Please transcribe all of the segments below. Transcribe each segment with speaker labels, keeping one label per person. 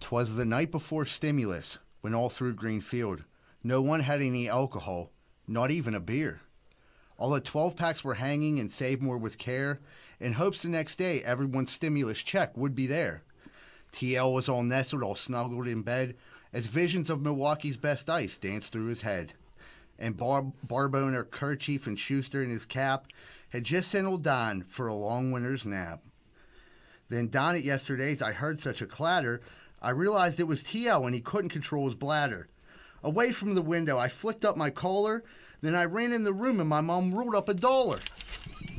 Speaker 1: 'Twas the night before stimulus, when all through Greenfield, no one had any alcohol, not even a beer. All the 12 packs were hanging and saved more with care, in hopes the next day everyone's stimulus check would be there. TL was all nestled, all snuggled in bed, as visions of Milwaukee's best ice danced through his head. And Bar- Barbone or Kerchief and Schuster in his cap had just sent old Don for a long winter's nap. Then down at yesterday's, I heard such a clatter, I realized it was TL and he couldn't control his bladder. Away from the window, I flicked up my collar, then I ran in the room and my mom rolled up a dollar.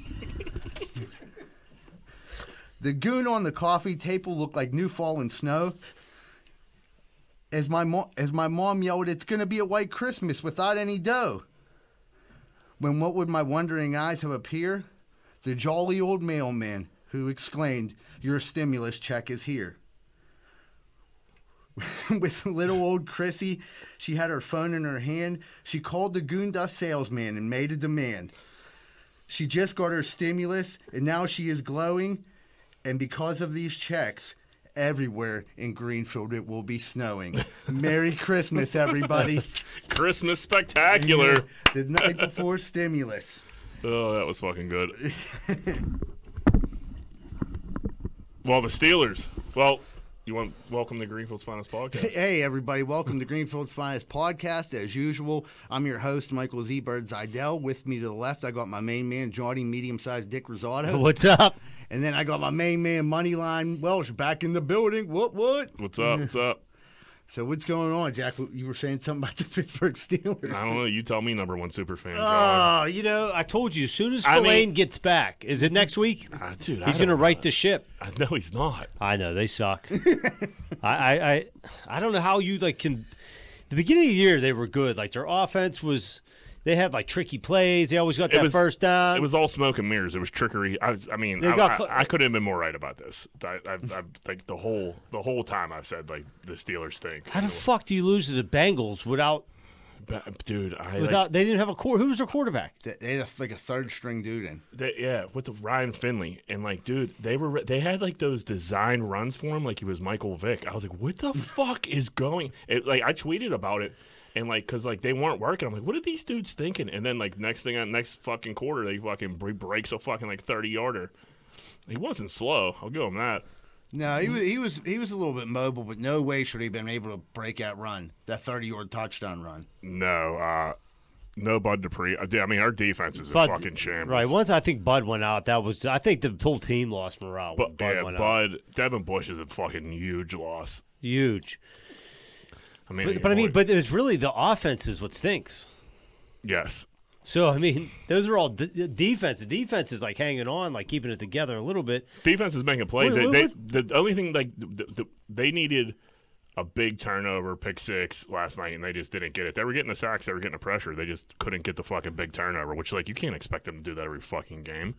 Speaker 1: The goon on the coffee table looked like new fallen snow. As my mo- as my mom yelled, "It's gonna be a white Christmas without any dough." When what would my wondering eyes have appear? The jolly old mailman who exclaimed, "Your stimulus check is here." With little old Chrissy, she had her phone in her hand. She called the goon dust salesman and made a demand. She just got her stimulus, and now she is glowing. And because of these checks, everywhere in Greenfield it will be snowing. Merry Christmas, everybody.
Speaker 2: Christmas spectacular.
Speaker 1: the night before stimulus.
Speaker 2: Oh, that was fucking good. well, the Steelers. Well, you want welcome to Greenfield's Finest Podcast.
Speaker 1: Hey, everybody. Welcome to Greenfield's Finest Podcast. As usual, I'm your host, Michael Z. Bird Zidell. With me to the left, I got my main man, Johnny Medium Sized Dick Rosato.
Speaker 3: What's up?
Speaker 1: And then I got my main man, Moneyline Welsh, back in the building. What, what?
Speaker 2: What's up? What's up?
Speaker 1: So, what's going on, Jack? You were saying something about the Pittsburgh Steelers.
Speaker 2: I don't know. You tell me, number one super fan.
Speaker 3: Uh, you know, I told you, as soon as
Speaker 2: I mean-
Speaker 3: Spillane gets back, is it next week?
Speaker 2: Ah, dude,
Speaker 3: He's going to right the ship.
Speaker 2: I, no, he's not.
Speaker 3: I know they suck. I, I, I, I don't know how you like can. The beginning of the year they were good. Like their offense was, they had like tricky plays. They always got that
Speaker 2: was-
Speaker 3: first down.
Speaker 2: It was all smoke and mirrors. It was trickery. I, I mean,
Speaker 3: Uh, They
Speaker 2: I,
Speaker 3: got cl-
Speaker 2: I, I couldn't have been more right about this. I, I, I, like the whole the whole time I've said like the Steelers stink.
Speaker 3: how the fuck do you lose to the Bengals without
Speaker 2: But, dude, I like,
Speaker 3: without they didn't have a core? Who was their quarterback?
Speaker 1: They they had a, like a third string dude in.
Speaker 2: They, yeah, with the Ryan Finley and like, dude, they were they had like those design runs for him, like he was Michael Vick. I was like, what the fuck is going? It, like, I tweeted about it, and like, cause like they weren't working. I'm like, what are these dudes thinking? And then like next thing, on next fucking quarter, they fucking bre- breaks a fucking like thirty yarder. He wasn't slow. I'll give him that.
Speaker 1: No, he was he was he was a little bit mobile, but no way should he have been able to break that run, that thirty yard touchdown run.
Speaker 2: No, uh, no Bud Dupree. Uh, I, I mean, our defense is
Speaker 3: Bud-
Speaker 2: a fucking shambles.
Speaker 3: Right. Once I think Bud went out, that was I think the whole team lost morale. When
Speaker 2: But,
Speaker 3: Bud
Speaker 2: yeah,
Speaker 3: went out.
Speaker 2: Bud Devin Bush is a fucking huge loss.
Speaker 3: Huge.
Speaker 2: I mean,
Speaker 3: But, but I mean,
Speaker 2: boy-
Speaker 3: but it's really the offense is what stinks.
Speaker 2: yes,
Speaker 3: So I mean, those are all d- defense. The defense is like hanging on, like keeping it together a little bit.
Speaker 2: defense is making plays.
Speaker 3: Wait,
Speaker 2: they,
Speaker 3: wait,
Speaker 2: they, the only thing like the, the, they needed a big turnover, pick six last night, and they just didn't get it. They were getting the sacks, they were getting the pressure, they just couldn't get the fucking big turnover. Which like you can't expect them to do that every fucking game.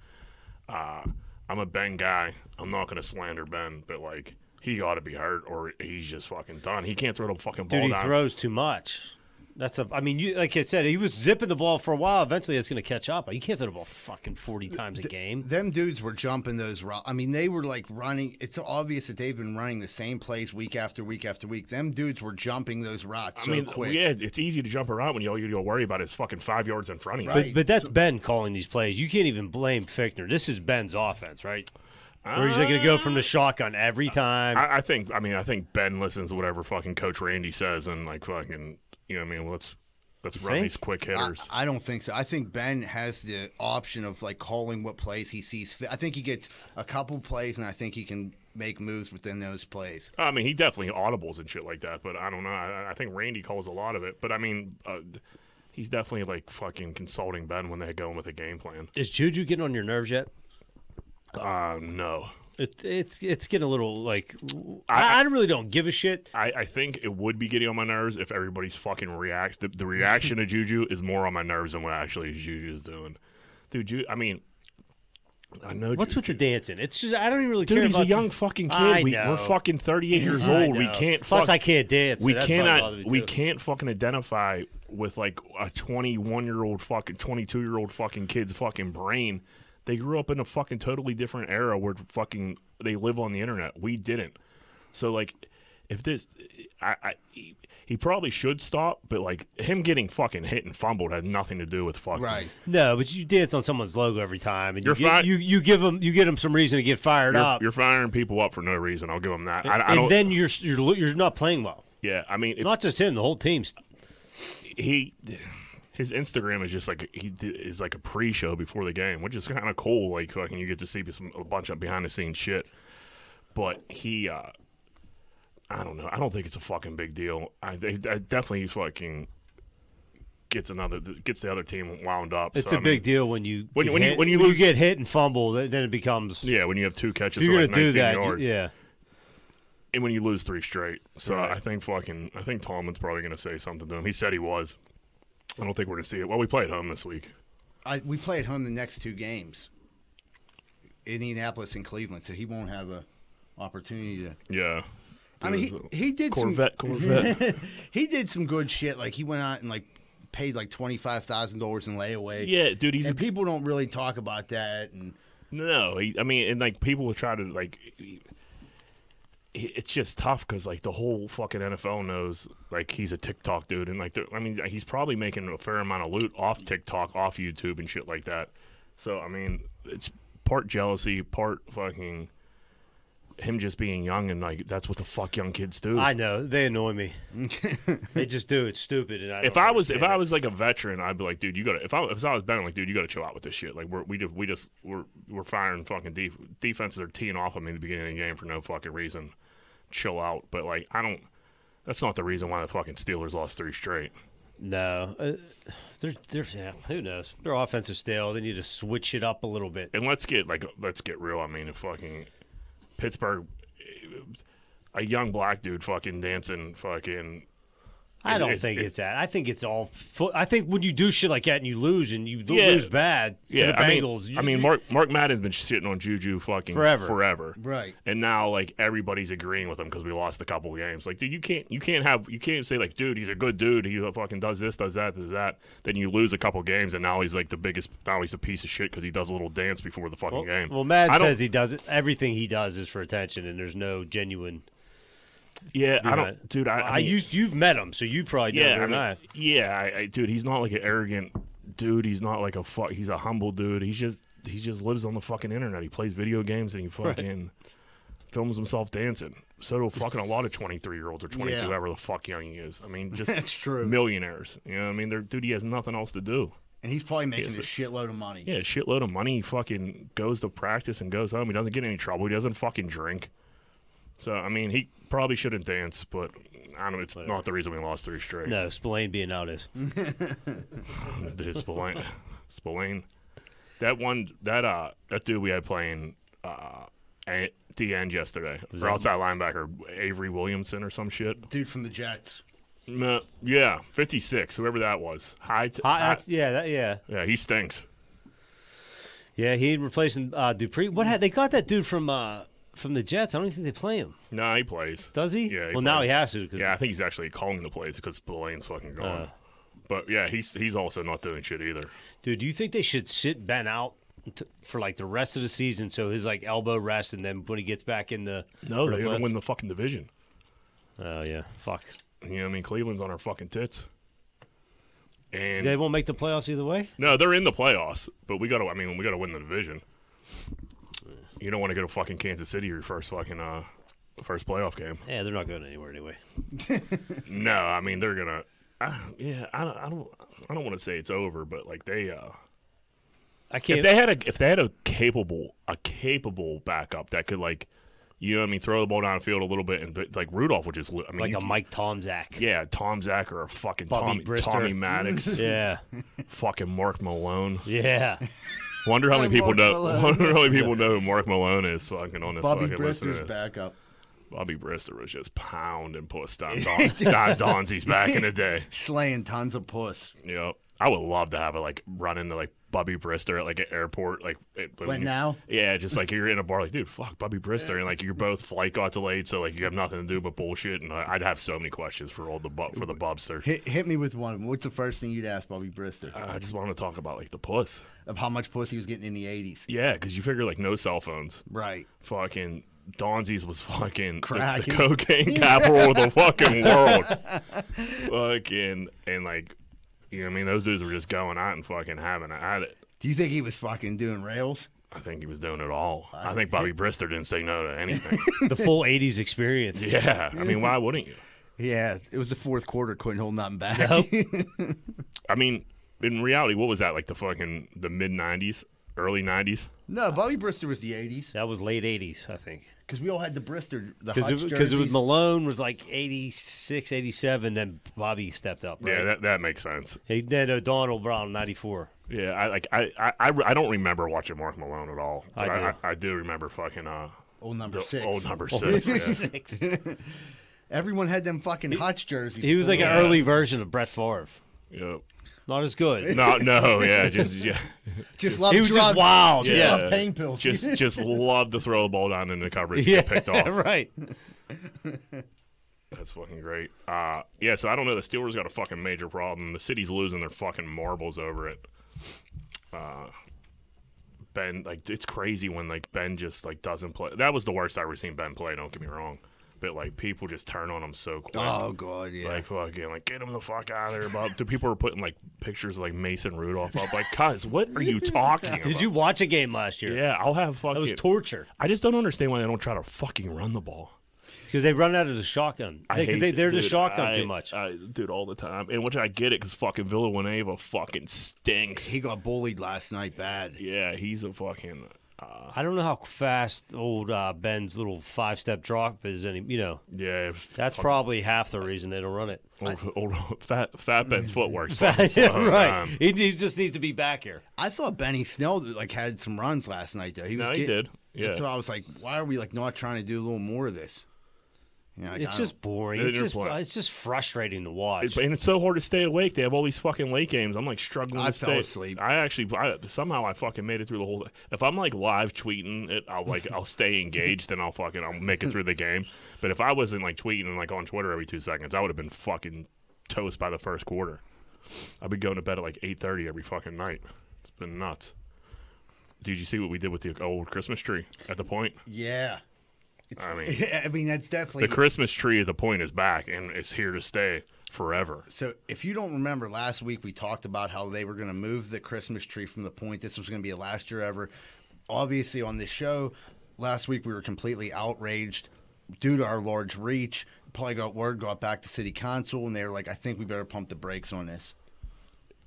Speaker 2: Uh, I'm a Ben guy. I'm not gonna slander Ben, but like he ought to be hurt or he's just fucking done. He can't throw the fucking ball
Speaker 3: Dude, he
Speaker 2: down.
Speaker 3: throws too much. That's a. I mean, you like I said, he was zipping the ball for a while. Eventually, it's going to catch up. You can't throw the ball fucking forty times a game.
Speaker 1: Them dudes were jumping those ro I mean, they were like running. It's obvious that they've been running the same place week after week after week. Them dudes were jumping those rots
Speaker 2: I
Speaker 1: so
Speaker 2: mean,
Speaker 1: quick.
Speaker 2: yeah, it's easy to jump around when you all you gotta worry about is fucking five yards in front of you.
Speaker 1: Right.
Speaker 3: But that's Ben calling these plays. You can't even blame Fickner. This is Ben's offense, right? Where he's like going to go from the shotgun every time.
Speaker 2: Uh, I, I think I mean I think Ben listens to whatever fucking Coach Randy says and like fucking you know what I mean let's let's run
Speaker 3: think?
Speaker 2: these quick
Speaker 1: I,
Speaker 2: hitters.
Speaker 1: I don't think so. I think Ben has the option of like calling what plays he sees fit. I think he gets a couple plays, and I think he can make moves within those plays.
Speaker 2: I, mean he definitely audibles and shit like that, but I don't know. I, I think Randy calls a lot of it, but I mean uh, he's definitely like fucking consulting Ben when they go in with a game plan.
Speaker 3: is Juju getting on your nerves yet?
Speaker 2: Uh, no,
Speaker 3: It, it's it's getting a little like I, I really don't give a shit.
Speaker 2: I, I think it would be getting on my nerves if everybody's fucking react. The, the reaction to Juju is more on my nerves than what actually Juju is doing, dude. Ju- I mean, I know
Speaker 3: What's
Speaker 2: Juju.
Speaker 3: with the dancing? It's just I don't even really
Speaker 2: Dude,
Speaker 3: care
Speaker 2: he's
Speaker 3: about
Speaker 2: a
Speaker 3: the-
Speaker 2: young fucking kid.
Speaker 3: I
Speaker 2: we,
Speaker 3: know.
Speaker 2: We're fucking 38 years
Speaker 3: I
Speaker 2: old. We
Speaker 3: know.
Speaker 2: can't.
Speaker 3: Plus,
Speaker 2: fuck-
Speaker 3: I can't dance. so
Speaker 2: We
Speaker 3: that's probably
Speaker 2: cannot.
Speaker 3: bothers me,
Speaker 2: We
Speaker 3: too.
Speaker 2: can't fucking identify with like a 21 year old fucking 22 year old fucking kid's fucking brain. They grew up in a fucking totally different era where fucking they live on the internet. We didn't. So like, if this, I, I he, he probably should stop, but like him getting fucking hit and fumbled had nothing to do with fucking.
Speaker 1: Right.
Speaker 3: No, but you dance on someone's logo every time, and you
Speaker 2: You're
Speaker 3: get,
Speaker 2: fine.
Speaker 3: you you give them you get them some reason to get fired
Speaker 2: You're,
Speaker 3: up,
Speaker 2: you're firing people up for no reason. I'll give him that. I, I
Speaker 3: and
Speaker 2: don't.
Speaker 3: then you're you're lo- you're not playing well.
Speaker 2: yeah, I mean, if
Speaker 3: Not just him, the whole team's.
Speaker 2: he his Instagram is just like he d- is like a pre-show before the game, which is kind of cool. Like fucking, you get to see some, a bunch of behind-the-scenes shit. But he, uh I don't know. I don't think it's a fucking big deal. I, they, I definitely fucking gets another gets the other team wound up.
Speaker 3: It's
Speaker 2: so, I
Speaker 3: a
Speaker 2: mean,
Speaker 3: big deal when you
Speaker 2: When-
Speaker 3: get
Speaker 2: when you-
Speaker 3: hit-
Speaker 2: when you lose-
Speaker 3: get hit and fumble, th- then it becomes
Speaker 2: yeah. When you have two catches,
Speaker 3: if you're
Speaker 2: for
Speaker 3: gonna
Speaker 2: like
Speaker 3: do
Speaker 2: 19
Speaker 3: that. you-
Speaker 2: yards,
Speaker 3: yeah,
Speaker 2: and when you lose three straight. So
Speaker 3: Right.
Speaker 2: I think fucking I think Tomlin's probably gonna say something to him. He said he was. I don't think we're gonna see it. Well, we play at home this week.
Speaker 1: I, we play at home the next two games, Indianapolis and Cleveland, so he won't have a opportunity to.
Speaker 2: Yeah.
Speaker 1: I mean, he, he did
Speaker 2: Corvette, Corvette.
Speaker 1: some he did some good shit. Like he went out and like paid like twenty five thousand dollars in layaway.
Speaker 2: yeah, dude, he's a
Speaker 1: and people don't really talk about that. And
Speaker 2: No, he, I mean, and like people will try to like. he- It's just tough because like the whole fucking NFL knows like he's a TikTok dude, and like they're- I mean, he's probably making a fair amount of loot off TikTok, off YouTube, and shit like that. So I mean, it's part jealousy, part fucking him just being young, and like that's what the fuck young kids do.
Speaker 3: I know they annoy me. they just do. It's stupid. And I
Speaker 2: if
Speaker 3: don't
Speaker 2: I was if
Speaker 3: understand
Speaker 2: I
Speaker 3: it.
Speaker 2: was like a veteran, I'd be like, dude, you gotta. If I if I was Ben, I'm like, dude, you gotta chill out with this shit. Like we're we just we just we're we're firing fucking def- defenses are teeing off on me at the beginning of the game for no fucking reason. Chill out. But like I don't. That's not the reason why the fucking Steelers lost three straight.
Speaker 3: no, uh, they're they're yeah, who knows? Their offense is stale. They need to switch it up a little bit.
Speaker 2: And let's get like let's get real. I mean, if fucking Pittsburgh, a young black dude fucking dancing fucking.
Speaker 3: I don't
Speaker 2: it's-
Speaker 3: think
Speaker 2: it-
Speaker 3: it's that. I think it's all. Fo- I think when you do shit like that and you lose and you do
Speaker 2: Yeah.
Speaker 3: lose bad
Speaker 2: Yeah,
Speaker 3: to the Bengals,
Speaker 2: I mean,
Speaker 3: you-
Speaker 2: I mean, Mark Mark Madden's been shitting on Juju fucking
Speaker 3: Forever.
Speaker 2: forever.
Speaker 1: right,
Speaker 2: and now like everybody's agreeing with him because we lost a couple games. Like, dude, you can't you can't have you can't say like, dude, he's a good dude. He fucking does this, does that, does that. Then you lose a couple games, and now he's like the biggest. Now he's a piece of shit because he does a little dance before the fucking
Speaker 3: well,
Speaker 2: game.
Speaker 3: well, Madden
Speaker 2: I don't-
Speaker 3: says he does it. Everything he does is for attention, and there's no genuine.
Speaker 2: yeah, I
Speaker 3: behind
Speaker 2: don't, dude. I,
Speaker 3: I,
Speaker 2: I, mean,
Speaker 3: used you've met him, so you probably know
Speaker 2: yeah,
Speaker 3: better
Speaker 2: I
Speaker 3: than I.
Speaker 2: mean, yeah, I, I, dude. He's not like an arrogant dude. He's not like a fuck. He's a humble dude. He's just he just lives on the fucking internet. He plays video games and he fucking films himself dancing. So do fucking a lot of twenty three year olds or twenty two,
Speaker 1: Yeah.
Speaker 2: however the fuck young he is. I mean, just
Speaker 1: that's true.
Speaker 2: millionaires. You know what I mean? Their dude, he has nothing else to do.
Speaker 1: and he's probably making
Speaker 2: Yes,
Speaker 1: a
Speaker 2: it-
Speaker 1: shitload of money.
Speaker 2: Yeah, shitload of money. He fucking goes to practice and goes home. He doesn't get in any trouble. He doesn't fucking drink. So I mean, he probably shouldn't dance, but I don't. It's not the reason we lost three straight.
Speaker 3: No, Spillane being out is.
Speaker 2: Mm-hmm. Dude, Spillane, Spillane, that one, that uh, that dude we had playing uh, at the end yesterday, or outside linebacker Avery Williamson or some shit.
Speaker 1: Dude from the Jets.
Speaker 2: No, yeah, fifty six, whoever that was. High, t-
Speaker 3: Hi-
Speaker 2: high-
Speaker 3: that's- yeah, that, yeah,
Speaker 2: yeah, he stinks.
Speaker 3: yeah. He ain't replacing uh, Dupree. What had, they got that dude from uh, from the Jets? I don't even think they play him.
Speaker 2: No, he plays.
Speaker 3: Does he?
Speaker 2: Yeah, he
Speaker 3: well, now
Speaker 2: plays.
Speaker 3: he has to. 'cause-
Speaker 2: Yeah, I think he's actually calling the plays because Spillane's fucking gone. but yeah, he's he's also not doing shit either.
Speaker 3: Dude, do you think they should sit Ben out t- for like the rest of the season so his like elbow rests and then when he gets back in the for the
Speaker 2: they're gonna
Speaker 3: play-
Speaker 2: win the fucking division.
Speaker 3: Oh yeah, fuck.
Speaker 2: You know what I mean? Cleveland's on our fucking tits. And
Speaker 3: They won't make the playoffs either way.
Speaker 2: no, they're in the playoffs, but we gotta. I mean, we gotta win the division. You don't want to go to fucking Kansas City your first fucking uh first playoff game.
Speaker 3: Yeah, they're not going anywhere anyway.
Speaker 2: No, I mean they're gonna. I, yeah, I don't. I don't. I don't want to say it's over, but like they. uh
Speaker 3: I
Speaker 2: if
Speaker 3: can't.
Speaker 2: they had a if they had a capable a capable backup that could like you know what I mean throw the ball downfield a little bit and but like Rudolph would just lo- I mean
Speaker 3: like
Speaker 2: you
Speaker 3: a
Speaker 2: can-
Speaker 3: Mike Tomzak.
Speaker 2: yeah Tom Zach or a fucking
Speaker 3: Bobby
Speaker 2: Tommy
Speaker 3: Brister.
Speaker 2: Tommy Maddox
Speaker 3: Yeah.
Speaker 2: fucking Mark Malone
Speaker 3: Yeah.
Speaker 2: wonder how many people
Speaker 1: Mark
Speaker 2: know
Speaker 1: Malone.
Speaker 2: wonder how many people know who Mark Malone is fucking on this
Speaker 1: Bobby
Speaker 2: fucking list
Speaker 1: Brister's
Speaker 2: today.
Speaker 1: backup.
Speaker 2: Bobby Brister was just pounding puss Don Don, Don Donzie's back in the day
Speaker 1: Slaying tons of puss.
Speaker 2: you know I would love to have a like run into like Bobby Brister at like an airport like it,
Speaker 1: But now,
Speaker 2: Yeah, just like you're in a bar, like, dude, fuck Bobby Brister, and like you're both flight got delayed, so like you have nothing to do but bullshit. And I- I'd have so many questions for all the bu- for the bobster.
Speaker 1: hit, hit me with one. What's the first thing you'd ask Bobby Brister?
Speaker 2: Uh, I just wanted to talk about like the puss.
Speaker 1: of how much puss he was getting in the 80s.
Speaker 2: Yeah, because you figure like no cell phones,
Speaker 1: Right.
Speaker 2: fucking Donzie's was fucking the, the
Speaker 1: Cracking.
Speaker 2: cocaine capital of the fucking world. fucking and like, you know, what I mean, those dudes were just going out and fucking having it at it.
Speaker 1: Do you think he was fucking doing rails?
Speaker 2: I think he was doing it all. I think Bobby Brister didn't say no to anything.
Speaker 3: the full '80s experience.
Speaker 2: yeah, I mean, why wouldn't you?
Speaker 1: Yeah, it was the fourth quarter. Couldn't hold nothing back.
Speaker 2: I mean, in reality, what was that like? The fucking the mid '90s, early '90s.
Speaker 1: no, Bobby Brister was the '80s
Speaker 3: That was late '80s, I think,
Speaker 1: because we all had the Brister, the Hutch
Speaker 3: because
Speaker 1: jerseys.
Speaker 3: because Malone was like '86, '87, then Bobby stepped up. Right?
Speaker 2: Yeah, that, that makes sense.
Speaker 3: Hey, then O'Donnell brought '94.
Speaker 2: Yeah, I like I I, I, I don't remember watching Mark Malone at all.
Speaker 3: I
Speaker 2: but I,
Speaker 3: do.
Speaker 2: I, I do remember fucking uh
Speaker 1: old number
Speaker 2: the
Speaker 1: six.
Speaker 2: old number six. yeah.
Speaker 1: Everyone had them fucking Hutch jerseys.
Speaker 3: He was like
Speaker 2: Yeah.
Speaker 3: an early version of Brett Favre.
Speaker 2: Yep.
Speaker 3: Not as good.
Speaker 2: No, no, yeah, just yeah,
Speaker 1: just love
Speaker 3: he was just
Speaker 1: drugs.
Speaker 3: wild.
Speaker 1: Just
Speaker 3: yeah.
Speaker 1: love pain pills.
Speaker 2: just just love to throw the ball down in the coverage and get picked off.
Speaker 3: right.
Speaker 2: That's fucking great. Uh, yeah, so I don't know. The Steelers got a fucking major problem. The city's losing their fucking marbles over it. Uh, ben, like, it's crazy when like Ben just like doesn't play. That was the worst I ever seen Ben play. Don't get me wrong, but like people just turn on him so quick.
Speaker 1: Oh god, yeah.
Speaker 2: Like fucking, like get him the fuck out of there, Bob. The people were putting like pictures of, like Mason Rudolph up. Like, cuz, what are you talking about?
Speaker 3: Did you watch a game last year?
Speaker 2: Yeah, I'll have
Speaker 3: That was
Speaker 2: fucking.
Speaker 3: torture
Speaker 2: I just don't understand why they don't try to fucking run the ball.
Speaker 3: because they run out of the shotgun.
Speaker 2: I
Speaker 3: They,
Speaker 2: hate
Speaker 3: they,
Speaker 2: it,
Speaker 3: they're the
Speaker 2: dude.
Speaker 3: shotgun
Speaker 2: I- uh,
Speaker 3: too much.
Speaker 2: I, dude, all the time. And which I get it because fucking Villanueva fucking stinks.
Speaker 1: he got bullied last night bad.
Speaker 2: yeah, he's a fucking. Uh,
Speaker 3: I don't know how fast old uh, Ben's little five step drop is. Any you know
Speaker 2: yeah, it was
Speaker 3: that's probably half the reason they don't run it.
Speaker 2: old, old- fat fat Ben's footwork's fucking
Speaker 3: yeah,
Speaker 2: slow,
Speaker 3: right.
Speaker 2: um,
Speaker 3: He, he just needs to be back here.
Speaker 1: I thought Benny Snell like had some runs last night though. He was
Speaker 2: No, he
Speaker 1: get-
Speaker 2: did. Yeah.
Speaker 1: So I was like, why are we like not trying to do a little more of this? You know, like, I
Speaker 3: It's
Speaker 1: don't-
Speaker 3: just boring.
Speaker 2: They're
Speaker 3: It's just,
Speaker 2: playing.
Speaker 3: it's just frustrating to watch.
Speaker 2: and it's so hard to stay awake. They have all these fucking late games. I'm like struggling.
Speaker 1: I
Speaker 2: to
Speaker 1: fell
Speaker 2: stay.
Speaker 1: asleep.
Speaker 2: I actually I, somehow I fucking made it through the whole. If I'm like live tweeting it, I'll like I'll stay engaged and I'll fucking I'll make it through the game. But if I wasn't like tweeting and like on Twitter every two seconds, I would have been fucking toast by the first quarter. I've been going to bed at like eight thirty every fucking night. It's been nuts. Did you see what we did with the old Christmas tree at the point?
Speaker 1: yeah. It's,
Speaker 2: I
Speaker 1: I
Speaker 2: mean-
Speaker 1: mean, that's definitely
Speaker 2: The Christmas tree at the point is back and it's here to stay forever.
Speaker 1: So if you don't remember, last week we talked about how they were going to move the Christmas tree from the point. This was going to be a last year ever. Obviously, on this show last week we were completely outraged due to our large reach. Probably got word, got back to city council, and they were like, "I think we better pump the brakes on this."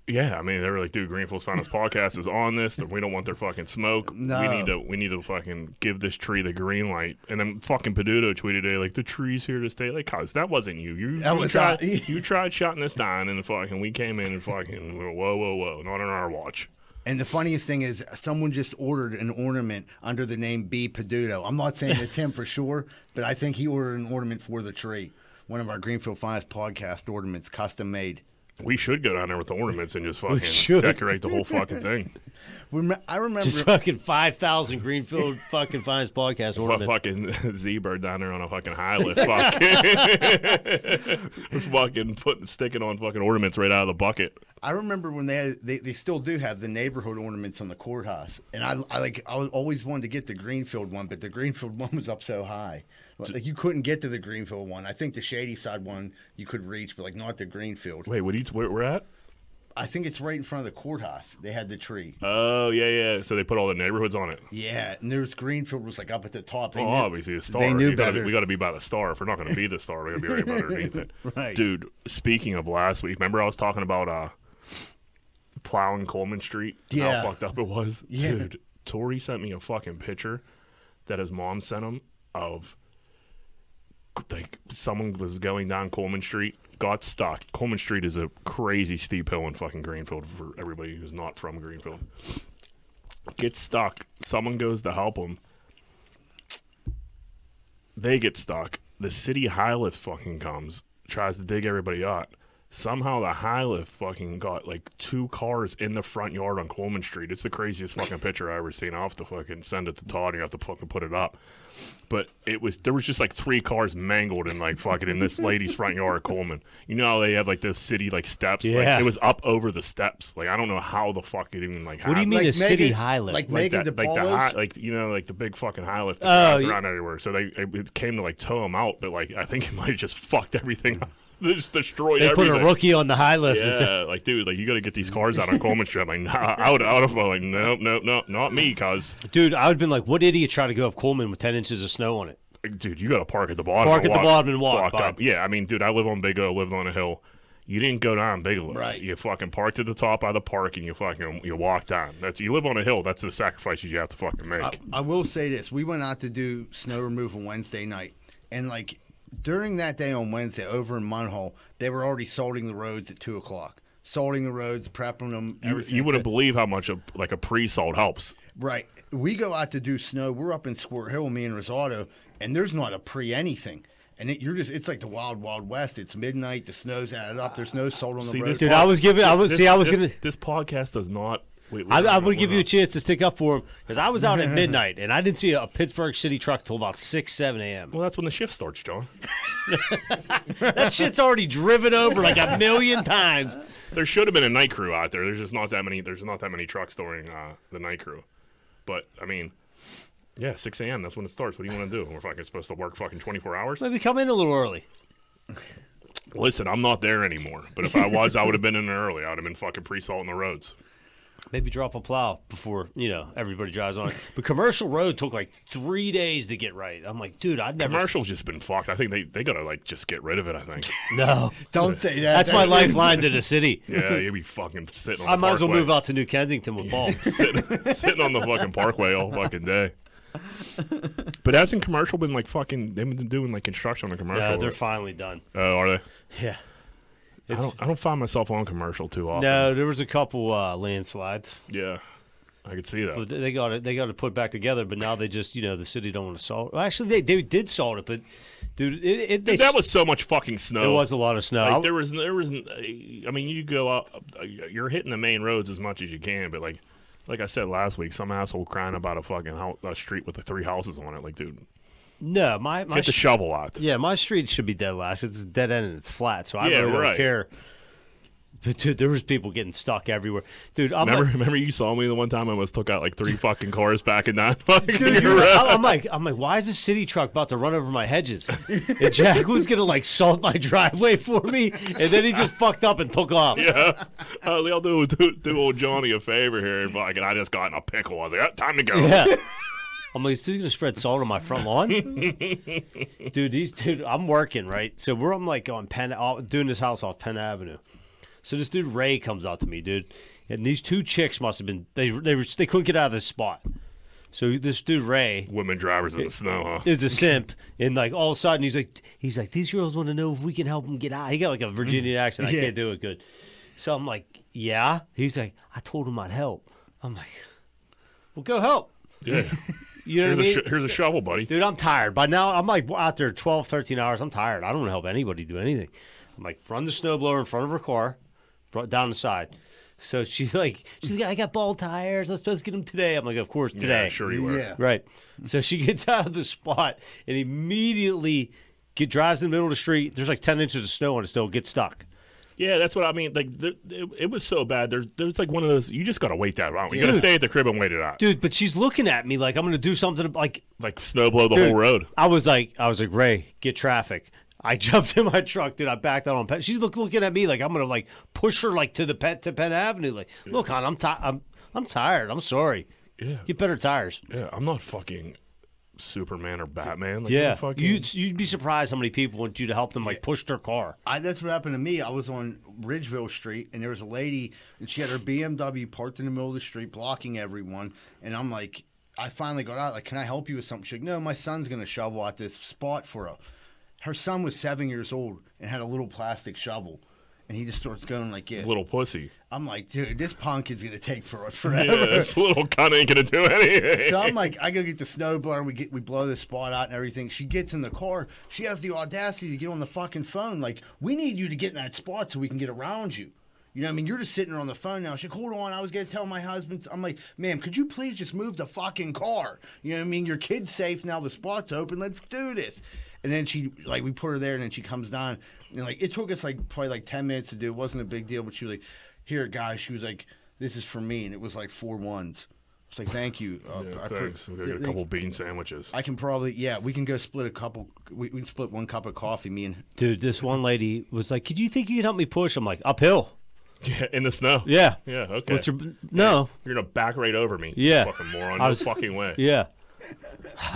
Speaker 2: Yeah, I mean, they were like, "Dude, Greenfield's Finest podcast is on this. that We don't want their fucking smoke. We
Speaker 1: No.
Speaker 2: need to, we need to fucking give this tree the green light." And then fucking Peduto tweeted today, like, "The tree's here to stay." Like, cause that wasn't you. You,
Speaker 1: That
Speaker 2: you
Speaker 1: was
Speaker 2: tried,
Speaker 1: not-
Speaker 2: you tried shutting this down, and fucking we came in and fucking we were, whoa, whoa, whoa, not on our watch.
Speaker 1: And the funniest thing is, someone just ordered an ornament under the name B. Peduto. I'm not saying it's him for sure, but I think he ordered an ornament for the tree. One of our Greenfield Finest podcast ornaments, custom made.
Speaker 2: We should go down there with the ornaments and just fucking
Speaker 3: should.
Speaker 2: decorate the whole fucking thing.
Speaker 1: Rem- I remember
Speaker 3: Just fucking five thousand Greenfield fucking finest podcast
Speaker 2: Put
Speaker 3: ornament.
Speaker 2: fucking Z bird down there on a fucking high lift, fucking, fucking putting sticking on fucking ornaments right out of the bucket.
Speaker 1: I remember when they, had, they they still do have the neighborhood ornaments on the courthouse, and I, I like I was- always wanted to get the Greenfield one, but the Greenfield one was up so high, like you couldn't get to the Greenfield one. I think the Shady Side one you could reach, but like not the Greenfield.
Speaker 2: Wait, what do you where we're at?
Speaker 1: I think it's right in front of the courthouse. They had the tree.
Speaker 2: Oh yeah, yeah. So they put all the neighborhoods on it.
Speaker 1: Yeah, and there's Greenfield was like up at the top. They
Speaker 2: Well,
Speaker 1: knew-
Speaker 2: Oh, obviously, a star.
Speaker 1: They knew
Speaker 2: You gotta be-
Speaker 1: better.
Speaker 2: we got to be by the star. If we're not going to be the star, we're going to be right about underneath it.
Speaker 1: Right.
Speaker 2: Dude, speaking of last week, remember I was talking about uh, plowing Coleman Street? and
Speaker 1: Yeah.
Speaker 2: How fucked up it was?
Speaker 1: Yeah.
Speaker 2: Dude, Tori sent me a fucking picture that his mom sent him of like someone was going down Coleman Street, got stuck. Coleman Street is a crazy steep hill in fucking Greenfield for everybody who's not from Greenfield. Gets stuck. Someone goes to help him. They get stuck. The city high lift fucking comes, tries to dig everybody out. Somehow the high lift fucking got like two cars in the front yard on Coleman Street. It's the craziest fucking picture I ever seen. I'll have to fucking send it to Todd and you have to fucking put it up. But it was there was just like three cars mangled in like fucking in this lady's front yard at Coleman. You know how they have like those city like steps.
Speaker 3: Yeah.
Speaker 2: Like it was up over the steps. Like I don't know how the fuck it even like
Speaker 3: What do you
Speaker 2: happened.
Speaker 3: mean
Speaker 1: Like
Speaker 3: a city
Speaker 1: Megan-
Speaker 3: high lift?
Speaker 1: like-
Speaker 2: like
Speaker 1: Megan
Speaker 2: that,
Speaker 1: DePaulo's?
Speaker 2: like the high, like you know, like the big fucking high lift that
Speaker 3: Oh,
Speaker 2: drives
Speaker 3: you-
Speaker 2: around everywhere. So they it, it came to like tow them out, but like I think it might have just fucked everything. up. they just destroyed
Speaker 3: they put
Speaker 2: everything.
Speaker 3: a rookie on the high lift. and said,
Speaker 2: yeah, like dude, like you gotta get these cars out on Coleman Street. I'm like, nah, out, out of like, nope, nope, nope, not me, cause
Speaker 3: Dude, I would have been like, what idiot tried to go up Coleman with 10 inches of snow on it?
Speaker 2: like, dude, you gotta park at the bottom,
Speaker 3: Park
Speaker 2: and
Speaker 3: at the bottom and walk, bud.
Speaker 2: up. Yeah, I mean, dude, I live on Big O, lived on a hill. You didn't go down Bigelow.
Speaker 1: Right.
Speaker 2: You fucking parked at the top of the park and you fucking you walked down. That's you live on a hill. That's the sacrifices you have to fucking make.
Speaker 1: I, I will say this: we went out to do snow removal Wednesday night, and like during that day on Wednesday, over in Munhole, they were already salting the roads at two o'clock, salting the roads, prepping them.
Speaker 2: You,
Speaker 1: Everything.
Speaker 2: you wouldn't believe how much a, like a pre-sold helps.
Speaker 1: Right. We go out to do snow. We're up in Squirt Hill, me and Rosado, and there's not a pre anything. And it, you're just, it's like the wild, wild west. It's midnight. The snow's added up. There's no salt on the
Speaker 2: See,
Speaker 1: road.
Speaker 2: this
Speaker 3: Dude, I was giving, I was, see, I was
Speaker 2: this,
Speaker 3: going to.
Speaker 2: This podcast does not. Wait,
Speaker 3: I, I would give you a chance to stick up for him because I was out at midnight and I didn't see a Pittsburgh City truck till about 6, 7 a.m.
Speaker 2: Well, that's when the shift starts, John.
Speaker 3: That shit's already driven over like a million times.
Speaker 2: There should have been a night crew out there. There's just not that many. There's not that many trucks during uh, the night crew. But I mean, yeah, 6 a.m. That's when it starts. What do you want to do? We're fucking supposed to work fucking 24 hours.
Speaker 3: Maybe come in a little early.
Speaker 2: Listen, I'm not there anymore. But if I was, I would have been in there early. I would have been fucking pre-salting the roads.
Speaker 3: Maybe drop a plow before, you know, everybody drives on it. But commercial road took like three days to get right. I'm like, dude, I'd never.
Speaker 2: Commercial's just been fucked. I think they they gotta like just get rid of it. I think.
Speaker 3: No.
Speaker 1: Don't say that.
Speaker 3: That's my lifeline to the city.
Speaker 2: Yeah, you'd be fucking sitting. on
Speaker 3: I
Speaker 2: the
Speaker 3: might as well
Speaker 2: parkway.
Speaker 3: move out to New Kensington with Paul.
Speaker 2: sitting, sitting on the fucking parkway all fucking day. But hasn't commercial been like fucking? They've been doing like construction on the commercial.
Speaker 3: Yeah, they're finally done.
Speaker 2: oh, are they?
Speaker 3: Yeah.
Speaker 2: I
Speaker 3: It's-
Speaker 2: don't, I don't find myself on commercial too often.
Speaker 3: No, there was a couple uh, landslides.
Speaker 2: Yeah, I could see that.
Speaker 3: But they got it. They got it put back together. But now they just, you know, the city don't want to salt. Well, actually, they, they did salt it, but dude, it, it they,
Speaker 2: That was so much fucking snow.
Speaker 3: it was a lot of snow.
Speaker 2: Like, there was there was. I mean, you go up. You're hitting the main roads as much as you can, but like. Like I said last week, some asshole crying about a fucking hou- a street with the three houses on it. Like, dude,
Speaker 3: no, my my
Speaker 2: get the
Speaker 3: sh-
Speaker 2: shovel out.
Speaker 3: yeah, my street should be dead last. It's a dead end and it's flat, so I
Speaker 2: Yeah,
Speaker 3: really don't
Speaker 2: right.
Speaker 3: care. But dude, there was people getting stuck everywhere. Dude, I'm
Speaker 2: Remember,
Speaker 3: like,
Speaker 2: remember, you saw me the one time I almost took out like three fucking cars back in that fucking
Speaker 3: Dude, you
Speaker 2: road.
Speaker 3: were- I- I'm like, I'm like, why is this city truck about to run over my hedges? And Jack was gonna like salt my driveway for me, and then he just fucked up and took off.
Speaker 2: yeah. Uh, they'll do, do do old Johnny a favor here, and fucking I just got in a pickle. I was like, "Ah, time to go.
Speaker 3: Yeah. I'm like, is dude gonna spread salt on my front lawn? dude, these dude, I'm working right. So we're on like on Penn, all- doing this house off Penn Avenue. So this dude Ray comes out to me, dude, and these two chicks must have been they they were, they couldn't get out of this spot. So this dude Ray
Speaker 2: Women drivers in the snow, huh?
Speaker 3: is a simp, and like all of a sudden he's like, he's like, these girls want to know if we can help them get out. He got like a Virginia
Speaker 2: Mm-hmm.
Speaker 3: accent. I
Speaker 1: Yeah.
Speaker 3: can't do it good. So I'm like, yeah. He's like, I told him I'd help. I'm like, well, go help.
Speaker 2: Yeah.
Speaker 3: You know
Speaker 2: Here's a
Speaker 3: what I mean?
Speaker 2: sh- here's a shovel, buddy.
Speaker 3: Dude, I'm tired. By now, I'm like out there 12, 13 hours. I'm tired. I don't want to help anybody do anything. I'm like, run the snowblower in front of her car, brought down the side. So she like, she's like, I got ball tires. I'm supposed to get them today. I'm like, of course, today.
Speaker 2: Yeah, sure you were.
Speaker 1: Yeah.
Speaker 3: Right. So she gets out of the spot and immediately get, drives in the middle of the street. There's like 10 inches of snow on it still, gets stuck.
Speaker 2: Yeah, that's what I mean. Like, the, it, it was so bad. There's there's like one of those. You just gotta wait that out. You gotta stay at the crib and wait it out.
Speaker 3: Dude, but she's looking at me like I'm going to do something. Like,
Speaker 2: Like snow blow the
Speaker 3: Dude,
Speaker 2: whole road.
Speaker 3: I was like, I was like, Ray, get traffic. I jumped in my truck, dude. I backed out on Penn. She's look, looking at me like I'm gonna like push her like to the pet to Penn Avenue. Like, look, hon, I'm tired. I'm I'm tired. I'm sorry.
Speaker 2: Yeah.
Speaker 3: Get better tires.
Speaker 2: Yeah, I'm not fucking Superman or Batman. Like,
Speaker 3: Yeah.
Speaker 2: I'm Fucking,
Speaker 3: You'd you'd be surprised how many people want you to help them like push their car.
Speaker 1: I, that's what happened to me. I was on Ridgeville Street, and there was a lady, and she had her BMW parked in the middle of the street, blocking everyone. And I'm like, I finally got out. Like, can I help you with something? She's like, No, my son's gonna shovel out this spot for her. Her son was seven years old and had a little plastic shovel, And he just starts going like, yeah.
Speaker 2: Little pussy.
Speaker 1: I'm like, dude, this punk is gonna take for forever.
Speaker 2: Yeah, this little cunt ain't gonna do anything.
Speaker 1: So I'm like, I go get the snowblower. We get we blow this spot out and everything. She gets in the car. She has the audacity to get on the fucking phone. Like, we need you to get in that spot so we can get around you. You know what I mean? You're just sitting there on the phone now. She's like, hold on. I was going to tell my husband. I'm like, ma'am, could you please just move the fucking car? You know what I mean? Your kid's safe now. The spot's open. Let's do this. And then she, like, we put her there and then she comes down. And, like, it took us, like, probably like 10 minutes to do. It wasn't a big deal, but she was like, here, guys. She was like, this is for me. And it was like four ones. It's like, thank you. Uh,
Speaker 2: Yeah,
Speaker 1: I,
Speaker 2: thanks. We got a couple bean sandwiches.
Speaker 1: I can probably, yeah, we can go split a couple. We, we can split one cup of coffee, me and
Speaker 3: Dude, this one lady was like, "Could you think you could help me push?" I'm like, "Uphill."
Speaker 2: Yeah, in the snow.
Speaker 3: Yeah.
Speaker 2: Yeah. Okay.
Speaker 3: What's your no?
Speaker 2: You're gonna back right over me.
Speaker 3: Yeah.
Speaker 2: Fucking moron.
Speaker 3: I
Speaker 2: No
Speaker 3: was-
Speaker 2: fucking way.
Speaker 3: Yeah.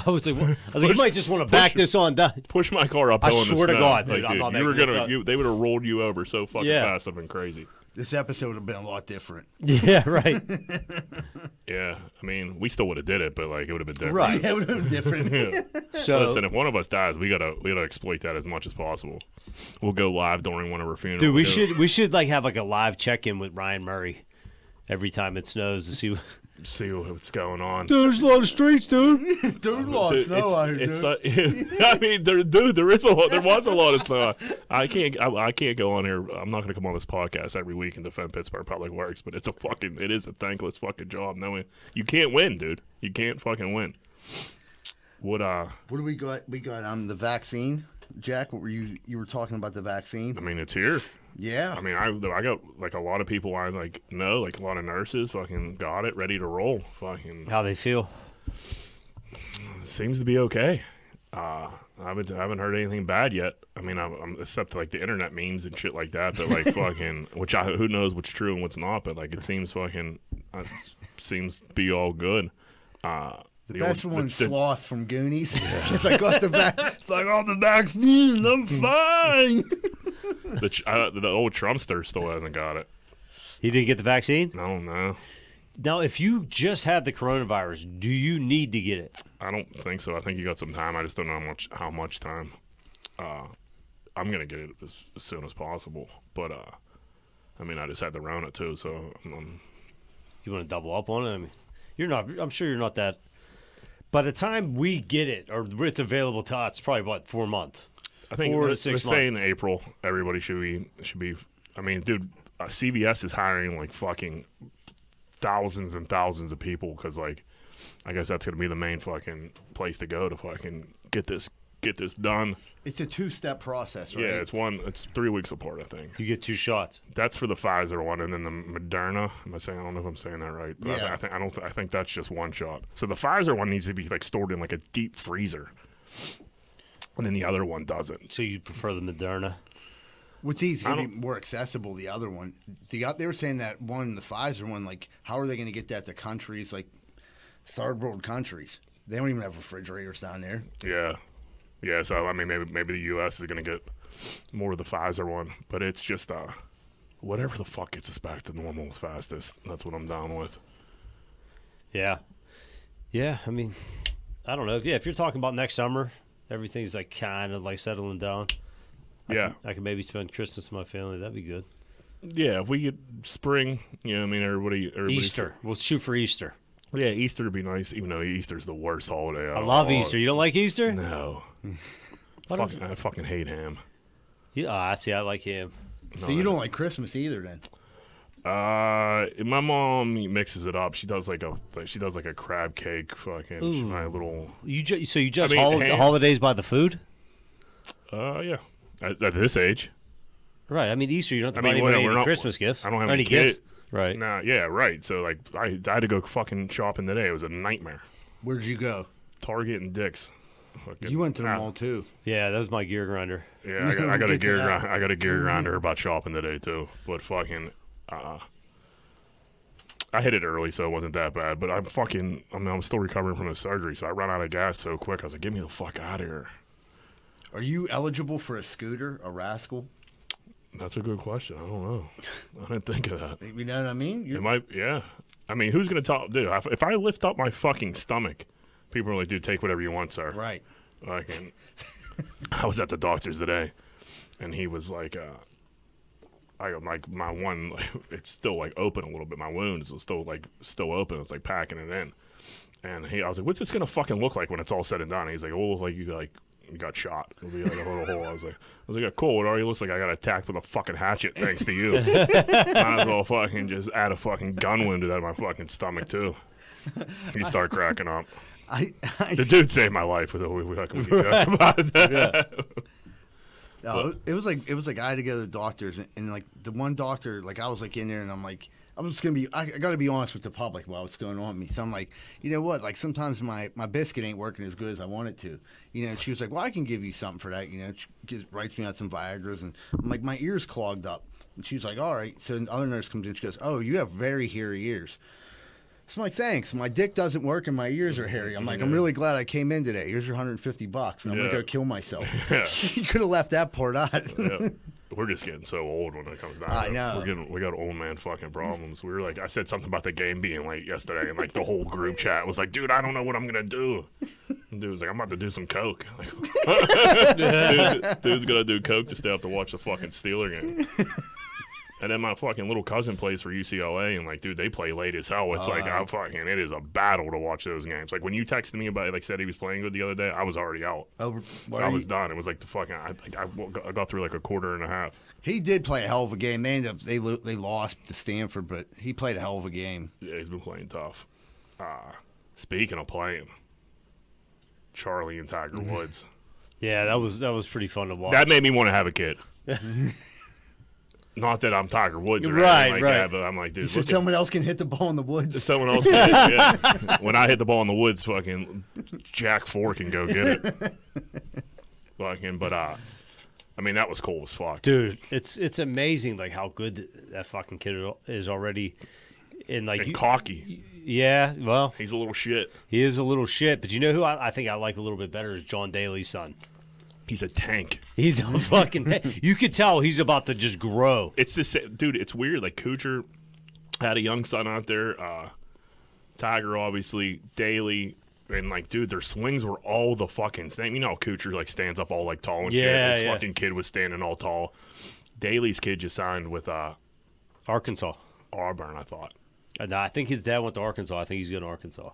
Speaker 3: I was like, what? I was like, you
Speaker 2: Push-
Speaker 3: might just want to back
Speaker 2: push-
Speaker 3: this on down.
Speaker 2: Push my car uphill
Speaker 3: I
Speaker 2: in the
Speaker 3: swear to
Speaker 2: snow.
Speaker 3: God,
Speaker 2: Like,
Speaker 3: dude, I'm not
Speaker 2: you were
Speaker 3: making this
Speaker 2: gonna.
Speaker 3: up.
Speaker 2: You, they would have rolled you over so fucking
Speaker 3: Yeah.
Speaker 2: fast. I've been crazy.
Speaker 1: this episode would have been a lot different.
Speaker 3: Yeah, right,
Speaker 2: Yeah. I mean, we still would have did it, but like it would have been different.
Speaker 3: right.
Speaker 1: Yeah, it would have been different.
Speaker 3: So,
Speaker 2: Listen, if one of us dies, we gotta we gotta exploit that as much as possible. We'll go live during one of our funerals.
Speaker 3: dude, we
Speaker 2: Go-
Speaker 3: should we should like have like a live check in with Ryan Murray every time it snows to see.
Speaker 2: see what's going on.
Speaker 3: Dude, there's a lot of streets, dude.
Speaker 1: Dude, lost
Speaker 2: Dude,
Speaker 1: Oh, snow out here,
Speaker 2: it's,
Speaker 1: dude.
Speaker 2: it's, uh, I mean, there, dude, there is a lot, there was a lot of snow. I can't, I, I can't go on here. I'm not going to come on this podcast every week and defend Pittsburgh Public Works, but it's a fucking, it is a thankless fucking job. Knowing you can't win, dude, you can't fucking win. What? Uh,
Speaker 1: What do we got? We got um the vaccine. Jack, what were you you were talking about the vaccine?
Speaker 2: I mean, it's here.
Speaker 1: Yeah.
Speaker 2: I mean, I, I got like a lot of people I like know, like a lot of nurses, fucking got it, ready to roll. Fucking,
Speaker 3: How they feel?
Speaker 2: seems to be okay. Uh, I haven't I haven't heard anything bad yet. I mean, I'm, I'm except like the internet memes and shit like that. But like fucking, which I who knows what's true and what's not. But like it seems fucking uh, seems to be all good. Uh, the
Speaker 1: That's
Speaker 2: old-
Speaker 1: one
Speaker 2: the- the-
Speaker 1: sloth from Goonies. Since I got the vac-
Speaker 2: It's like all the vaccine. I'm fine. the, ch- uh, the old Trumpster still hasn't got it.
Speaker 3: He didn't get the vaccine.
Speaker 2: I don't know.
Speaker 3: Now, if you just had the coronavirus, do you need to get it?
Speaker 2: I don't think so. I think you got some time. I just don't know how much how much time. Uh, I'm gonna get it as, as soon as possible. But uh, I mean, I just had to round it too, so I'm, I'm-
Speaker 3: You want to double up on it? I mean, you're not. I'm sure you're not that. By the time we get it, or it's available to us, probably about four months.
Speaker 2: I think
Speaker 3: Four to
Speaker 2: they're,
Speaker 3: six
Speaker 2: they're saying April everybody should be should be. I mean, dude, uh, CVS is hiring like fucking thousands and thousands of people because like, I guess that's gonna be the main fucking place to go to fucking get this get this done.
Speaker 1: it's a two step process, right?
Speaker 2: Yeah, it's one. It's three weeks apart, I think.
Speaker 3: You get two shots.
Speaker 2: That's for the Pfizer one, and then the Moderna. Am I saying? I don't know if I'm saying that right. But I,
Speaker 1: Yeah.
Speaker 2: thi- I think I don't. Th- I think that's just one shot. So the Pfizer one needs to be like stored in like a deep freezer, and then the other one doesn't.
Speaker 3: So you prefer the Moderna?
Speaker 1: What's easy? Gonna
Speaker 2: I
Speaker 1: be more accessible. The other one. The o- they were saying that one, the Pfizer one. Like, how are they going to get that to countries like third world countries? They don't even have refrigerators down there.
Speaker 2: Yeah, yeah. So I mean, maybe maybe the U.S. is gonna get more of the Pfizer one, but it's just uh, whatever the fuck gets us back to normal with fastest. That's what I'm down with.
Speaker 3: Yeah. Yeah. I mean, I don't know. Yeah. If you're talking about next summer, everything's like kind of like settling down.
Speaker 2: Yeah,
Speaker 3: I could maybe spend Christmas with my family. That'd be good.
Speaker 2: yeah. If we get spring, you know, I mean, everybody, everybody
Speaker 3: Easter. We'll shoot for Easter.
Speaker 2: Yeah, Easter would be nice, even though Easter's the worst holiday.
Speaker 3: I love Easter. You don't like Easter?
Speaker 2: No.
Speaker 3: What
Speaker 2: Fuck, I fucking hate ham.
Speaker 3: Yeah. I ah, see. I like him.
Speaker 1: so you don't like Christmas either, then?
Speaker 2: Uh, my mom mixes it up. She does like a like, she does like a crab cake. Fucking my little.
Speaker 3: You ju- so you judge
Speaker 2: mean,
Speaker 3: hol-
Speaker 2: ham-
Speaker 3: holidays by the food?
Speaker 2: Uh, yeah. At, at this age,
Speaker 3: Right. I mean, Easter. You don't
Speaker 2: I
Speaker 3: have to
Speaker 2: mean,
Speaker 3: buy
Speaker 2: well,
Speaker 3: anybody
Speaker 2: we're
Speaker 3: any
Speaker 2: not-
Speaker 3: Christmas gifts.
Speaker 2: I don't have
Speaker 3: or
Speaker 2: any
Speaker 3: gifts.
Speaker 2: kid.
Speaker 3: Right.
Speaker 2: nah, yeah, right. So like, I, I had to go fucking shopping today. It was a nightmare.
Speaker 1: Where'd you go?
Speaker 2: Target and Dick's. Fucking-
Speaker 1: You went to the
Speaker 2: Ah,
Speaker 1: mall too.
Speaker 3: Yeah, that was my gear grinder.
Speaker 2: Yeah, I got, I
Speaker 1: We'll
Speaker 2: got
Speaker 1: get
Speaker 2: a
Speaker 1: to
Speaker 2: gear
Speaker 1: that.
Speaker 2: grind, I got a gear grinder about shopping today too. But fucking, uh, I hit it early, so it wasn't that bad. But I'm fucking, I mean, I'm still recovering from a surgery, so I ran out of gas so quick. I was like, get me the fuck out of here.
Speaker 1: Are you eligible for a scooter, a rascal?
Speaker 2: That's a good question. I don't know. I didn't think of that.
Speaker 1: You know what I mean? You're,
Speaker 2: It might, yeah. I mean, who's gonna talk, dude? If if I lift up my fucking stomach, people are like, dude, take whatever you want, sir.
Speaker 1: right.
Speaker 2: Like, and I was at the doctor's today, and he was like, uh, I got like my one, it's still like open a little bit. My wound is still like still open. It's like packing it in. And he, I was like, "What's this gonna fucking look like when it's all said and done?" And he's like, "Oh, like you like you got shot. It'll be like a little hole." I was like, "I was like, yeah, cool. It already looks like I got attacked with a fucking hatchet. Thanks to you. Might as well fucking just add a fucking gun wound to that my fucking stomach too." You start cracking up.
Speaker 1: I, I
Speaker 2: The dude saved my life. With we, we, we, we joke about that.
Speaker 1: No, it was like it was like I had to go to the doctors, and, and like the one doctor, like I was like in there, and I'm like, I'm just gonna be, I, I got to be honest with the public about what's going on with me. So I'm like, you know what? Like sometimes my my biscuit ain't working as good as I want it to. You know, and she was like, well, I can give you something for that. You know, she gives, writes me out some Viagra's, and I'm like, my ears clogged up, and she was like, all right. So another nurse comes in, she goes, oh, you have very hairy ears. So I'm like, thanks. My dick doesn't work and my ears are hairy. I'm like, I'm really glad I came in today. Here's your 150 bucks, and I'm
Speaker 2: Yeah.
Speaker 1: gonna go kill myself.
Speaker 2: Yeah.
Speaker 1: you could have left that part out.
Speaker 2: Yep. We're just getting so old when it comes down.
Speaker 1: I
Speaker 2: to it.
Speaker 1: know.
Speaker 2: We're getting we got old man fucking problems. We were like, I said something about the game being late yesterday, and like the whole group chat was like, "Dude, I don't know what I'm gonna do." And dude was like, "I'm about to do some coke." Like, dude, dude's gonna do coke to stay up to watch the fucking Steeler game. And then my fucking little cousin plays for UCLA, and like, dude, they play late as hell.
Speaker 1: Oh,
Speaker 2: It's like I'm fucking. It is a battle to watch those games. Like when you texted me about, it, like, said he was playing good the other day, I was already out.
Speaker 1: Over,
Speaker 2: I was done. It was like the fucking. I, like, I, woke- I got through like a quarter and a half.
Speaker 1: He did play a hell of a game. They ended up they lo- they lost to Stanford, but he played a hell of a game.
Speaker 2: Yeah, he's been playing tough. Uh, speaking of playing, Charlie and Tiger Woods.
Speaker 3: Yeah, that was that was pretty fun to watch.
Speaker 2: That made me want to have a kid. Not that I'm Tiger Woods or
Speaker 3: Right,
Speaker 2: anything like
Speaker 3: right.
Speaker 2: that, but I'm like, dude,
Speaker 1: So
Speaker 2: look at-
Speaker 1: someone else can hit the ball in the woods.
Speaker 2: someone else. yeah. When I hit the ball in the woods, fucking Jack Four can go get it. fucking, but uh, I mean, that was cool as fuck.
Speaker 3: Dude, it's it's amazing like how good th- that fucking kid al- is already. And like,
Speaker 2: And
Speaker 3: you-
Speaker 2: cocky.
Speaker 3: yeah, well,
Speaker 2: He's a little shit.
Speaker 3: he is a little shit, but you know who I, I think I like a little bit better is John Daly's son.
Speaker 2: He's a tank.
Speaker 3: He's a fucking. thing. You could tell he's about to just grow.
Speaker 2: it's the same, dude. It's weird. Like Kucher had a young son out there. Uh, Tiger, obviously, Daly, and like, dude, their swings were all the fucking same. You know, how Kucher like stands up all like tall and
Speaker 3: Yeah,
Speaker 2: shit. This
Speaker 3: yeah.
Speaker 2: fucking kid was standing all tall. Daly's kid just signed with uh,
Speaker 3: Arkansas.
Speaker 2: Auburn, I thought.
Speaker 3: And I think his dad went to Arkansas. I think he's going to Arkansas.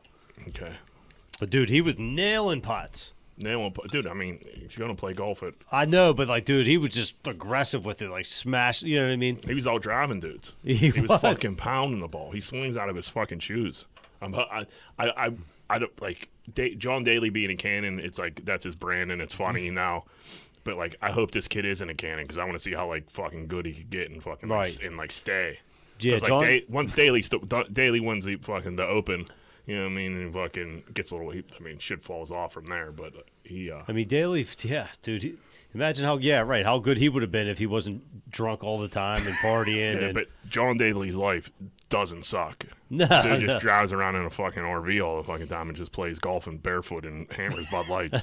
Speaker 2: Okay.
Speaker 3: But dude, he was nailing pots.
Speaker 2: Now, we'll put- dude, I mean, he's gonna play golf. At
Speaker 3: I know, but like, dude, he was just aggressive with it, like smash. You know what I mean?
Speaker 2: he was all driving dudes.
Speaker 3: He
Speaker 2: was.
Speaker 3: was.
Speaker 2: fucking pounding the ball. He swings out of his fucking shoes. I'm, uh, I, I, I, I don't like da- John Daly being a cannon. It's like that's his brand, and it's funny now. But like, I hope this kid isn't a cannon because I want to see how like fucking good he could get and fucking like,
Speaker 3: Right.
Speaker 2: s- and like stay.
Speaker 3: Yeah,
Speaker 2: 'Cause, like
Speaker 3: John-
Speaker 2: Da- once Daly st- Da- Daly wins the fucking the Open, you know what I mean, and fucking gets a little. He, I mean, shit falls off from there, but he. uh
Speaker 3: I mean, Daly, yeah, dude. He, imagine how, yeah, right, how good he would have been if he wasn't drunk all the time and partying.
Speaker 2: Yeah,
Speaker 3: and,
Speaker 2: but John Daly's life doesn't suck.
Speaker 3: No,
Speaker 2: Dude
Speaker 3: no.
Speaker 2: just drives around in a fucking RV all the fucking time and just plays golf and barefoot and hammers Bud Lights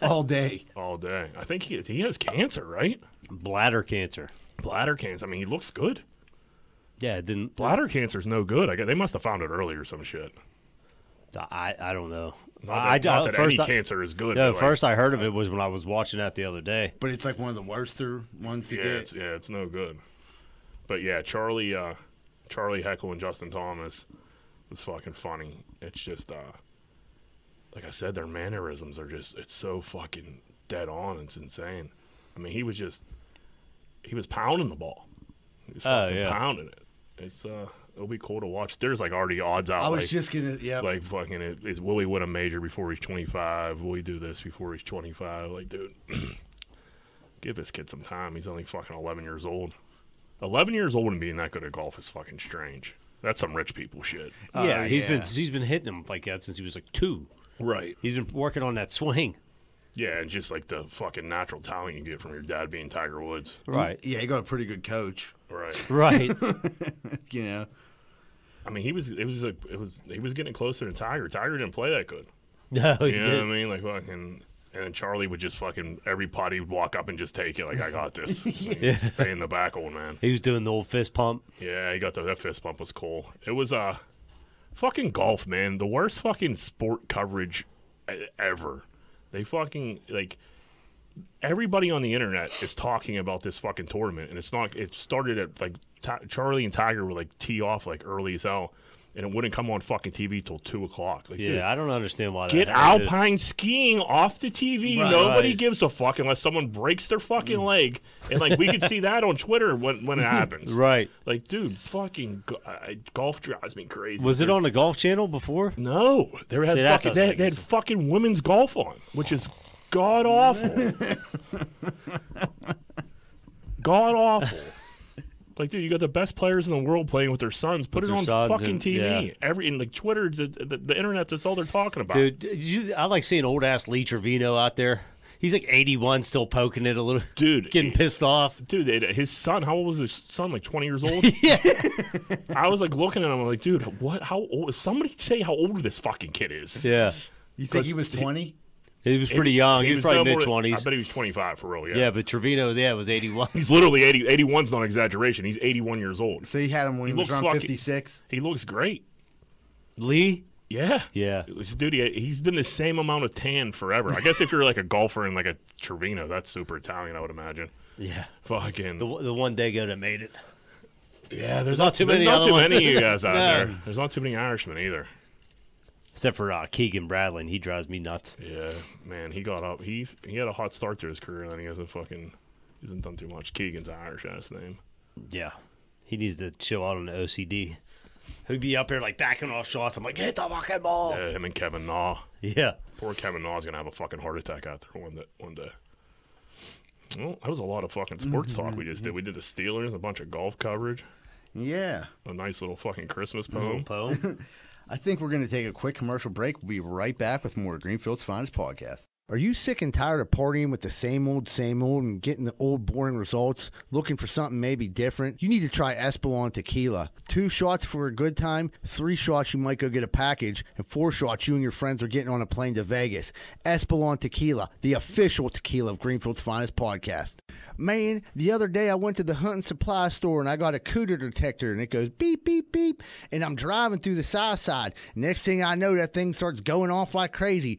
Speaker 1: all day.
Speaker 2: all day. I think he he has cancer, right?
Speaker 3: bladder cancer.
Speaker 2: Bladder cancer. I mean, he looks good.
Speaker 3: Yeah, it didn't.
Speaker 2: Bladder cancer's no good. I guess they must have found it early or some shit.
Speaker 3: I, I don't know.
Speaker 2: Not that, not that
Speaker 3: first
Speaker 2: any
Speaker 3: I-
Speaker 2: cancer is good.
Speaker 3: No,
Speaker 2: but, like,
Speaker 3: first I heard of it was when I was watching that the other day.
Speaker 1: But it's like one of the worst ones to
Speaker 2: yeah,
Speaker 1: get.
Speaker 2: it's, yeah, it's no good. But yeah, Charlie, uh, Charlie Heckle and Justin Thomas was fucking funny. It's just, uh, like I said, their mannerisms are just, it's so fucking dead on. It's insane. I mean, he was just, he was pounding the ball. He was
Speaker 3: Oh,
Speaker 2: fucking
Speaker 3: yeah.
Speaker 2: pounding it. It's, uh, it'll be cool to watch. There's like already odds out.
Speaker 1: I was
Speaker 2: like,
Speaker 1: just gonna, yeah.
Speaker 2: like fucking it is will he win a major before he's 25 will he do this before he's 25 like dude give this kid some time he's only fucking 11 years old 11 years old and being that good at golf is fucking strange that's some rich people shit
Speaker 3: yeah, he's been
Speaker 1: yeah.
Speaker 3: he's been hitting him like that since he was like two.
Speaker 2: right
Speaker 3: He's been working on that swing.
Speaker 2: yeah and just like the fucking natural talent you get from your dad being tiger woods
Speaker 3: Right.
Speaker 1: yeah, he got a pretty good coach.
Speaker 2: right
Speaker 3: Right.
Speaker 1: You know,
Speaker 2: i mean he was it was like it was he was getting closer to tiger tiger didn't play that good
Speaker 3: no, he
Speaker 2: you know what i
Speaker 3: didn't.
Speaker 2: mean like fucking and then Charlie would just fucking every pot he would walk up and just take it like I got this. Stay in the back, old man.
Speaker 3: He was doing the old fist pump.
Speaker 2: Yeah, he got the, that fist bump was cool. It was uh, fucking golf, man. The worst fucking sport coverage e- ever. They fucking like everybody on the internet is talking about this fucking tournament, and it's not. It started at like Ti- Charlie and Tiger were like tee off like early as hell, and it wouldn't come on fucking TV till two o'clock. Like,
Speaker 3: Yeah,
Speaker 2: dude,
Speaker 3: I don't understand why.
Speaker 2: Get
Speaker 3: that happened.
Speaker 2: alpine skiing off the TV.
Speaker 1: Right.
Speaker 2: Nobody
Speaker 3: Right. Mm.
Speaker 2: gives a fuck unless someone breaks their fucking leg. And like we could see that on Twitter when when it happens.
Speaker 3: Right.
Speaker 2: Like, dude, fucking go- I- golf drives me crazy.
Speaker 3: Was it
Speaker 2: dude.
Speaker 3: on the golf channel before?
Speaker 2: No, they had
Speaker 3: See, that
Speaker 2: fucking
Speaker 3: doesn't
Speaker 2: they,
Speaker 3: make
Speaker 2: they had
Speaker 3: sense.
Speaker 2: fucking women's golf on, which is god awful. god awful. Like, dude, you got the best players in the world playing with their sons. Put
Speaker 3: With
Speaker 2: it
Speaker 3: their
Speaker 2: on
Speaker 3: sons
Speaker 2: fucking
Speaker 3: and-
Speaker 2: TV.
Speaker 3: yeah.
Speaker 2: Every and like Twitter, the, the, the internet, that's all they're talking about.
Speaker 3: Dude, you, I like seeing old ass Lee Trevino out there. He's like 81, still poking it a little,
Speaker 2: Dude,
Speaker 3: getting pissed off.
Speaker 2: dude, it- his son, how old was his son? Like 20 years old?
Speaker 3: Yeah.
Speaker 2: I was like looking at him, I'm like, dude, what? How old? Somebody say how old this fucking kid is.
Speaker 3: Yeah,
Speaker 1: You think he was 20?
Speaker 3: he was pretty young. He, was, probably
Speaker 2: no
Speaker 3: mid
Speaker 2: more than- I
Speaker 3: twenties.
Speaker 2: bet he was 25 for real, yeah.
Speaker 3: Yeah, but Trevino, yeah, was 81.
Speaker 2: He's literally 80. 81's not an exaggeration. He's 81 years old.
Speaker 1: So you had him when he,
Speaker 2: He
Speaker 1: was
Speaker 2: looks
Speaker 1: around
Speaker 2: lucky.
Speaker 1: 56.
Speaker 2: He looks great.
Speaker 3: Lee,
Speaker 2: Yeah.
Speaker 3: yeah,
Speaker 2: This Dude, he- he's been the same amount of tan forever. I guess if you're like a golfer and like a Trevino, that's super Italian, I would imagine.
Speaker 3: yeah,
Speaker 2: Fucking.
Speaker 3: the, the one Dago that made it.
Speaker 2: yeah, there's
Speaker 3: not too many
Speaker 2: There's not
Speaker 3: other
Speaker 2: too
Speaker 3: ones.
Speaker 2: many of you guys out
Speaker 3: No.
Speaker 2: there. There's not too many Irishmen either.
Speaker 3: Except for uh, Keegan Bradley, and he drives me nuts.
Speaker 2: Yeah, man, he got up. He he had a hot start to his career, and then he hasn't fucking hasn't done too much. Keegan's an Irish ass name.
Speaker 3: Yeah, he needs to chill out on the OCD. He'd be up there like backing off shots. I'm like, hit the fucking ball.
Speaker 2: Yeah, him and Kevin Na.
Speaker 3: Yeah,
Speaker 2: Poor Kevin Na's gonna have a fucking heart attack out there one day. One day. Well, that was a lot of fucking sports talk we just did. We did the Steelers, a bunch of golf coverage,
Speaker 1: Yeah.
Speaker 2: a nice little fucking Christmas
Speaker 3: Little
Speaker 2: poem.
Speaker 3: poem.
Speaker 1: I think we're going to take a quick commercial break. We'll be right back with more Greenfield's Finest podcast. Are you sick and tired of partying with the same old, same old and getting the old boring results? Looking for something maybe different? You need to try Espolon Tequila. Two shots for a good time, three shots you might go get a package, and four shots you and your friends are getting on a plane to Vegas. Espolon Tequila, the official tequila of Greenfield's Finest podcast. Man, the other day I went to the hunting supply store and I got a cooter detector and it goes beep, beep, beep. And I'm driving through the side side. Next thing I know, that thing starts going off like crazy.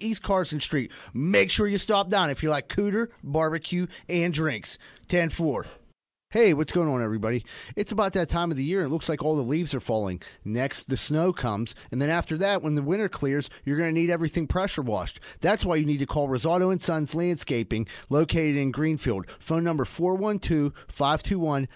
Speaker 1: East Carson Street. Make sure you stop down if you like cooter, barbecue, and drinks. 10 4. Hey, what's going on, everybody? It's about that time of the year. and It looks like all the leaves are falling. Next, the snow comes. And then after that, when the winter clears, you're going to need everything pressure washed. That's why you need to call Rosato and Sons Landscaping, located in Greenfield. Phone number 412 521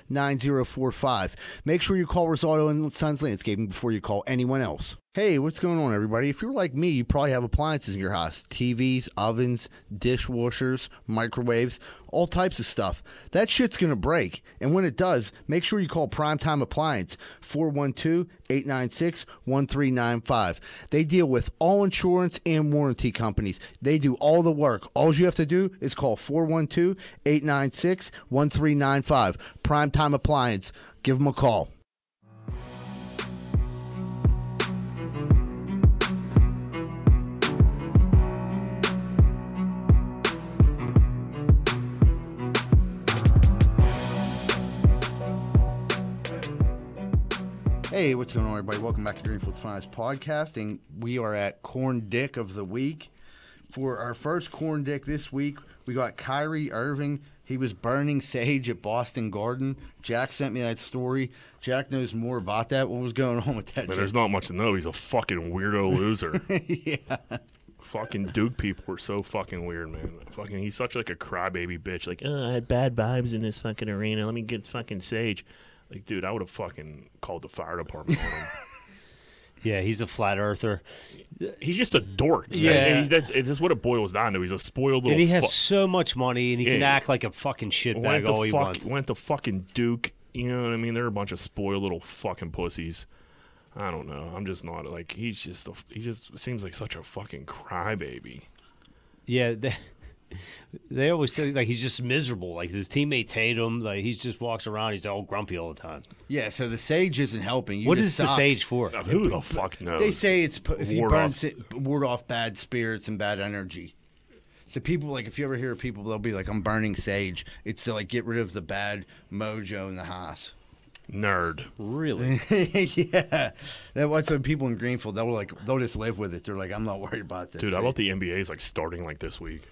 Speaker 1: 9045. Make sure you call Rosato and Sons Landscaping before you call anyone else. Hey, what's going on, everybody? If you're like me, you probably have appliances in your house TVs, ovens, dishwashers, microwaves, all types of stuff. That shit's going to break. And when it does, make sure you call Primetime Appliance 412 896 1395. They deal with all insurance and warranty companies. They do all the work. All you have to do is call 412 896 1395. Primetime Appliance. Give them a call. Hey, what's going on, everybody? Welcome back to Greenfield's Finest Podcast, and we are at Corn Dick of the Week. For our first Corn Dick this week, we got Kyrie Irving. He was burning sage at Boston Garden. Jack sent me that story. Jack knows more about that. What was going on with that?
Speaker 2: Man, there's
Speaker 1: Jack?
Speaker 2: not much to know. He's a fucking weirdo loser.
Speaker 1: yeah.
Speaker 2: fucking Duke people are so fucking weird, man. Fucking, he's such like a crybaby bitch. Like, oh, I had bad vibes in this fucking arena. Let me get fucking Sage. Like, dude, I would have fucking called the fire department on him.
Speaker 3: yeah, he's a flat earther.
Speaker 2: He's just a dork.
Speaker 3: Yeah.
Speaker 2: And he- that's, that's what it boils down to. He's a spoiled little.
Speaker 3: and he has
Speaker 2: fuck.
Speaker 3: so much money, and he can
Speaker 2: Yeah.
Speaker 3: act like a fucking shitbag
Speaker 2: went to
Speaker 3: all he
Speaker 2: fuck,
Speaker 3: wants.
Speaker 2: went to fucking Duke. You know what I mean? They're a bunch of spoiled little fucking pussies. I don't know. I'm just not like he's just a, he just seems like such a fucking crybaby.
Speaker 3: Yeah, th- They always say like he's just miserable. Like his teammates hate him. Like he just walks around. He's all grumpy all the time.
Speaker 1: Yeah, so the sage isn't helping. You
Speaker 3: what
Speaker 1: just
Speaker 3: is the
Speaker 1: stop.
Speaker 3: sage for?
Speaker 2: Now, who the fuck knows?
Speaker 1: They say it's pu- if you
Speaker 2: Ward
Speaker 1: burn
Speaker 2: off.
Speaker 1: it, ward off bad spirits and bad energy. So people like if you ever hear people, they'll be like, "I'm burning sage." It's to like get rid of the bad mojo in the house.
Speaker 2: nerd.
Speaker 3: Really?
Speaker 1: yeah, that what's when people in Greenfield they'll like they'll just live with it. They're like, "I'm not worried about this."
Speaker 2: Dude, I
Speaker 1: It-
Speaker 2: about the NBA's like starting like this week?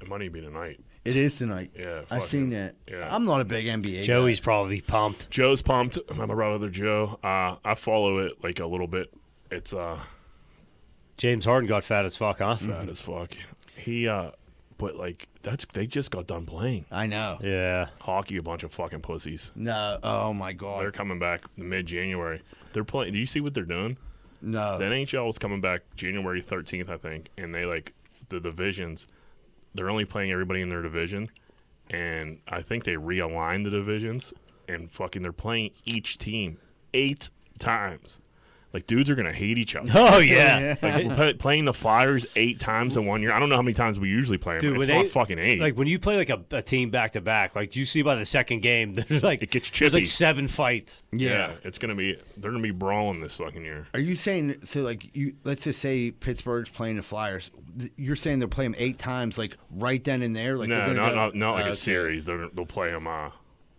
Speaker 2: It might even be tonight.
Speaker 1: it is tonight.
Speaker 2: Yeah,
Speaker 1: I've
Speaker 2: fuck
Speaker 1: seen that.
Speaker 2: it. Yeah.
Speaker 1: I'm not a big NBA.
Speaker 3: Joey's probably pumped.
Speaker 2: Joe's pumped. My brother Joe. Uh, I follow it like a little bit. It's uh
Speaker 3: James Harden got fat as fuck, huh?
Speaker 2: bad as fuck. He uh but like that's they just got done playing.
Speaker 1: Guy. I know.
Speaker 3: Yeah.
Speaker 2: Hockey a bunch of fucking pussies.
Speaker 1: No. Oh my
Speaker 2: They're
Speaker 1: god.
Speaker 2: coming back mid January. They're playing do you see what they're doing?
Speaker 1: No.
Speaker 2: The NHL is coming back January thirteenth, I think, and they like the divisions they're only playing everybody in their division and I think they realigned the divisions and fucking they're playing each team eight times. Like dudes are gonna hate each other.
Speaker 3: Oh yeah.
Speaker 2: Like we're play, playing the Flyers eight times in one year. I don't know how many times we usually play them.
Speaker 3: Dude,
Speaker 2: it's
Speaker 3: when
Speaker 2: not
Speaker 3: they-
Speaker 2: fucking eight.
Speaker 3: Like when you play like a, a team back to back, like you see by the second game, they're like
Speaker 2: It gets
Speaker 3: there's like
Speaker 2: chippy.
Speaker 3: seven fights.
Speaker 1: yeah.
Speaker 2: it's gonna be they're gonna be brawling this fucking year.
Speaker 1: Are you saying so? Like you, let's just say Pittsburgh's playing the Flyers. Th- You're saying they'll play them eight times, like right then and there. Like they're gonna
Speaker 2: No, not,
Speaker 1: go-
Speaker 2: not not like
Speaker 1: Oh, okay.
Speaker 2: a series. They're, they'll play them uh,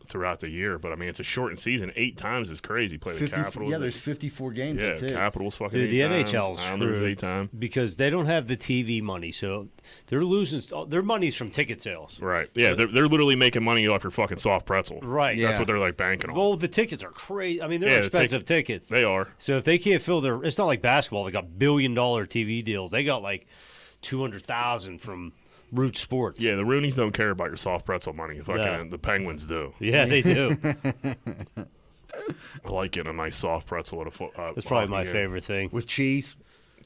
Speaker 2: throughout the year, but I mean it's a shortened season. Eight times is crazy. Play the
Speaker 1: 50,
Speaker 2: Capitals.
Speaker 1: yeah, there's 54 games.
Speaker 2: yeah,
Speaker 1: that's it.
Speaker 2: Capitals fucking
Speaker 3: Dude,
Speaker 2: eight
Speaker 3: the
Speaker 2: times,
Speaker 3: NHL's
Speaker 2: Islanders
Speaker 3: screwed.
Speaker 2: eight time.
Speaker 3: because they don't have the TV money, so they're losing all their money's from ticket sales.
Speaker 2: Right. Yeah, they're, they're literally making money off your fucking soft pretzel.
Speaker 3: Right.
Speaker 2: That's
Speaker 1: Yeah.
Speaker 2: what they're like banking on.
Speaker 3: Well, the tickets are crazy. I mean, they're
Speaker 2: Yeah, the
Speaker 3: expensive tickets.
Speaker 2: they are.
Speaker 3: so if they can't fill their, it's not like basketball. They got billion dollar TV deals. They got like two hundred thousand from Root Sports.
Speaker 2: Yeah, the Roonies don't care about your soft pretzel money. Fucking uh,
Speaker 3: No.
Speaker 2: the Penguins do.
Speaker 3: Yeah, they do.
Speaker 2: I like getting a nice soft pretzel at a foot. Uh,
Speaker 3: That's probably
Speaker 2: hockey
Speaker 3: my
Speaker 2: game.
Speaker 3: favorite thing.
Speaker 1: With cheese.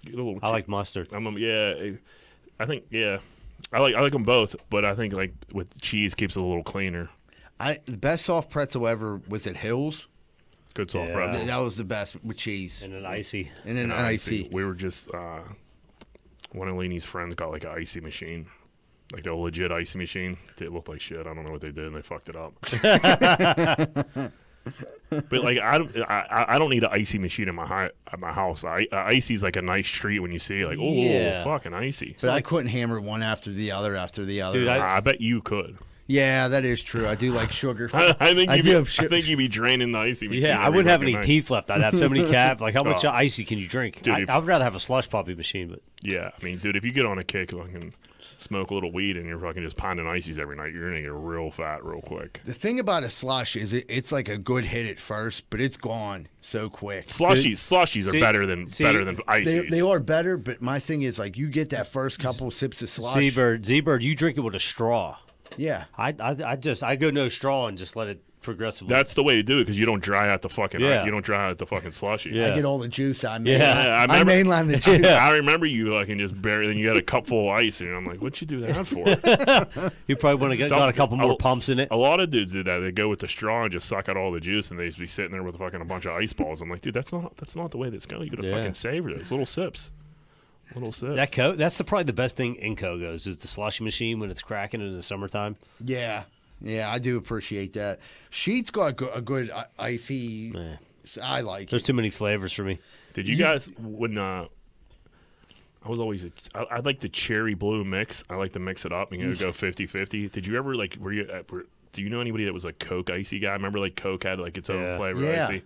Speaker 2: Get a little
Speaker 3: I
Speaker 2: chi-
Speaker 3: like mustard.
Speaker 2: I'm um, yeah, I- I think yeah, I like I like them both, but I think like with cheese keeps it a little cleaner.
Speaker 1: I the best soft pretzel ever was at Hills.
Speaker 2: Good soft
Speaker 3: Yeah.
Speaker 2: pretzel.
Speaker 1: Th- That was the best with cheese
Speaker 3: And an icy.
Speaker 1: and then
Speaker 2: And
Speaker 1: icy.
Speaker 2: We were just uh, one of Leanie's friends got like an icy machine, like the legit icy machine. It looked like shit. I don't know what they did. and They fucked it up. but like I, don't- I I don't need an icy machine in my hi- at my house. I, uh, icy's like a nice treat when you see it, like oh
Speaker 3: Yeah.
Speaker 2: fucking icy.
Speaker 1: But I couldn't hammer one after the other after the other.
Speaker 3: Dude, I-
Speaker 2: I bet you could.
Speaker 1: yeah, that is true. I do like sugar.
Speaker 2: I think
Speaker 1: I
Speaker 2: you'd
Speaker 1: do
Speaker 2: be,
Speaker 1: have shi-
Speaker 2: I think you'd be draining the icy. machine
Speaker 3: Yeah, I
Speaker 2: every
Speaker 3: wouldn't have
Speaker 2: fucking
Speaker 3: any
Speaker 2: night.
Speaker 3: teeth left. I'd have so many calves. Like, how much
Speaker 2: Oh.
Speaker 3: icy can you drink?
Speaker 2: Dude,
Speaker 3: I,
Speaker 2: if-
Speaker 3: I would rather have a slush puppy machine, but
Speaker 2: Yeah, I mean, dude, if you get on a kick, fucking smoke a little weed, and you're fucking just pounding ices every night, you're gonna get real fat real quick.
Speaker 1: the thing about a slush is it, it's like a good hit at first, but it's gone so quick.
Speaker 2: Slushies, slushies
Speaker 3: see-
Speaker 2: are better than
Speaker 3: see,
Speaker 2: better than
Speaker 1: They,
Speaker 2: ices.
Speaker 1: they are better, but my thing is like you get that first couple sips of slush.
Speaker 3: Z bird, Z bird, you drink it with a straw.
Speaker 1: Yeah.
Speaker 3: I, I, I just I go no straw and just let it progressively.
Speaker 2: That's the way to do it because you don't dry out the fucking.
Speaker 3: Yeah.
Speaker 2: You don't dry out the fucking slushy.
Speaker 3: Yeah.
Speaker 1: I get all the juice I mainline.
Speaker 3: Yeah,
Speaker 2: I
Speaker 1: I,
Speaker 2: remember-
Speaker 1: mainline the juice.
Speaker 2: I remember you fucking just barely. Then you had a cup full of ice, and I'm like, "What you do that for?"
Speaker 3: you probably want to get
Speaker 2: Some-
Speaker 3: got a couple
Speaker 2: I
Speaker 3: more
Speaker 2: will-
Speaker 3: pumps in it.
Speaker 2: a lot of dudes do that. They go with the straw and just suck out all the juice, and they just be sitting there with fucking a bunch of ice balls. I'm like, dude, that's not that's not the way that's going. You gotta
Speaker 3: Yeah.
Speaker 2: fucking savor those little sips, little sips.
Speaker 3: That co that's the, probably the best thing in Kogos is the slushy machine when it's cracking in the summertime.
Speaker 1: Yeah, yeah, I do appreciate that. Sheet's got go- a good i- icy.
Speaker 3: Yeah.
Speaker 1: s- I like
Speaker 3: There's
Speaker 1: it.
Speaker 3: too many flavors for me.
Speaker 2: Did you guys when uh, I was always a, I, I like the cherry blue mix. I like to mix it up and you know, go 50-50. Did you ever like were you uh, were, do you know anybody that was like Coke icy guy? Remember like Coke had like its own
Speaker 3: Yeah.
Speaker 2: flavor
Speaker 1: Yeah.
Speaker 2: icy.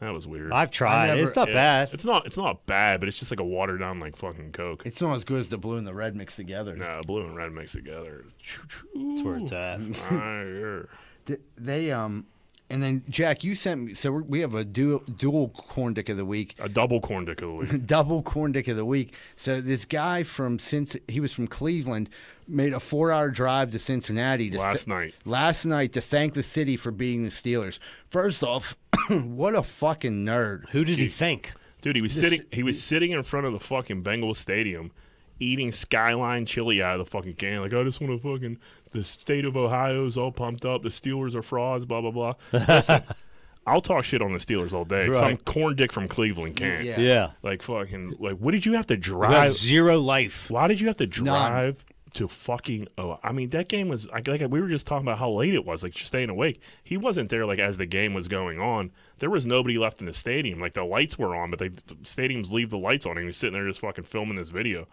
Speaker 2: That was weird.
Speaker 3: I've tried.
Speaker 1: never-
Speaker 3: it's not
Speaker 2: Yeah.
Speaker 3: bad.
Speaker 2: It's not it's not bad, but it's just like a watered down like fucking Coke.
Speaker 1: It's not as good as the blue and the red mixed together.
Speaker 2: No, blue and red mix together.
Speaker 3: That's where it's at.
Speaker 2: Fire.
Speaker 1: Th- They um, and then Jack, you sent me. So we're, we have a dual dual corn dick of the week,
Speaker 2: A double corn dick of the week.
Speaker 1: double corn dick of the week. So this guy from since he was from Cleveland, made a four hour drive to Cincinnati to
Speaker 2: Last
Speaker 1: thi-
Speaker 2: night.
Speaker 1: Last night to thank the city for beating the Steelers. First off, what a fucking nerd.
Speaker 3: Who did he think?
Speaker 2: Dude, he was sitting. He was sitting in front of the fucking Bengals stadium, eating Skyline chili out of the fucking can. Like, I just want to fucking. The state of Ohio's all pumped up. The Steelers are frauds. Blah blah blah. Listen, I'll talk shit on the Steelers all day. Some
Speaker 3: Right.
Speaker 2: corn dick from Cleveland can.
Speaker 1: Yeah.
Speaker 3: Yeah,
Speaker 2: Like fucking. Like, what did you have to
Speaker 3: We have
Speaker 2: drive?
Speaker 3: zero life.
Speaker 2: Why did you have to drive to fucking oh I mean that game was like, like we were just talking about how late it was like just staying awake he wasn't there like as the game was going on there was nobody left in the stadium like the lights were on but they the stadiums leave the lights on and he's sitting there just fucking filming this video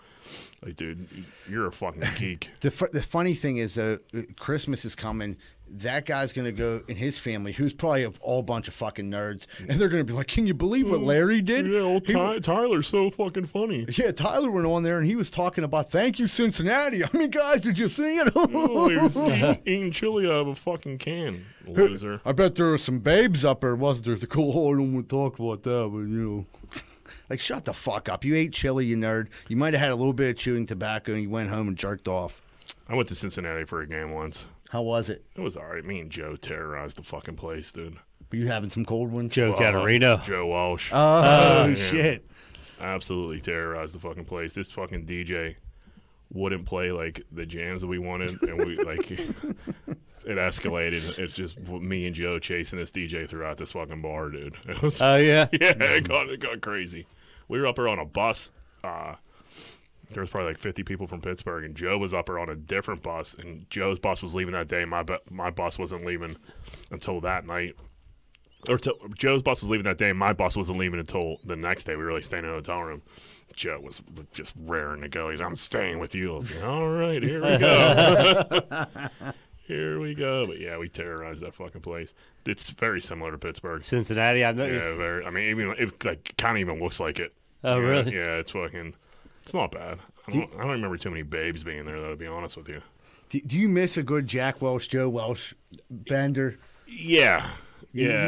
Speaker 2: like dude you're a fucking geek
Speaker 1: The, fu- the funny thing is, though, Christmas is coming. That guy's going to go in his family, who's probably a all bunch of fucking nerds, and they're going to be like, "Can you believe what Larry did?
Speaker 2: Mm, yeah old
Speaker 1: He
Speaker 2: Ty- Tyler's so fucking funny
Speaker 1: Yeah, Tyler went on there and he was talking about thank you Cincinnati. I mean, guys, did you see
Speaker 2: oh, he was
Speaker 1: it?
Speaker 2: eating, eating chili out of a fucking can loser
Speaker 1: I bet there were some babes up there, wasn't there? The cool, oh, I don't want to talk about that, but you know. Like, shut the fuck up. You ate chili, you nerd. You might have had a little bit of chewing tobacco and you went home and jerked off.
Speaker 2: I went to Cincinnati for a game once
Speaker 1: How was it?
Speaker 2: it was alright me and Joe terrorized the fucking place dude
Speaker 1: Were you having some cold ones?
Speaker 3: Joe
Speaker 2: Well,
Speaker 3: Catarino.
Speaker 2: Joe Walsh
Speaker 1: Oh,
Speaker 3: Uh,
Speaker 1: shit.
Speaker 2: absolutely terrorized the fucking place. This fucking DJ wouldn't play like the jams that we wanted, and we like it escalated. It's just me and Joe chasing this DJ throughout this fucking bar, dude. It was,
Speaker 3: Oh yeah.
Speaker 2: yeah, it got it got crazy. We were up there on a bus. Uh, there was probably like 50 people from Pittsburgh, and Joe was up there on a different bus, and Joe's bus was leaving that day. My bu- my bus wasn't leaving until that night. Or till Joe's bus was leaving that day, and my bus wasn't leaving until the next day. We were like staying in a hotel room. Joe was just raring to go. He's, I'm staying with you. I was like, all right, here we go. here we go. But yeah, we terrorized that fucking place. It's very similar to Pittsburgh.
Speaker 3: Cincinnati. I've never.
Speaker 2: Yeah, very, I mean, even it like kind of even looks like it.
Speaker 3: Oh,
Speaker 2: yeah,
Speaker 3: really?
Speaker 2: Yeah, it's fucking. It's not bad. I don't, I don't remember too many babes being there, though. To be honest with you.
Speaker 1: Do, do you miss a good Jack Welsh, Joe Welsh bender?
Speaker 2: Yeah. Yeah.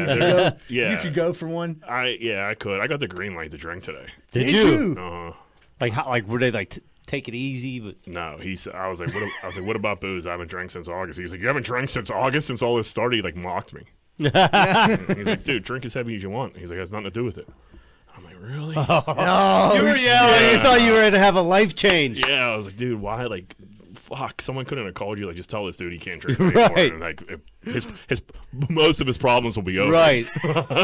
Speaker 1: you, could
Speaker 2: there-
Speaker 1: go,
Speaker 2: yeah.
Speaker 1: you could go for one.
Speaker 2: I yeah I could. I got the green light to drink today.
Speaker 3: Did,
Speaker 1: Did
Speaker 3: you?
Speaker 1: you?
Speaker 2: Uh huh.
Speaker 3: Like how? Like were they like t- take it easy? But
Speaker 2: No, he said. I was like, what? a- I was like, what about booze? I haven't drank since August. He was like, you haven't drank since August since all this started. He like mocked me. He's like, dude, drink as heavy as you want. He's like, it has nothing to do with it. I'm like, really?
Speaker 1: Oh,
Speaker 3: you were yelling. You thought you were going to have a life change.
Speaker 2: Yeah, I was like, dude, why? Like, fuck, someone couldn't have called you. Like, just tell this dude he can't drink anymore.
Speaker 3: Right.
Speaker 2: And, like, if- his his most of his problems will be over.
Speaker 3: Right.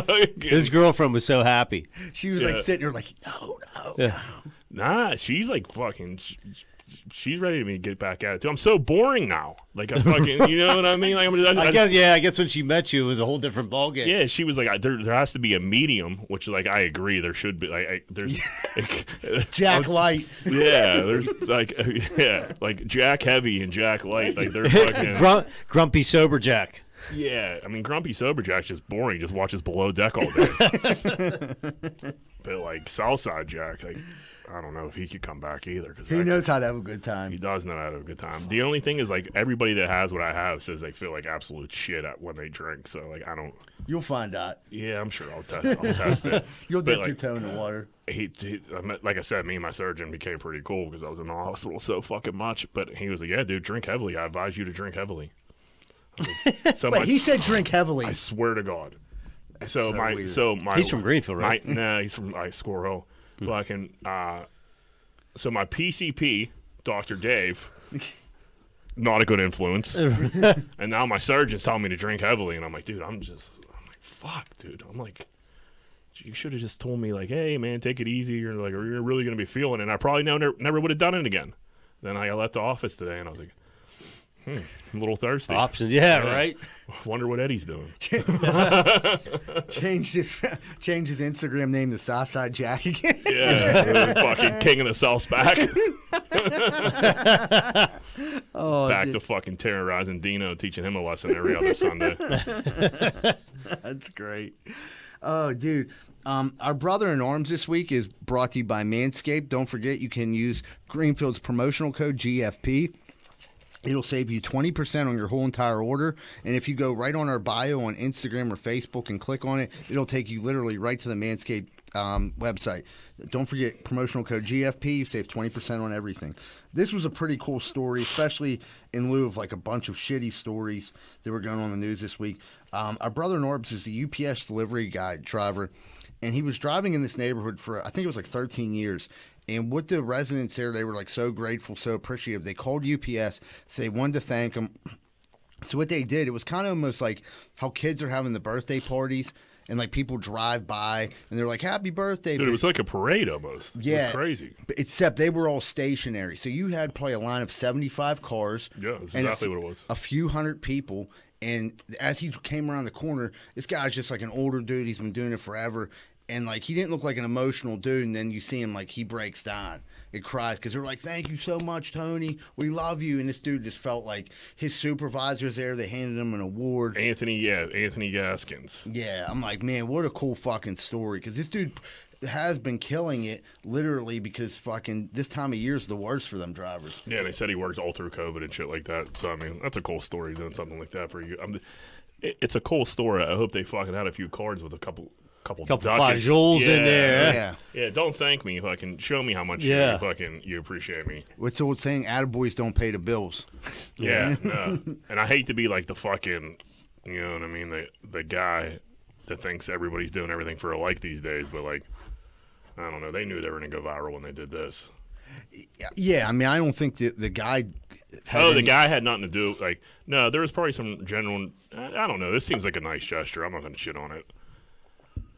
Speaker 2: Like,
Speaker 3: His girlfriend was so happy.
Speaker 1: she was like
Speaker 2: Yeah.
Speaker 1: sitting there, like, no, no.
Speaker 3: Yeah.
Speaker 2: nah, she's like fucking. sh sh- She's ready to me get back at it too. I'm so boring now. Like I fucking, you know what I mean? Like I'm just, I,
Speaker 3: I guess. Yeah. I guess when she met you, it was a whole different ballgame.
Speaker 2: yeah. She was like, I, there, there has to be a medium, which like I agree, there should be. Like I, there's,
Speaker 1: Jack Light.
Speaker 2: yeah, there's like, yeah, like Jack Heavy and Jack Light, like they're fucking.
Speaker 3: Grump, grumpy sober Jack.
Speaker 2: Yeah, I mean, Grumpy Sober Jack's just boring. He just watches Below Deck all day. but like Southside Jack, like I don't know if he could come back either because
Speaker 1: He
Speaker 2: he,
Speaker 1: knows how to have a good time.
Speaker 2: does know how to have a good time. The only thing is like everybody that has what I have says they feel like absolute shit at when they drink. So like I don't.
Speaker 1: You'll find out.
Speaker 2: Yeah, I'm sure I'll test. I'll test it.
Speaker 1: You'll
Speaker 2: But,
Speaker 1: dip your
Speaker 2: like,
Speaker 1: toe in the water.
Speaker 2: he, he I met- like I said, me and my surgeon became pretty cool because I was in the hospital so fucking much. But he was like, "Yeah, dude, drink heavily. I advise you to drink heavily." I was like, so
Speaker 1: Wait,
Speaker 2: much-
Speaker 1: he said drink heavily.
Speaker 2: I swear to God. So,
Speaker 1: so
Speaker 2: my
Speaker 1: weird.
Speaker 2: so my
Speaker 3: He's from Greenfield,
Speaker 2: my-
Speaker 3: right? Hmm.
Speaker 2: nah, he's from like Squirrel. Fucking uh, so my PCP, Doctor Dave, not a good influence. and now my surgeon's telling me to drink heavily, and I'm like, dude, I'm just, I'm like, fuck, dude, I'm like. You should have just told me, like, "Hey, man, take it easy." You're like, or "You're really gonna be feeling," it. and I probably never, never would have done it again. Then I left the office today, and I was like, hmm, "I'm a little thirsty.
Speaker 3: Options. Yeah,
Speaker 2: Yeah.
Speaker 3: Right.
Speaker 2: Wonder what Eddie's doing."
Speaker 1: Change his change his Instagram name to Southside Jack again.
Speaker 2: Yeah, the fucking king of the South back.
Speaker 1: Oh,
Speaker 2: Back
Speaker 1: dude,
Speaker 2: to fucking terrorizing Dino, teaching him a lesson every other Sunday.
Speaker 1: that's great. Oh, dude. Um, our brother in arms this week is brought to you by Manscaped. Don't forget, you can use Greenfield's promotional code GFP. It'll save you 20% on your whole entire order. And if you go right on our bio on Instagram or Facebook and click on it, it'll take you literally right to the Manscaped um, website. Don't forget promotional code GFP. You save 20% on everything. This was a pretty cool story, especially in lieu of like a bunch of shitty stories that were going on in the news this week. Um, our brother Norbs is the UPS delivery guy driver, and he was driving in this neighborhood for, I think it was like 13 years. And with the residents there, they were like so grateful, so appreciative. They called UPS, so they wanted to thank them. So what they did, it was kind of almost like how kids are having the birthday parties and like people drive by and they're like, "Happy birthday!"
Speaker 2: Dude,
Speaker 1: but-
Speaker 2: it was like a parade almost. It
Speaker 1: Yeah.
Speaker 2: was crazy.
Speaker 1: but except they were all stationary, so you had probably a line of seventy-five cars.
Speaker 2: Yeah, that's
Speaker 1: and a
Speaker 2: exactly
Speaker 1: f-
Speaker 2: what it was.
Speaker 1: A few hundred people. And as he came around the corner, this guy's just like an older dude. He's been doing it forever. And like, he didn't look like an emotional dude. And then you see him, like, he breaks down and cries because they're like, Thank you so much, Tony. We love you. And this dude just felt like his supervisor's there. They handed him an award.
Speaker 2: Anthony, yeah, Anthony Gaskins.
Speaker 1: Yeah, I'm like, man, what a cool fucking story. Because this dude has been killing it literally because fucking this time of year is the worst for them drivers.
Speaker 2: Yeah, they said he worked all through COVID and shit like that. So I mean, that's a cool story doing something like that for you. I'm, it- it's a cool story. I hope they fucking had a few cards with a couple, couple,
Speaker 3: Couple
Speaker 2: ducats.
Speaker 3: flageoles in there.
Speaker 1: Yeah.
Speaker 2: Yeah, don't thank me. Fucking show me how much you-
Speaker 3: Yeah.
Speaker 2: you fucking you appreciate me.
Speaker 1: What's the old saying? Attaboys don't pay the bills.
Speaker 2: Yeah, no. and I hate to be like the fucking, you know what I mean, the the guy that thinks everybody's doing everything for a like these days, but like, I don't know. They knew they were gonna go viral when they did this.
Speaker 1: Yeah, I mean, I don't think the, the guy. had
Speaker 2: Oh, the
Speaker 1: any-
Speaker 2: guy had nothing to do. Like, no, there was probably some general. I I don't know. This seems like a nice gesture. I'm not gonna shit on it.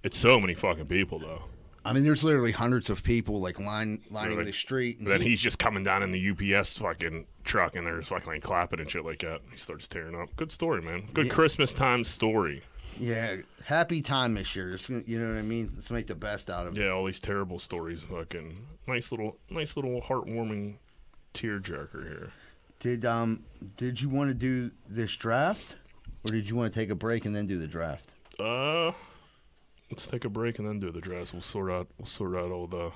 Speaker 2: It's so many fucking people though.
Speaker 1: I mean, there's literally hundreds of people like line lining
Speaker 2: Really?
Speaker 1: the street. And
Speaker 2: Then
Speaker 1: he-
Speaker 2: he's just coming down in the UPS fucking truck, and they're fucking like clapping and shit like that. He starts tearing up. Good story, man. Good Christmas time story.
Speaker 1: yeah, happy time this year. It's gonna- you know what I mean? Let's make the best out of it.
Speaker 2: Yeah, all these terrible stories. Fucking nice little, nice little heartwarming tearjerker here.
Speaker 1: Did um did you want to do this draft, or did you want to take a break and then do the draft?
Speaker 2: Uh, let's take a break and then do the dress. We'll sort out, we'll sort out all the.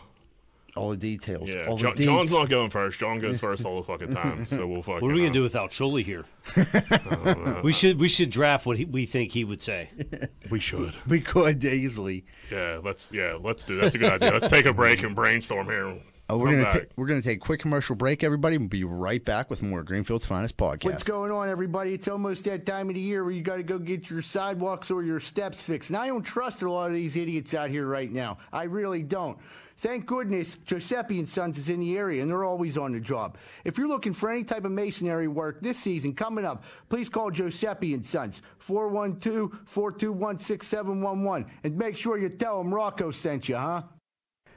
Speaker 1: All the details.
Speaker 2: Yeah,
Speaker 1: all the
Speaker 2: John,
Speaker 1: deets.
Speaker 2: John's not going first. John goes first all the fucking time. So we'll fucking.
Speaker 3: What are we
Speaker 2: uh,
Speaker 3: gonna do without Choli here?
Speaker 2: uh,
Speaker 3: We should we should draft what he, we think he would say.
Speaker 2: we should.
Speaker 1: We could easily.
Speaker 2: Yeah, let's. Yeah, let's do. That's a good idea. Let's take a break and brainstorm here.
Speaker 1: Oh, we're
Speaker 2: Come
Speaker 1: gonna
Speaker 2: back.
Speaker 1: ta- we're gonna take a quick commercial break, everybody. We'll be right back with more Greenfield's Finest podcast. What's going on, everybody? It's almost that time of the year where you got to go get your sidewalks or your steps fixed. And I don't trust a lot of these idiots out here right now. I really don't. Thank goodness Giuseppe and Sons is in the area, and they're always on the job. If you're looking for any type of masonry work this season coming up, please call Giuseppe and Sons 412-421-6711 and make sure you tell them Rocco sent you, huh?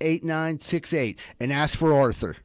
Speaker 1: 8968 and ask for Arthur.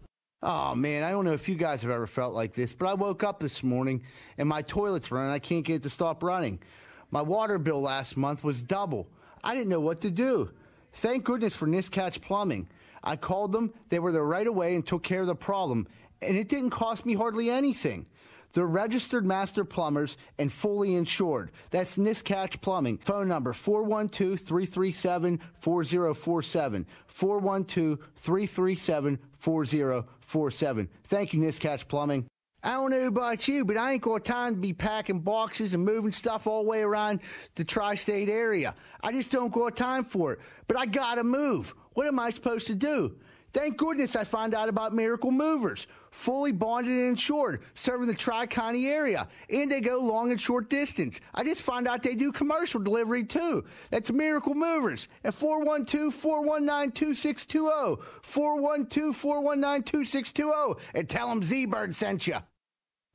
Speaker 1: Oh man, I don't know if you guys have ever felt like this, but I woke up this morning and my toilet's running. I can't get it to stop running. My water bill last month was double. I didn't know what to do. Thank goodness for Niscatch Plumbing. I called them, they were there right away and took care of the problem, and it didn't cost me hardly anything. They're registered master plumbers and fully insured. That's Niscatch Plumbing. Phone number 412 337 4047. 412 337 4047. Thank you, Niscatch Plumbing. I don't know about you, but I ain't got time to be packing boxes and moving stuff all the way around the tri state area. I just don't got time for it. But I gotta move. What am I supposed to do? Thank goodness I found out about Miracle Movers, fully bonded and insured, serving the Tri County area, and they go long and short distance. I just found out they do commercial delivery too. That's Miracle Movers at 412 419 2620. 412 419 2620, oh. and tell them Z Bird sent you.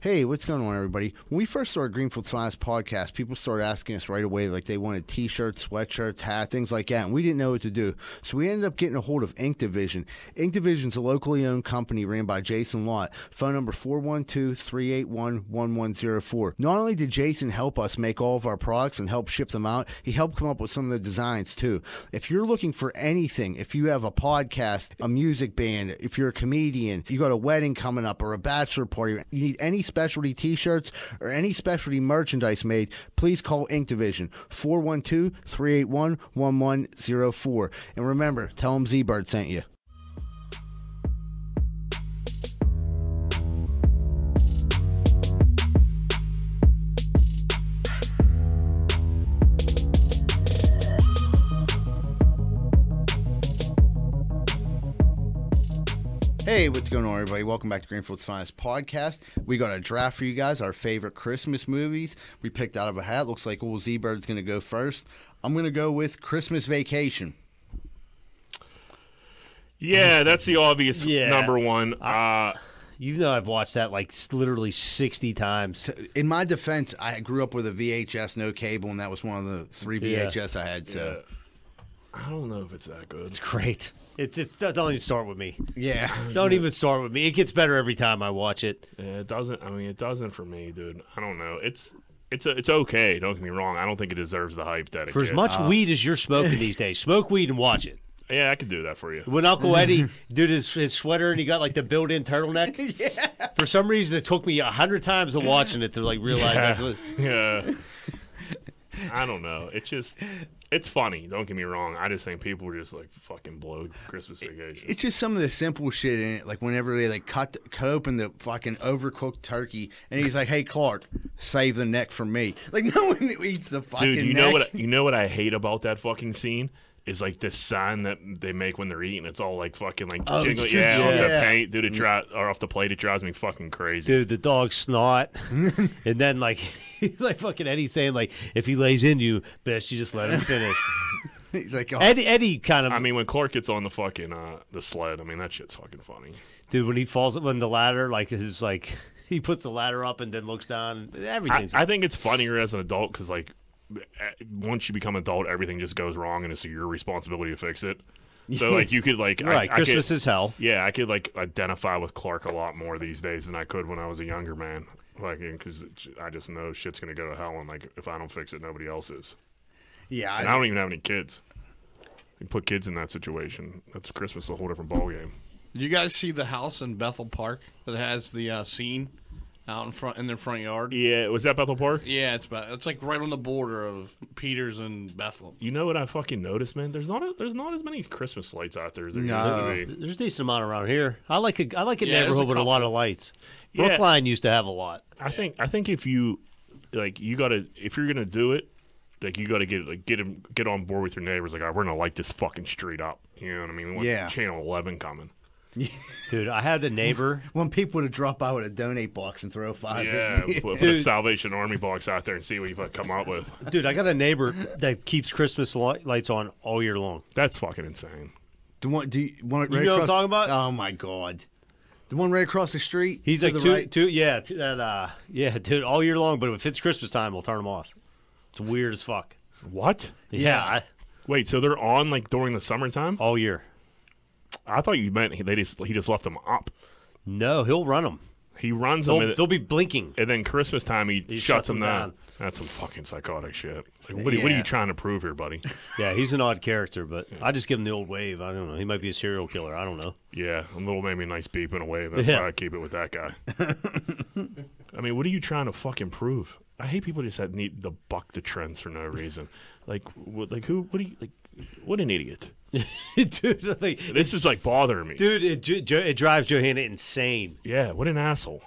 Speaker 1: Hey, what's going on, everybody? When we first started Greenfield's Finest podcast, people started asking us right away, like they wanted T-shirts, sweatshirts, hat, things like that, and we didn't know what to do. So we ended up getting a hold of Ink Division. Ink Division's a locally owned company ran by Jason Lott. Phone number 412-381-1104. Not only did Jason help us make all of our products and help ship them out, he helped come up with some of the designs too. If you're looking for anything, if you have a podcast, a music band, if you're a comedian, you got a wedding coming up or a bachelor party, you need any specialty t shirts or any specialty merchandise made, please call Ink Division 412 381 1104. And remember, tell them Z Bird sent you. Hey, what's going on, everybody? Welcome back to Greenfield's Finest Podcast. We got a draft for you guys, our favorite Christmas movies we picked out of a hat. Looks like old Z Bird's going to go first. I'm going to go with Christmas Vacation.
Speaker 2: Yeah, that's the obvious
Speaker 3: Yeah.
Speaker 2: number one. Uh,
Speaker 3: You know, I've watched that like s- literally sixty times.
Speaker 1: In my defense, I grew up with a VHS, no cable, and that was one of the three
Speaker 3: Yeah.
Speaker 1: VHS I had. So,
Speaker 2: I don't know if it's that good.
Speaker 3: It's great. It's it's don't even start with me.
Speaker 1: yeah.
Speaker 3: Don't even start with me. It gets better every time I watch it.
Speaker 2: Yeah, it doesn't. I mean, it doesn't for me, dude. I don't know. It's it's a, it's okay. Don't get me wrong. I don't think it deserves the hype that it
Speaker 3: For as
Speaker 2: gets.
Speaker 3: much weed as you're smoking these days, smoke weed and watch it.
Speaker 2: Yeah, I could do that for you.
Speaker 3: When Uncle Eddie did his, his sweater and he got like the built-in turtleneck, for some reason it took me a hundred times of watching it to like realize.
Speaker 2: Yeah.
Speaker 3: actually-
Speaker 2: yeah. I don't know. It's just it's funny. Don't get me wrong. I just think people were just like fucking blow Christmas vacation.
Speaker 1: It's just some of the simple shit in it, like whenever they like cut cut open the fucking overcooked turkey, and he's like, "Hey Clark, save the neck for me." Like no one eats the fucking.
Speaker 2: Dude, you
Speaker 1: neck.
Speaker 2: know what? You know what I hate about that fucking scene is like this sign that they make when they're eating. It's all like fucking like
Speaker 1: Oh,
Speaker 2: jingling.
Speaker 1: true,
Speaker 2: Yeah, off
Speaker 1: yeah.
Speaker 2: the paint, dude. It drives or off the plate. It drives me fucking crazy.
Speaker 3: Dude, the dog snot, and then like like fucking Eddie saying like if he lays in you, best you just let him finish.
Speaker 1: He's like, oh,
Speaker 3: Eddie Eddie kind of
Speaker 2: I mean, when Clark gets on the fucking uh, the sled, I mean that shit's fucking funny.
Speaker 3: dude when he falls when the ladder like is like he puts the ladder up and then looks down.
Speaker 2: I,
Speaker 3: Everything's
Speaker 2: I think it's funnier as an adult because like eh, once you become an adult, everything just goes wrong and it's your responsibility to fix it. So like you could like I-
Speaker 3: right.
Speaker 2: I,
Speaker 3: Christmas
Speaker 2: could,
Speaker 3: is hell.
Speaker 2: yeah, I could like identify with Clark a lot more these days than I could when I was a younger man. Like, because I just know shit's gonna go to hell, and like if I don't fix it, nobody else is.
Speaker 1: yeah,
Speaker 2: And
Speaker 1: I,
Speaker 2: I don't even have any kids. You put kids in that situation. That's Christmas, is a whole different ballgame.
Speaker 4: You guys see the house in Bethel Park that has the uh, scene out in front in their front yard?
Speaker 2: Yeah, was that Bethel Park?
Speaker 4: Yeah, it's about it's like right on the border of Peters and Bethel.
Speaker 2: You know what I fucking noticed, man? There's not a, there's not as many Christmas lights out there as there
Speaker 1: No.
Speaker 2: used to be.
Speaker 3: There's a decent amount around here. I like a I like a
Speaker 4: Yeah, there's
Speaker 3: neighborhood
Speaker 4: a
Speaker 3: with a lot of lights.
Speaker 2: Yeah.
Speaker 3: Brookline used to have a lot.
Speaker 2: I think I think if you like you gotta if you're gonna do it, like you gotta get like get 'em- get on board with your neighbors. Like, all right, we're gonna light this fucking street up. You know what I mean? We want
Speaker 1: Yeah.
Speaker 2: Channel Eleven coming.
Speaker 3: Dude, I had a neighbor.
Speaker 1: want people to drop by with a donate box and throw five.
Speaker 2: Yeah,
Speaker 1: in.
Speaker 2: put, put a
Speaker 3: Dude.
Speaker 2: Salvation Army box out there and see what you fuck come up with.
Speaker 3: Dude, I got a neighbor that keeps Christmas li- lights on all year long.
Speaker 2: That's fucking insane.
Speaker 1: the one, do you want
Speaker 3: You
Speaker 1: right
Speaker 3: know what I'm
Speaker 1: across,
Speaker 3: talking about?
Speaker 1: Oh my god, the one right across the street.
Speaker 3: He's
Speaker 1: to
Speaker 3: like
Speaker 1: the
Speaker 3: two,
Speaker 1: right.
Speaker 3: two, yeah, two, that, uh, yeah, dude, all year long. But if it's Christmas time, we'll turn them off. It's weird as fuck.
Speaker 2: What?
Speaker 3: Yeah, I-
Speaker 2: Wait, so they're on like during the summertime?
Speaker 3: all year.
Speaker 2: I thought you meant he, they just he just left them up.
Speaker 3: No, he'll run them.
Speaker 2: He runs them.
Speaker 3: They'll, they'll be blinking.
Speaker 2: and then Christmas time he, shuts,
Speaker 3: shuts
Speaker 2: him
Speaker 3: them
Speaker 2: down.
Speaker 3: down.
Speaker 2: That's some fucking psychotic shit. Like, what, are, what are
Speaker 1: Yeah.
Speaker 2: you trying to prove here, buddy?
Speaker 3: Yeah, he's an odd character, but I just give him the old wave. I don't know. He might be a serial killer. I don't know.
Speaker 2: Yeah, a little maybe nice beep and a wave. That's
Speaker 3: Yeah.
Speaker 2: why I keep it with that guy. I mean, what are you trying to fucking prove? I hate people just that need to buck the trends for no reason. Like, what, like who? What do you like? What an idiot!
Speaker 3: dude, like,
Speaker 2: This is like bothering me.
Speaker 3: dude, it, ju- ju- it drives Johanna insane.
Speaker 2: Yeah, what an asshole.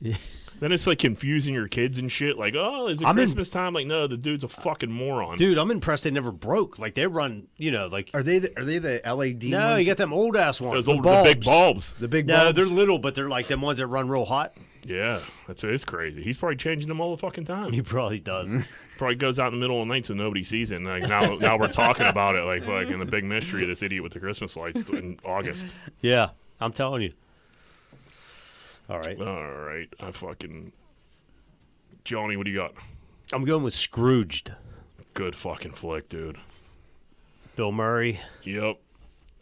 Speaker 2: then it's like confusing your kids and shit. Like, oh, is it
Speaker 3: I'm in-
Speaker 2: Christmas time? Like, no, the dude's a fucking moron.
Speaker 3: Dude, I'm impressed they never broke. Like they run, you know, like
Speaker 1: Are they the, are they the LED?
Speaker 3: no,
Speaker 1: ones?
Speaker 3: you got them old ass ones.
Speaker 2: Those
Speaker 3: the
Speaker 2: old the big
Speaker 3: bulbs.
Speaker 2: bulbs.
Speaker 1: the big.
Speaker 3: No,
Speaker 1: bulbs?
Speaker 3: they're little, but they're like them ones that run real hot.
Speaker 2: Yeah, that's it's crazy. He's probably changing them all the fucking time.
Speaker 3: He probably does.
Speaker 2: probably goes out in the middle of the night so nobody sees it. And like now, now we're talking about it, like fucking the big mystery of this idiot with the Christmas lights in August.
Speaker 3: yeah, I'm telling you. All right,
Speaker 2: All right, I fucking Johnny, what do you got?
Speaker 3: I'm going with Scrooged.
Speaker 2: Good fucking flick, dude.
Speaker 3: Bill Murray.
Speaker 2: Yep.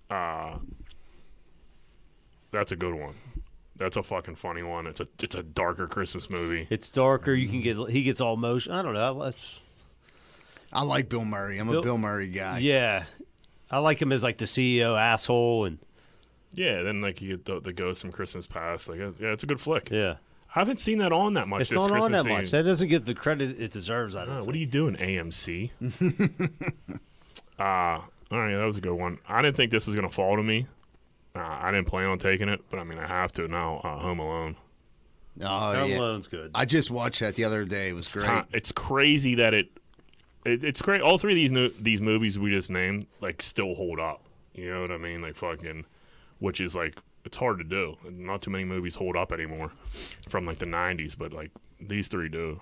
Speaker 2: Uh that's a good one. That's a fucking funny one. It's a it's a darker Christmas movie.
Speaker 3: It's darker. You can get. He gets all motion. I don't know. that's-
Speaker 1: I like Bill Murray. I'm a
Speaker 3: Bill-
Speaker 1: Bill Murray guy.
Speaker 3: yeah, I like him as like the CEO asshole and
Speaker 2: Yeah, then like you get the, the ghost from Christmas Past. Like, uh, yeah, it's a good flick.
Speaker 3: yeah.
Speaker 2: I haven't seen that on that much.
Speaker 3: It's
Speaker 2: this
Speaker 3: not
Speaker 2: Christmas
Speaker 3: on that
Speaker 2: Eve.
Speaker 3: much. That doesn't get the credit it deserves. I don't.
Speaker 2: Uh,
Speaker 3: think.
Speaker 2: what are you doing, AMC? Ah, all right, that was a good one. I didn't think this was gonna fall to me. Uh, I didn't plan on taking it, but I mean, I have to now. Uh, Home Alone.
Speaker 1: Oh
Speaker 3: Home
Speaker 1: yeah.
Speaker 3: Alone's good.
Speaker 1: I just watched that the other day. It was great.
Speaker 2: Ti- It's crazy that it, it. It's great. All three of these new, these movies we just named like still hold up. You know what I mean? Like fucking, which is like it's hard to do. Not too many movies hold up anymore from like the '90s, but like these three do.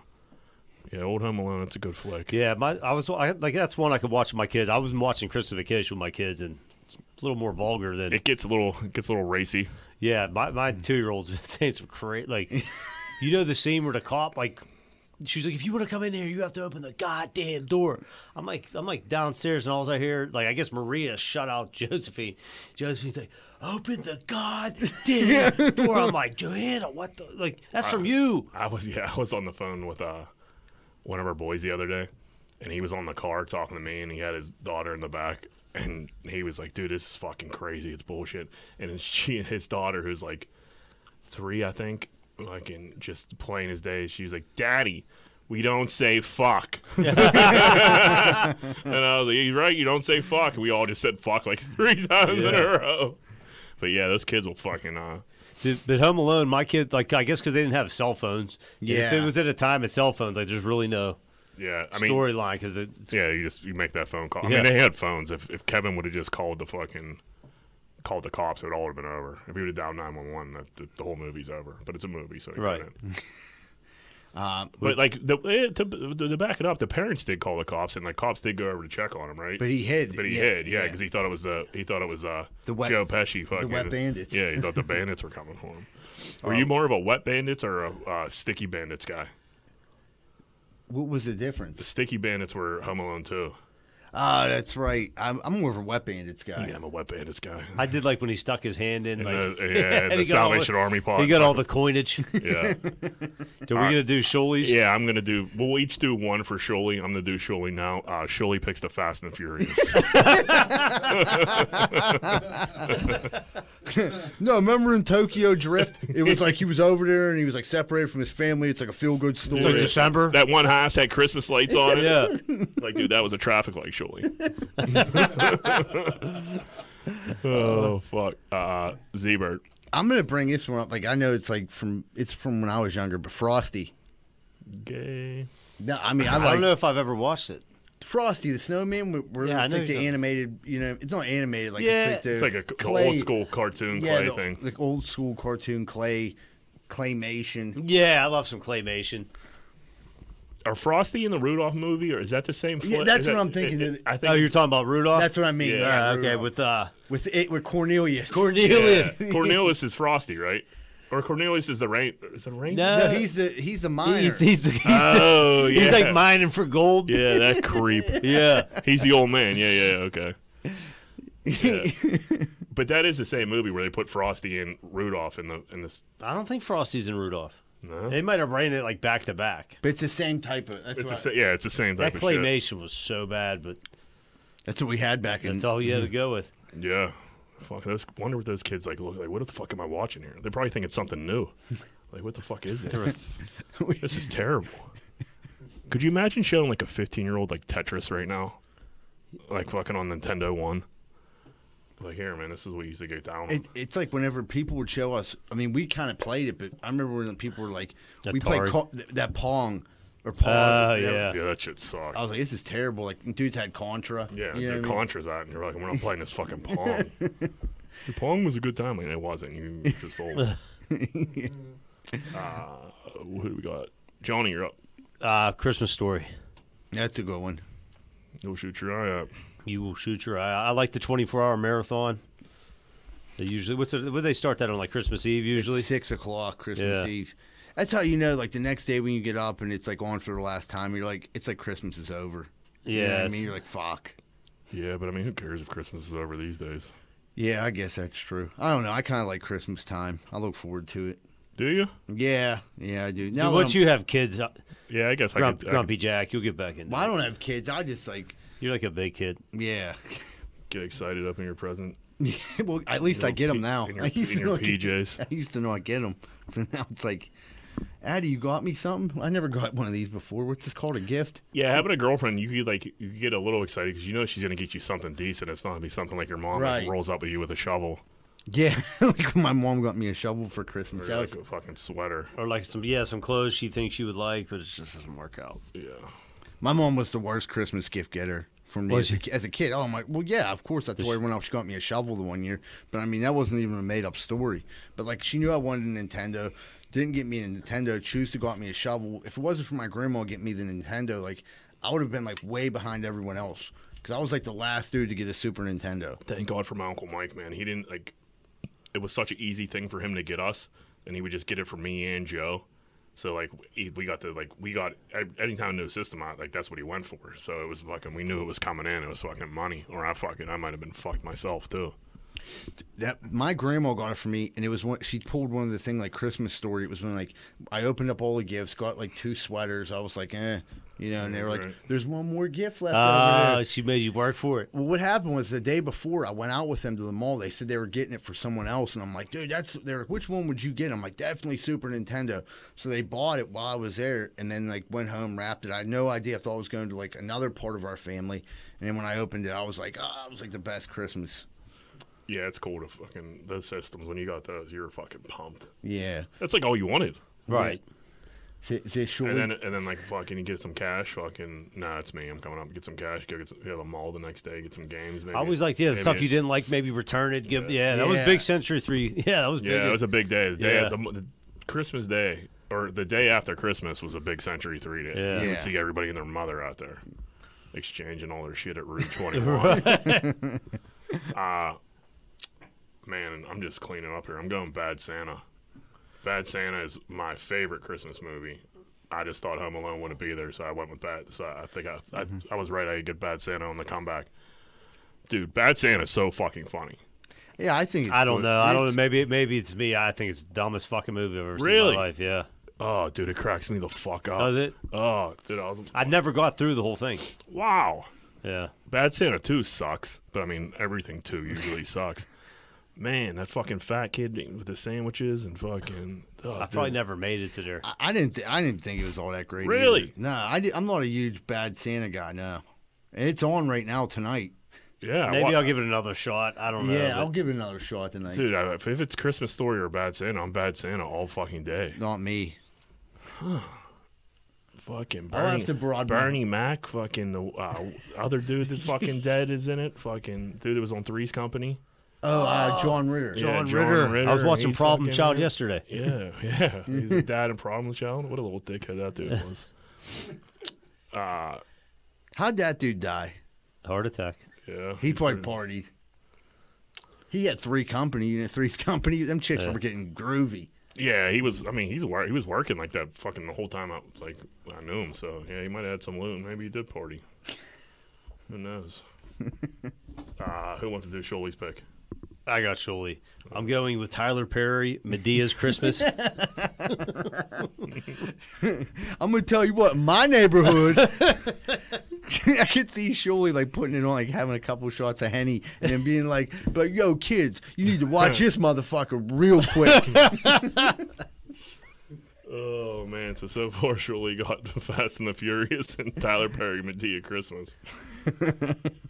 Speaker 2: Yeah, Old Home Alone. It's a good flick.
Speaker 3: Yeah, my I was I, like that's one I could watch with my kids. I was watching Christmas Vacation with my kids, and it's a little more vulgar than
Speaker 2: It gets a little, it gets a little racy.
Speaker 3: yeah. My my two year old's been saying some crazy like, you know the scene where the cop like. She's like, if you want to come in here, you have to open the goddamn door. I'm like, I'm like downstairs, and all I hear, like, I guess Maria shut out Josephine. Josephine's like, open the goddamn door. I'm like, Joanna, what the? Like, that's from you.
Speaker 2: I was yeah, I was on the phone with uh one of our boys the other day and he was on the car talking to me and he had his daughter in the back and he was like, Dude, this is fucking crazy, it's bullshit and then she and his daughter who's like three, I think, like and just plain as day, she was like, Daddy, we don't say fuck. and I was like, You're right, you don't say fuck. And we all just said fuck like three times in a
Speaker 3: Yeah.
Speaker 2: row. But yeah, those kids will fucking uh
Speaker 3: Dude, but Home Alone, my kids, like, I guess because they didn't have cell phones. And If it
Speaker 1: Yeah.
Speaker 3: was at a time of cell phones, like, there's really no
Speaker 2: yeah, I mean
Speaker 3: storyline because it's
Speaker 2: Yeah, you just you make that phone call. I
Speaker 3: Yeah.
Speaker 2: mean, they had phones. If if Kevin would have just called the fucking called the cops, it would all have been over. If he would have dialed nine one one, that the, the whole movie's over. But it's a movie, so he
Speaker 3: Right.
Speaker 2: couldn't.
Speaker 1: Uh,
Speaker 2: but like the eh, to, to back it up, the parents did call the cops, and the cops did go over to check on him, right?
Speaker 1: But he hid.
Speaker 2: But he hid, yeah, because he thought it was uh, he thought it was uh,
Speaker 1: The wet-
Speaker 2: Joe Pesci fucking
Speaker 1: wet bandits.
Speaker 2: Yeah, he thought the bandits were coming for him. Were
Speaker 3: Um,
Speaker 2: you more of a wet bandits or a uh, sticky bandits guy?
Speaker 1: What was the difference?
Speaker 2: Sticky bandits were Home Alone too.
Speaker 1: Ah, that's right. I'm, I'm more of a wet bandits guy.
Speaker 2: Yeah, I'm a wet bandits guy.
Speaker 3: I did like when he stuck his hand in, like,
Speaker 2: the, yeah,
Speaker 3: and
Speaker 2: the
Speaker 3: he got all the-
Speaker 2: Salvation Army part.
Speaker 3: he got all the coinage. Are
Speaker 2: yeah,
Speaker 3: we gonna do Sholies?
Speaker 2: yeah. I'm gonna do. We'll each do one for Sholi. I'm gonna do Sholi now. Uh, Sholi picks the Fast and the Furious.
Speaker 1: No, remember in Tokyo Drift? It was like he was over there and he was like separated from his family. It's like a feel good story.
Speaker 3: It's like December.
Speaker 2: that one house had Christmas lights on it.
Speaker 3: yeah,
Speaker 2: Like, dude, that was a traffic light, Sholi. oh fuck, uh, Z-Bird.
Speaker 1: I'm gonna bring this one up. Like I know it's like from it's from when I was younger, but Frosty.
Speaker 2: Gay.
Speaker 1: No, I mean I
Speaker 3: I don't know
Speaker 1: like
Speaker 3: if I've ever watched it.
Speaker 1: Frosty the Snowman. Where, where
Speaker 3: Yeah, I
Speaker 1: it's
Speaker 3: know
Speaker 1: like
Speaker 3: you
Speaker 1: the
Speaker 3: don't-
Speaker 1: animated. You know, it's not animated. Like
Speaker 3: Yeah.
Speaker 1: it's like the
Speaker 2: It's like a, the
Speaker 1: clay-
Speaker 2: old school cartoon
Speaker 1: yeah,
Speaker 2: clay
Speaker 1: the,
Speaker 2: thing.
Speaker 1: the old school cartoon clay claymation.
Speaker 3: Yeah, I love some claymation.
Speaker 2: Are Frosty in the Rudolph movie, or is that the same?
Speaker 1: Yeah,
Speaker 2: flick?
Speaker 1: that's
Speaker 2: Is
Speaker 1: what
Speaker 2: that-
Speaker 1: I'm thinking.
Speaker 2: it- it- I think
Speaker 3: Oh, you're talking about Rudolph?
Speaker 1: That's what I mean.
Speaker 2: Yeah.
Speaker 1: Yeah,
Speaker 3: Uh, okay,
Speaker 1: Rudolph.
Speaker 3: with uh,
Speaker 1: with it with Cornelius.
Speaker 3: Cornelius.
Speaker 2: Yeah. Cornelius is Frosty, right? Or Cornelius is the rain. Is the rain?
Speaker 3: No,
Speaker 1: no, he's the he's the miner.
Speaker 3: he's he's, he's,
Speaker 2: Oh, yeah.
Speaker 3: he's like mining for gold.
Speaker 2: yeah, that creep.
Speaker 3: yeah.
Speaker 2: He's the old man. Yeah, yeah, okay. Yeah. but that is the same movie where they put Frosty and Rudolph in the in this.
Speaker 3: I don't think Frosty's in Rudolph.
Speaker 2: No,
Speaker 3: They might have ran it like back to back.
Speaker 1: but it's the same type of. That's,
Speaker 2: it's
Speaker 1: what,
Speaker 2: the sa- yeah, it's the same
Speaker 3: That
Speaker 2: type of shit.
Speaker 3: claymation was so bad, but
Speaker 1: that's what we had back in.
Speaker 3: that's all you had to go with.
Speaker 2: Yeah, fuck. Those wonder what those kids like look like. What the fuck am I watching here? They probably think it's something new. Like, what the fuck is this? this is terrible. Could you imagine showing like a 15 year old like Tetris right now, like fucking on Nintendo One? Like, here, man, this is what you used to go down. on.
Speaker 1: It, it's like whenever people would show us. I mean, we kind of played it, but I remember when people were like, "We played
Speaker 3: Atari.
Speaker 1: co- th- that Pong or Pong."
Speaker 3: Oh,
Speaker 1: whatever.
Speaker 3: yeah.
Speaker 2: yeah, that shit sucks.
Speaker 1: I was like, "This is terrible." Like dudes had Contra.
Speaker 2: Yeah,
Speaker 1: you know
Speaker 2: dude,
Speaker 1: what I mean?
Speaker 2: Contra's out, and you're like, we're not playing this fucking Pong. The Pong was a good time, and it wasn't. You were just old. uh, who do we got? Johnny, you're up.
Speaker 3: Uh, Christmas Story.
Speaker 1: That's a good one.
Speaker 2: You'll shoot your eye out.
Speaker 3: You will shoot your eye. I like the 24 hour marathon. They usually, what's it, what they start that on like Christmas Eve usually?
Speaker 1: It's six o'clock Christmas
Speaker 3: Yeah.
Speaker 1: Eve. That's how you know. Like the next day when you get up and it's like on for the last time, you're like, "It's like Christmas is over." You know what I
Speaker 3: Yes.
Speaker 1: mean, you're like, "Fuck."
Speaker 2: Yeah, but I mean, who cares if Christmas is over these days?
Speaker 1: Yeah, I guess that's true. I don't know. I kind of like Christmas time. I look forward to it.
Speaker 2: Do you?
Speaker 1: Yeah, yeah, I do. Now
Speaker 3: Dude,
Speaker 1: that
Speaker 3: once
Speaker 1: I'm-
Speaker 3: you have kids, uh,
Speaker 2: Yeah, I guess
Speaker 3: grump,
Speaker 2: I could,
Speaker 3: Grumpy Jack, you'll get back in.
Speaker 1: well, I don't have kids. I just like,
Speaker 3: You're like a big kid.
Speaker 1: yeah.
Speaker 2: I could get excited up in your present.
Speaker 1: well, at least I get them now.
Speaker 2: In
Speaker 1: I
Speaker 2: your,
Speaker 1: used
Speaker 2: in
Speaker 1: to
Speaker 2: your
Speaker 1: not get-
Speaker 2: PJs.
Speaker 1: I used to not get them. So now it's like, Addy, you got me something? I never got one of these before. What's this called? A gift?
Speaker 2: Yeah, having a girlfriend, you could like you could get a little excited because you know she's gonna get you something decent. It's not gonna be something like your mom like,
Speaker 1: Right.
Speaker 2: rolls up at you with a shovel
Speaker 1: Yeah. like when my mom got me a shovel for
Speaker 2: or
Speaker 1: Christmas. That
Speaker 2: like
Speaker 1: was-
Speaker 2: a fucking sweater.
Speaker 3: Or like some, yeah, some clothes she thinks you would like, but it just doesn't work out.
Speaker 2: Yeah,
Speaker 1: my mom was the worst Christmas gift getter. for me as a, ki- as a kid. Oh, I'm like, well, yeah, of course. That's why when else she got me a shovel the one year. But I mean, that wasn't even a made up story. But like, she knew I wanted a Nintendo. Didn't get me a Nintendo. Choose to got me a shovel. If it wasn't for my grandma getting me the Nintendo, like I would have been like way behind everyone else because I was like the last dude to get a Super Nintendo.
Speaker 2: Thank God for my uncle Mike, man. He didn't like. It was such an easy thing for him to get us, and he would just get it for me and Joe. So like he- we got to like we got ev- anytime new system out like that's what he went for. So it was fucking we knew it was coming in. It was fucking money, or I fucking I might have been fucked myself too.
Speaker 1: that my grandma got it for me, and it was one. She pulled one of the thing like Christmas story. It was when like I opened up all the gifts, got like two sweaters. I was like, eh, you know, and they were like,
Speaker 2: Right.
Speaker 1: "There's one more gift left over
Speaker 3: Ah,
Speaker 1: there."
Speaker 3: she made you work for it.
Speaker 1: Well, what happened was the day before I went out with them to the mall. They said they were getting it for someone else, and I'm like, "Dude, that's." They're like, "Which one would you get?" I'm like, "Definitely Super Nintendo." So they bought it while I was there, and then like went home, wrapped it. I had no idea. I thought I was going to like another part of our family, and then when I opened it, I was like, "Ah, it was like the best Christmas."
Speaker 2: Yeah, it's cool to fucking those systems when you got those. You're fucking pumped.
Speaker 1: Yeah,
Speaker 2: That's like all you wanted.
Speaker 3: Right.
Speaker 1: Is it- is it short?
Speaker 2: And then and then like fucking you get some cash. Fucking nah, it's me. I'm coming up. Get some cash. Go get some, go to the mall the next day. Get some games. Maybe.
Speaker 3: I always liked yeah, the
Speaker 2: maybe
Speaker 3: stuff
Speaker 2: a-
Speaker 3: you didn't like, maybe return it. Give, yeah. that
Speaker 1: Yeah.
Speaker 3: was big Century 3. Yeah, that was big.
Speaker 2: Yeah, it was a big day. The day
Speaker 3: Yeah.
Speaker 2: the, the Christmas day or the day after Christmas was a big Century Three day.
Speaker 3: Yeah.
Speaker 2: you
Speaker 1: Yeah.
Speaker 2: would see everybody and their mother out there exchanging all their shit at Route Twenty One. uh, man, I'm just cleaning up here. I'm going Bad Santa. Bad Santa is my favorite Christmas movie. I just thought Home Alone wouldn't be there, so I went with Bad. So I think I, I,
Speaker 3: Mm-hmm.
Speaker 2: I was right. I get Bad Santa on the comeback. Dude, Bad Santa's so fucking funny.
Speaker 1: Yeah, I think it's
Speaker 3: I
Speaker 1: good.
Speaker 3: don't know. I don't
Speaker 1: It's-
Speaker 3: know. Maybe, maybe it's me. I think it's the dumbest fucking movie I've ever seen
Speaker 2: Really?
Speaker 3: in my life. Yeah.
Speaker 2: Oh, dude, it cracks me the fuck up.
Speaker 3: Does it?
Speaker 2: Oh, dude, I was
Speaker 3: I never got through the whole thing.
Speaker 2: wow.
Speaker 3: Yeah.
Speaker 2: Bad Santa Two sucks, but I mean everything Two usually sucks. Man, that fucking fat kid with the sandwiches and fucking. Oh,
Speaker 3: I probably never made it to there.
Speaker 1: I- I didn't. Th- I didn't think it was all that great. either.
Speaker 2: Really?
Speaker 1: No, I did, I'm not a huge bad Santa guy. No, and it's on right now tonight.
Speaker 2: Yeah,
Speaker 3: Maybe
Speaker 2: wha-
Speaker 3: I'll give it another shot. I don't know.
Speaker 1: yeah, I'll
Speaker 3: but-
Speaker 1: give it another shot tonight.
Speaker 2: Dude, I, if if it's Christmas Story or Bad Santa, I'm Bad Santa all fucking day.
Speaker 1: Not me.
Speaker 2: Fucking
Speaker 1: I'll
Speaker 2: Bernie,
Speaker 1: have to broaden
Speaker 2: Bernie Mac, fucking the uh, other dude that's fucking dead is in it. Fucking dude that was on Three's Company.
Speaker 1: Oh, uh, John Ritter.
Speaker 2: Yeah.
Speaker 3: John,
Speaker 2: John
Speaker 3: Ritter. I was
Speaker 2: Ritter,
Speaker 3: watching
Speaker 2: he's
Speaker 3: Problem
Speaker 2: fucking
Speaker 3: Child
Speaker 2: there.
Speaker 3: yesterday.
Speaker 2: Yeah, yeah. He's a dad and problem child. What a little dickhead that dude was. Uh,
Speaker 1: How'd that dude die?
Speaker 3: Heart attack.
Speaker 2: yeah.
Speaker 1: He probably partied. He had three company. You know, three's company. Them chicks were getting groovy.
Speaker 2: Yeah, he was. I mean, he's wor- he was working like that fucking the whole time. I like I knew him, so yeah, he might have had some loot. Maybe he did party. Who knows? uh, who wants to do Sholey's pick?
Speaker 3: I got Shuley. I'm going with Tyler Perry, Medea's Christmas.
Speaker 1: I'm gonna tell you what. in My neighborhood. I could see Shirley like putting it on, like having a couple shots of henny, and then being like, "But yo, kids, you need to watch this motherfucker real quick."
Speaker 2: Oh man, so so far Sholey got Fast and the Furious and Tyler Perry Medea Christmas.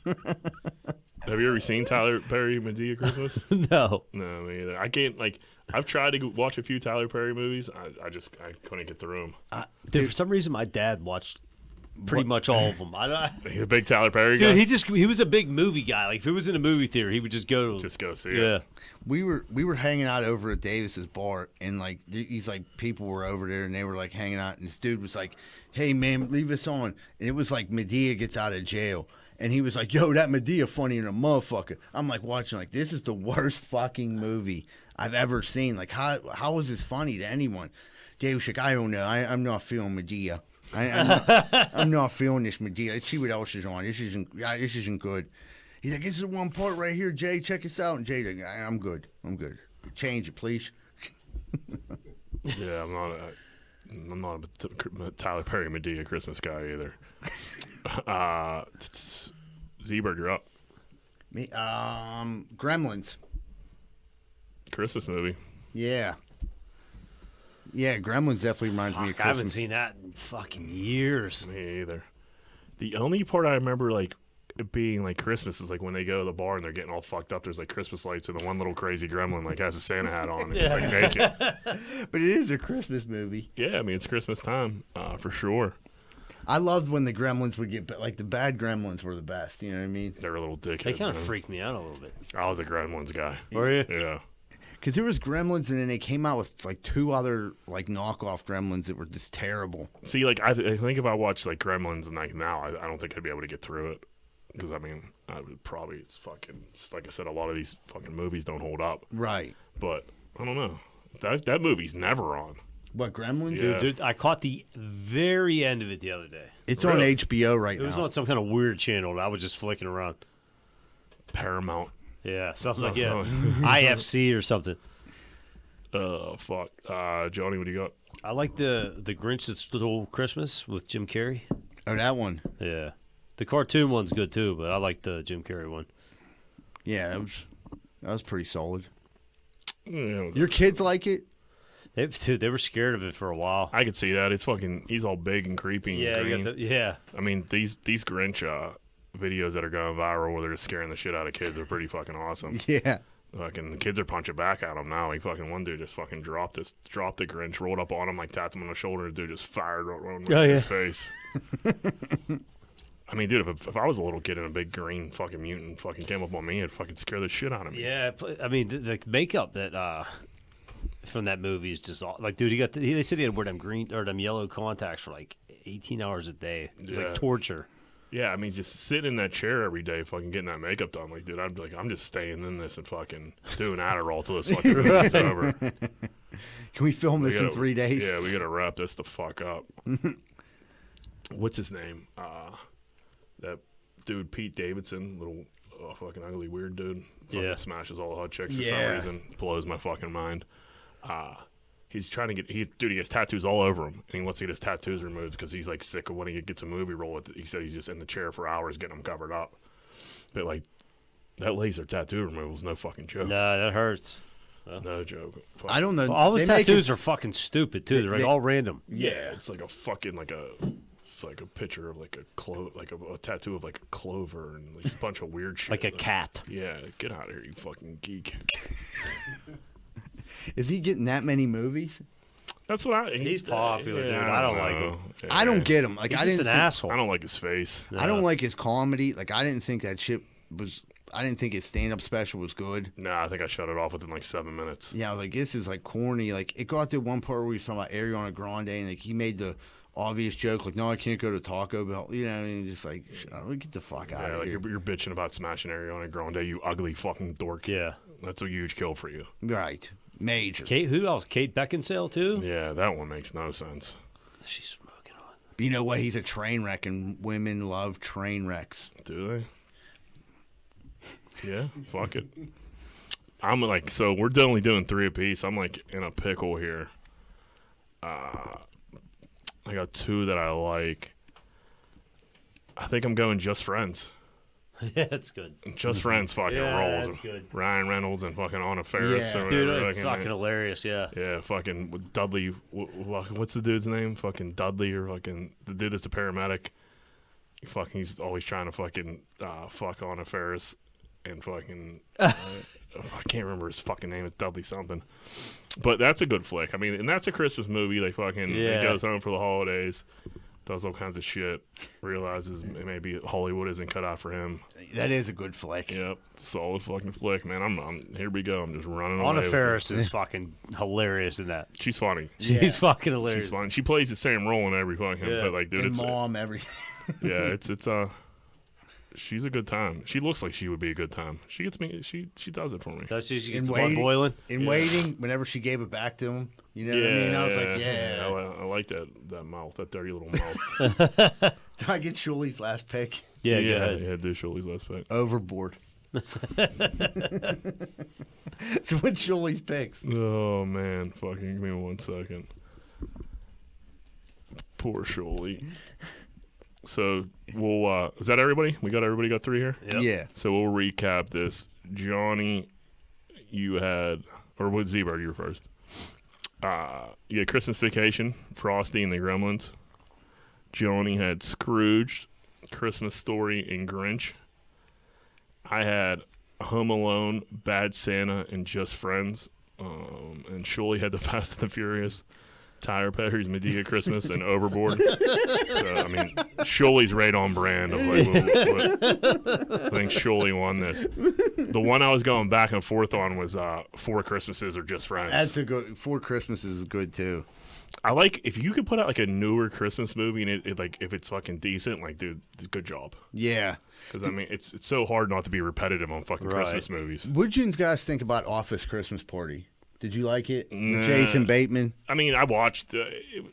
Speaker 2: have you ever seen Tyler Perry Medea Christmas?
Speaker 3: no.
Speaker 2: no, me either. I can't like. I've tried to go- watch a few Tyler Perry movies. I, I just I couldn't get through them.
Speaker 3: Dude, for some reason, my dad watched pretty much all of them. I, I,
Speaker 2: He's a big Tyler Perry guy.
Speaker 3: dude, he just he was a big movie guy. Like if it was in a movie theater, he would just go to
Speaker 2: just go see it.
Speaker 3: yeah.
Speaker 1: we were we were hanging out over at Davis's bar, and like th- these like people were over there, and they were like hanging out, and this dude was like, "Hey man, leave us on," and it was like Medea gets out of jail, and he was like, "Yo, that Medea funny than a motherfucker." I'm like watching like this is the worst fucking movie I've ever seen. Like how how is this funny to anyone? Davis like I don't know, I, I'm not feeling Medea. I, I'm, not, I'm not feeling this Medea. Let's see what else is on. This isn't yeah, this isn't good. He's like, this is one part right here, Jay. Check this out. And Jay's like, "I- I'm good. I'm good. Change it, please.
Speaker 2: Yeah, I'm not. A, I'm not a t- Tyler Perry Medea Christmas guy either. uh, t- t- Zeeberg, you're up.
Speaker 1: Me, um, Gremlins.
Speaker 2: Christmas movie.
Speaker 1: Yeah. Yeah, Gremlins definitely reminds me of
Speaker 3: I
Speaker 1: Christmas.
Speaker 3: haven't seen that in fucking years.
Speaker 2: Me either. The only part I remember like it being like Christmas is like when they go to the bar and they're getting all fucked up. There's like Christmas lights and the one little crazy gremlin like has a Santa hat on and he's like naked.
Speaker 1: But it is a Christmas movie.
Speaker 2: Yeah, I mean it's Christmas time uh, for sure.
Speaker 1: I loved when the gremlins would get, but like the bad gremlins were the best. You know what I mean?
Speaker 2: They're a little dickheads.
Speaker 3: They kind of
Speaker 2: man.
Speaker 3: freaked me out a little bit.
Speaker 2: I was a Gremlins guy.
Speaker 3: Were you?
Speaker 2: Yeah.
Speaker 1: Because there was gremlins, and then they came out with like two other like knockoff gremlins that were just terrible.
Speaker 2: See, like I, I think if I watched like Gremlins and like now, I, I don't think I'd be able to get through it. Because I mean, I would probably it's fucking it's like I said, a lot of these fucking movies don't hold up.
Speaker 1: Right.
Speaker 2: But I don't know. That that movie's never on.
Speaker 1: What gremlins?
Speaker 2: Yeah.
Speaker 3: Dude, I caught the very end of it the other day.
Speaker 1: It's on
Speaker 2: Really?
Speaker 1: HBO right
Speaker 3: It was
Speaker 1: now.
Speaker 3: on some kind of weird channel, and I was just flicking around.
Speaker 2: Paramount.
Speaker 3: Yeah, something like yeah,
Speaker 2: Oh.
Speaker 3: IFC or something.
Speaker 2: Uh, fuck. Uh, Johnny, what do you got?
Speaker 3: I like the the Grinch that stole Christmas with Jim Carrey.
Speaker 1: oh, that one.
Speaker 3: Yeah, the cartoon one's good too, but I like the Jim Carrey one.
Speaker 1: Yeah, that was that was pretty solid.
Speaker 2: Yeah,
Speaker 1: Your kids like it?
Speaker 3: They dude, they were scared of it for a while.
Speaker 2: I could see that. It's fucking. He's all big and creepy. And
Speaker 3: Yeah, you
Speaker 2: green.
Speaker 3: got the, yeah.
Speaker 2: I mean, these these Grinch uh, videos that are going viral where they're just scaring the shit out of kids are pretty fucking awesome.
Speaker 1: Yeah.
Speaker 2: Fucking the kids are punching back at him now. Like fucking one dude just fucking dropped this, dropped the Grinch, rolled up on him, like tapped him on the shoulder. and dude just fired right right in
Speaker 3: Oh,
Speaker 2: his face. I mean, dude, if, if I was a little kid and a big green fucking mutant fucking came up on me, it'd fucking scare the shit out of me.
Speaker 3: Yeah, pl- I mean the, the makeup that uh from that movie is just all, like, dude, he got the, he, they said he had to wear them green or them yellow contacts for like eighteen hours a day. It was
Speaker 2: Yeah.
Speaker 3: like torture.
Speaker 2: Yeah, I mean, just sitting in that chair every day, fucking getting that makeup done. Like, dude, I'm like, I'm just staying in this and fucking doing Adderall till this fucking movie's over.
Speaker 1: Can we film
Speaker 2: We
Speaker 1: this in
Speaker 2: gotta-
Speaker 1: three days?
Speaker 2: Yeah, we gotta wrap this the fuck up. What's his name? Uh, that dude Pete Davidson, little uh, fucking ugly weird dude. Fucking
Speaker 3: Yeah.
Speaker 2: smashes all the hot chicks
Speaker 1: Yeah.
Speaker 2: for some reason. Blows my fucking mind. Uh, he's trying to get he dude. He has tattoos all over him, and he wants to get his tattoos removed because he's like sick of when he gets a movie role. With, he said he's just in the chair for hours getting them covered up. But like that laser tattoo removal's no fucking joke. No,
Speaker 3: Nah, that hurts.
Speaker 2: joke. Fuck.
Speaker 1: I don't know.
Speaker 3: All his
Speaker 1: They make it
Speaker 3: tattoos
Speaker 1: s-
Speaker 3: are fucking stupid too.
Speaker 1: They-
Speaker 3: They're like
Speaker 1: they-
Speaker 3: all random.
Speaker 2: Yeah, it's like a fucking like a it's like a picture of like a clo like a, a tattoo of like a clover and like a bunch of weird shit.
Speaker 3: Like a cat.
Speaker 2: Yeah, get out of here, you fucking geek.
Speaker 1: Is he getting that many movies?
Speaker 2: That's what I.
Speaker 3: He's popular, dude. I don't like him.
Speaker 2: know.
Speaker 1: I
Speaker 2: Yeah.
Speaker 1: don't get him. Like
Speaker 3: He's
Speaker 1: I
Speaker 3: just
Speaker 1: didn't.
Speaker 3: an
Speaker 1: think-
Speaker 3: asshole.
Speaker 2: I don't like his face.
Speaker 1: I don't like his comedy. Like I didn't think that shit was. I didn't think his stand-up special was good.
Speaker 2: Nah, I think I shut it off within like seven minutes.
Speaker 1: Yeah, I was like this is like corny. Like it got to one part where we was talking about Ariana Grande, and like he made the obvious joke, like, "No, I can't go to Taco Bell." You know, what I mean, just like, shut up, get the fuck out
Speaker 2: Yeah,
Speaker 1: of
Speaker 2: like
Speaker 1: here.
Speaker 2: you're, you're bitching about smashing Ariana Grande, you ugly fucking dork.
Speaker 3: Yeah.
Speaker 2: That's a huge kill for you.
Speaker 1: Right, major.
Speaker 3: Kate, who else? Kate Beckinsale too.
Speaker 2: Yeah, that one makes no sense.
Speaker 3: She's smoking on.
Speaker 1: You know what? He's a train wreck, and women love train wrecks.
Speaker 2: Do they? Yeah, fuck it. I'm like, so we're only doing three apiece. I'm like in a pickle here. Uh, I got two that I like. I think I'm going just friends.
Speaker 3: yeah, that's good.
Speaker 2: Just friends fucking
Speaker 3: Mm-hmm. Yeah,
Speaker 2: rolls.
Speaker 3: that's good.
Speaker 2: uh, uh, Oh, uh, Uh, um, Tyre Perry's Medea Christmas and Overboard. so, I mean, Sholey's right on brand. Of like, what- what- I think Sholey won this. The one I was going back and forth on was uh, Four Christmases or Just Friends.
Speaker 1: That's a good. Four Christmases is good too.
Speaker 2: I like if you could put out like a newer Christmas movie and it, it like if it's fucking decent, like dude, good job.
Speaker 1: Yeah.
Speaker 2: Because I mean, it's it's so hard not to be repetitive on fucking
Speaker 3: Right.
Speaker 2: Christmas movies.
Speaker 1: What did you guys think about Office Christmas Party? Did you like it? With
Speaker 2: Nah.
Speaker 1: Jason Bateman
Speaker 2: I mean, I watched. Uh, it,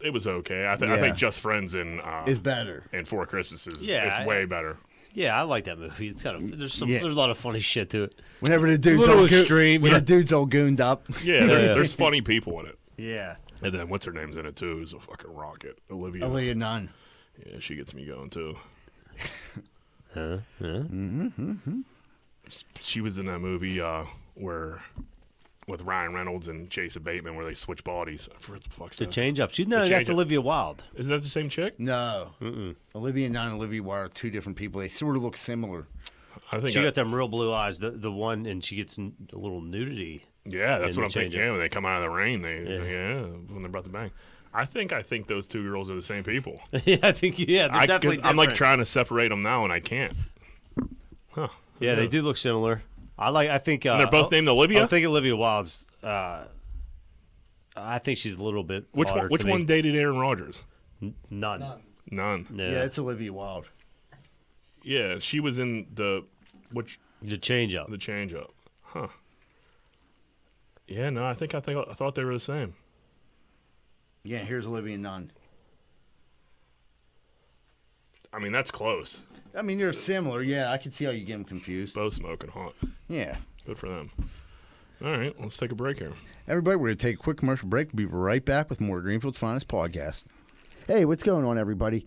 Speaker 2: it was okay. I, th- I
Speaker 1: Yeah.
Speaker 2: think Just Friends and uh,
Speaker 1: is better.
Speaker 2: and Four Christmases
Speaker 3: Yeah, I-
Speaker 2: is way better.
Speaker 3: Yeah, I like that movie. It's kind of there's some
Speaker 1: Yeah.
Speaker 3: there's a lot of funny shit to it.
Speaker 1: Whenever the dude's
Speaker 3: little
Speaker 1: all goo-
Speaker 3: extreme,
Speaker 1: when
Speaker 3: yeah.
Speaker 1: the dude's all gooned up.
Speaker 2: Yeah, there- there's funny people in it.
Speaker 1: yeah.
Speaker 2: And then what's her name's in it too? Is a fucking rocket, Olivia.
Speaker 1: Aaliyah Nunn.
Speaker 2: Yeah, she gets me going too.
Speaker 3: Huh? Mm-hmm,
Speaker 2: She was in that movie uh, where with Ryan Reynolds and Jason Bateman where they switch bodies. I forget what the fuck's
Speaker 3: The
Speaker 2: that.
Speaker 3: change up. She, no,
Speaker 2: The
Speaker 3: that's
Speaker 2: change-up.
Speaker 3: Olivia Wilde.
Speaker 2: Isn't that the same chick?
Speaker 1: No. Olivia Nunn and Olivia Wilde are two different people. They sort of look similar.
Speaker 2: I think
Speaker 3: She
Speaker 2: I-
Speaker 3: got them real blue eyes. The the one and she gets n- a little nudity.
Speaker 2: Yeah, that's
Speaker 3: in
Speaker 2: what
Speaker 3: the
Speaker 2: I'm thinking.
Speaker 3: change-up.
Speaker 2: Yeah, when they come out of the rain, they
Speaker 3: Yeah.
Speaker 2: yeah, when they're about to bang. I think I think those two girls are the same people.
Speaker 3: yeah, I think yeah,
Speaker 2: I,
Speaker 3: I, definitely.
Speaker 2: am like
Speaker 3: different.
Speaker 2: trying to separate them now, and I can't. Huh?
Speaker 3: Yeah, they do look similar. I like. I think uh,
Speaker 2: they're both
Speaker 3: oh,
Speaker 2: named Olivia?
Speaker 3: I think Olivia Wilde's. Uh, I think she's a little bit.
Speaker 2: Which
Speaker 3: hotter
Speaker 2: one,
Speaker 3: to
Speaker 2: which
Speaker 3: me.
Speaker 2: one dated Aaron Rodgers?
Speaker 3: None.
Speaker 2: None.
Speaker 3: No.
Speaker 1: Yeah, it's Olivia Wilde.
Speaker 2: Yeah, she was in the which
Speaker 3: the change up.
Speaker 2: the change up. Huh. Yeah, no, I think I think I thought they were the same.
Speaker 1: Yeah, here's Olivia Nunn.
Speaker 2: I mean, that's close.
Speaker 1: I mean, they're similar. Yeah, I can see how you get them confused.
Speaker 2: Both smoking hot.
Speaker 1: Yeah.
Speaker 2: Good for them. All right, let's take a break here.
Speaker 1: Everybody, we're going to take a quick commercial break. We'll be right back with more Greenfield's Finest Podcast. Hey, what's going on, everybody?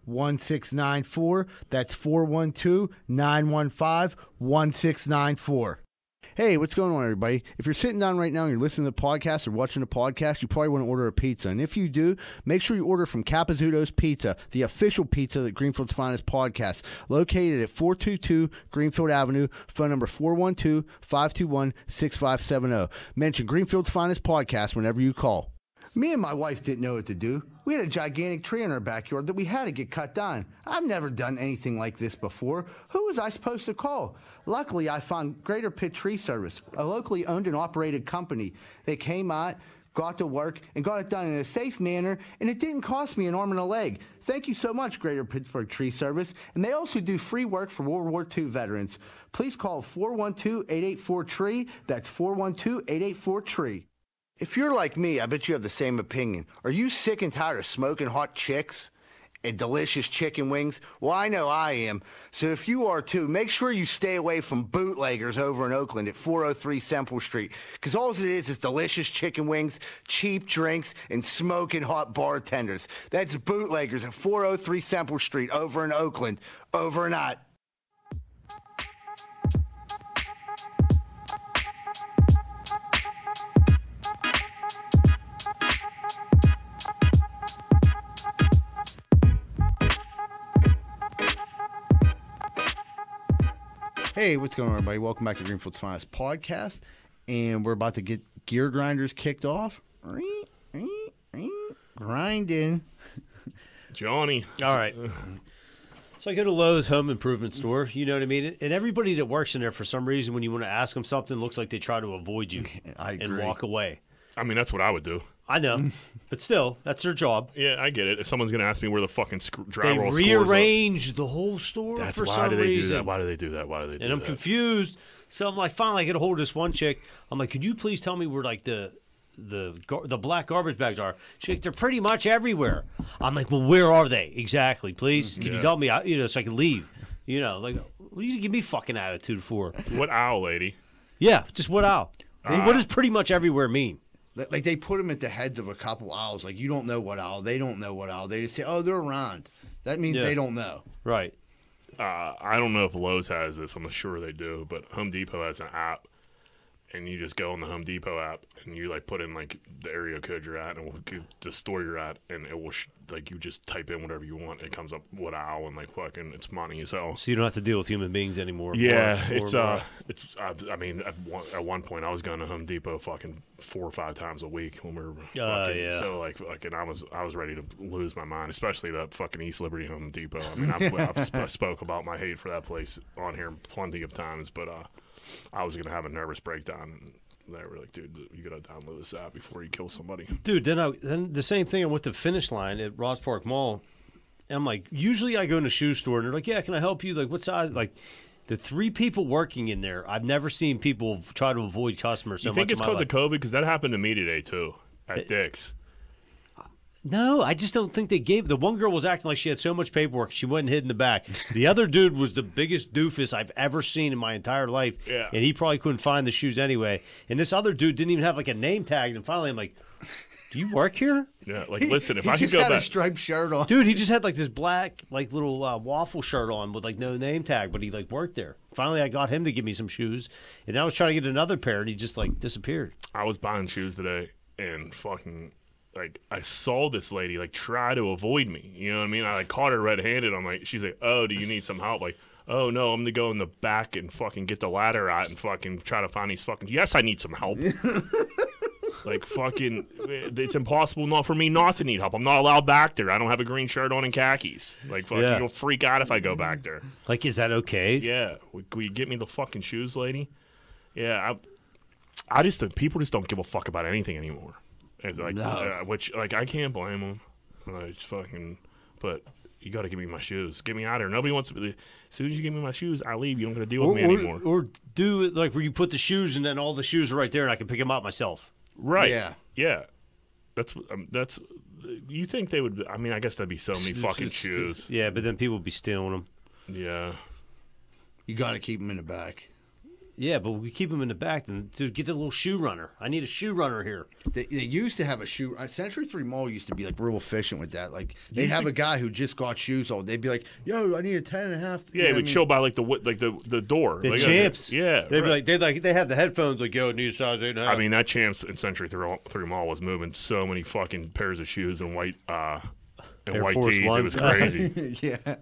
Speaker 1: 1694. That's 412 915 1694. Hey, what's going on, everybody? If you're sitting down right now and you're listening to the podcast or watching the podcast, you probably want to order a pizza. And if you do, make sure you order from Capizzuto's Pizza, the official pizza that Greenfield's Finest podcast, located at 422 Greenfield Avenue, phone number 412 521 6570. oh. Mention Greenfield's Finest podcast whenever you call. Me and my wife didn't know what to do. We had a gigantic tree in our backyard that we had to get cut down. I've never done anything like this before. Who was I supposed to call? Luckily, I found Greater Pitt Tree Service, a locally owned and operated company. They came out, got to work, and got it done in a safe manner, and it didn't cost me an arm and a leg. Thank you so much, Greater Pittsburgh Tree Service. And they also do free work for World War II veterans. Please call 412 884 TREE. E That's 412 884 TREE. If you're like me, I bet you have the same opinion. Are you sick and tired of smoking hot chicks and delicious chicken wings? Well, I know I am. So if you are too, make sure you stay away from bootleggers over in Oakland at 403 Semple Street. Because all it is is delicious chicken wings, cheap drinks, and smoking hot bartenders. That's bootleggers at 403 Semple Street over in Oakland. Over and out. Hey, what's going on, everybody? Welcome back to Greenfield's Finest Podcast, and we're about to get Gear Grinders kicked off. Grinding.
Speaker 2: Johnny.
Speaker 3: All right. So I go to Lowe's Home Improvement Store. You know what I mean? And everybody that works in there, for some reason, when you want to ask them something, looks like they try to avoid you
Speaker 1: I
Speaker 3: and
Speaker 1: agree.
Speaker 3: walk away.
Speaker 2: I mean, that's what I would do.
Speaker 3: I know, but still, that's their job.
Speaker 2: Yeah, I get it. If someone's gonna ask me where the fucking sc-
Speaker 3: They
Speaker 2: drywall scores up-
Speaker 3: rearrange the whole store
Speaker 2: That's
Speaker 3: for
Speaker 2: why
Speaker 3: some
Speaker 2: do they
Speaker 3: reason.
Speaker 2: do that? Why do they do that? Why do they do
Speaker 3: and I'm
Speaker 2: that?
Speaker 3: confused. So I'm like, finally, I get a hold of this one chick. I'm like, could you please tell me where like the the gar- the black garbage bags are? She's like, they're pretty much everywhere. I'm like, well, where are they exactly?
Speaker 2: Mm,
Speaker 3: Please, can you tell me? I, you know, so I can leave. You know, like, what do you give me fucking attitude for?
Speaker 2: What owl lady?
Speaker 3: Yeah, just what out?
Speaker 2: Ah.
Speaker 3: what does pretty much everywhere mean?
Speaker 1: Like like they put them at the heads of a couple owls. Like you don't know what owl. They don't know what owl. They just say, "Oh, they're around." That means
Speaker 3: Yeah.
Speaker 1: they don't know.
Speaker 3: Right.
Speaker 2: uh, I don't know if Lowe's has this. I'm sure they do, but Home Depot has an app, and you just go on the Home Depot app and you like put in like the area code you're at and it will give the store you're at, and it will sh- like you just type in whatever you want. It comes up what aisle and like fucking it's money as hell.
Speaker 3: So you don't have to deal with human beings anymore.
Speaker 2: Yeah,
Speaker 3: Or- or-
Speaker 2: it's uh, it's I, I mean at one, at one point I was going to Home Depot fucking four or five times a week when we were fucking
Speaker 3: Ah, yeah.
Speaker 2: so like fucking I was I was ready to lose my mind, especially that fucking East Liberty Home Depot. I mean I've, I've sp- spoke about my hate for that place on here plenty of times, but uh, I was gonna have a nervous breakdown. And they were like, dude, you gotta download this app before you kill somebody.
Speaker 3: dude. Then I then the same thing. I went to Finish Line at Ross Park Mall, and I'm like, usually I go in a shoe store, and they're like, yeah, can I help you? Like, what size? Like, the three people working in there, I've never seen people v- try to avoid customers so
Speaker 2: you think
Speaker 3: much.
Speaker 2: it's
Speaker 3: in my
Speaker 2: because
Speaker 3: life.
Speaker 2: of COVID? Because that happened to me today too at Dick's.
Speaker 3: No, I just don't think they gave. The one girl was acting like she had so much paperwork, she went and hid in the back. The other dude was the biggest doofus I've ever seen in my entire life,
Speaker 2: Yeah.
Speaker 3: and he probably couldn't find the shoes anyway. And this other dude didn't even have like a name tag. And finally, I'm like, "Do you work here?"
Speaker 2: Yeah, like listen, if
Speaker 1: he
Speaker 2: I could
Speaker 1: just
Speaker 2: go
Speaker 1: had
Speaker 2: back,
Speaker 1: a striped shirt on.
Speaker 3: Dude, he just had like this black, like little uh, waffle shirt on with like no name tag, but he like worked there. Finally, I got him to give me some shoes, and I was trying to get another pair, and he just like disappeared.
Speaker 2: I was buying shoes today and fucking like I saw this lady like try to avoid me. You know what I mean? I like caught her red handed. I'm like she's like, Oh, do you need some help? Like, oh no, I'm gonna go in the back and fucking get the ladder out and fucking try to find these fucking Yes, I need some help. like fucking it's impossible not for me not to need help. I'm not allowed back there. I don't have a green shirt on and khakis. Like fucking
Speaker 3: Yeah.
Speaker 2: you'll freak out if I go back there.
Speaker 3: Like, is that okay?
Speaker 2: Yeah, will, will you get me the fucking shoes, lady? Yeah, I, I just think people just don't give a fuck about anything anymore. It's like, uh, which like I can't blame them. Like it's fucking, but you got to give me my shoes. Get me out of here. Nobody wants to. Be, as soon as you give me my shoes, I leave. You don't got to deal
Speaker 3: Or,
Speaker 2: with me anymore.
Speaker 3: or, or do it like where you put the shoes and then all the shoes are right there and I can pick them up myself.
Speaker 2: right?
Speaker 4: Yeah.
Speaker 2: Yeah. That's what- um, that's. You think they would? I mean, I guess that'd be so many fucking shoes.
Speaker 3: Yeah, but then people would be stealing them.
Speaker 2: Yeah.
Speaker 1: You got to keep them in the back.
Speaker 3: Yeah, but we keep them in the back. Then dude, get the little shoe runner. I need a shoe runner here.
Speaker 1: They, they used to have a shoe. uh, Century Three Mall used to be like real efficient with that. Like they'd have a guy who just got shoes all. They'd be like, "Yo, I need a ten and a half." You
Speaker 2: Yeah,
Speaker 1: know
Speaker 2: we
Speaker 1: what I
Speaker 2: chill by like the wi- like the the door.
Speaker 3: The
Speaker 2: Like, uh,
Speaker 3: champs.
Speaker 2: Yeah,
Speaker 3: they'd
Speaker 2: right.
Speaker 3: be like they like they have the headphones like yo, new size eight and a half.
Speaker 2: I mean, that champs in Century Three Three Mall was moving so many fucking pairs of shoes and white uh and
Speaker 3: Air
Speaker 2: white
Speaker 3: Force
Speaker 2: tees. It
Speaker 3: Ones.
Speaker 2: was crazy.
Speaker 1: mean? yeah.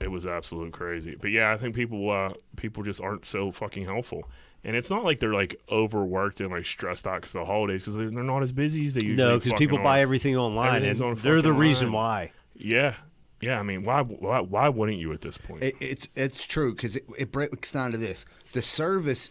Speaker 2: it was absolute crazy. But yeah, I think people uh people just aren't so fucking helpful. And it's not like they're like overworked and like stressed out because the holidays because they're, they're not as busy as they usually.
Speaker 3: no, because
Speaker 2: fucking
Speaker 3: people
Speaker 2: are.
Speaker 3: buy everything online
Speaker 2: Everything's
Speaker 3: and
Speaker 2: on
Speaker 3: they're the
Speaker 2: fucking
Speaker 3: reason
Speaker 2: line.
Speaker 3: why.
Speaker 2: Yeah, yeah. I mean, why why why wouldn't you at this point?
Speaker 1: It, it's it's true because it, it breaks down to this: the service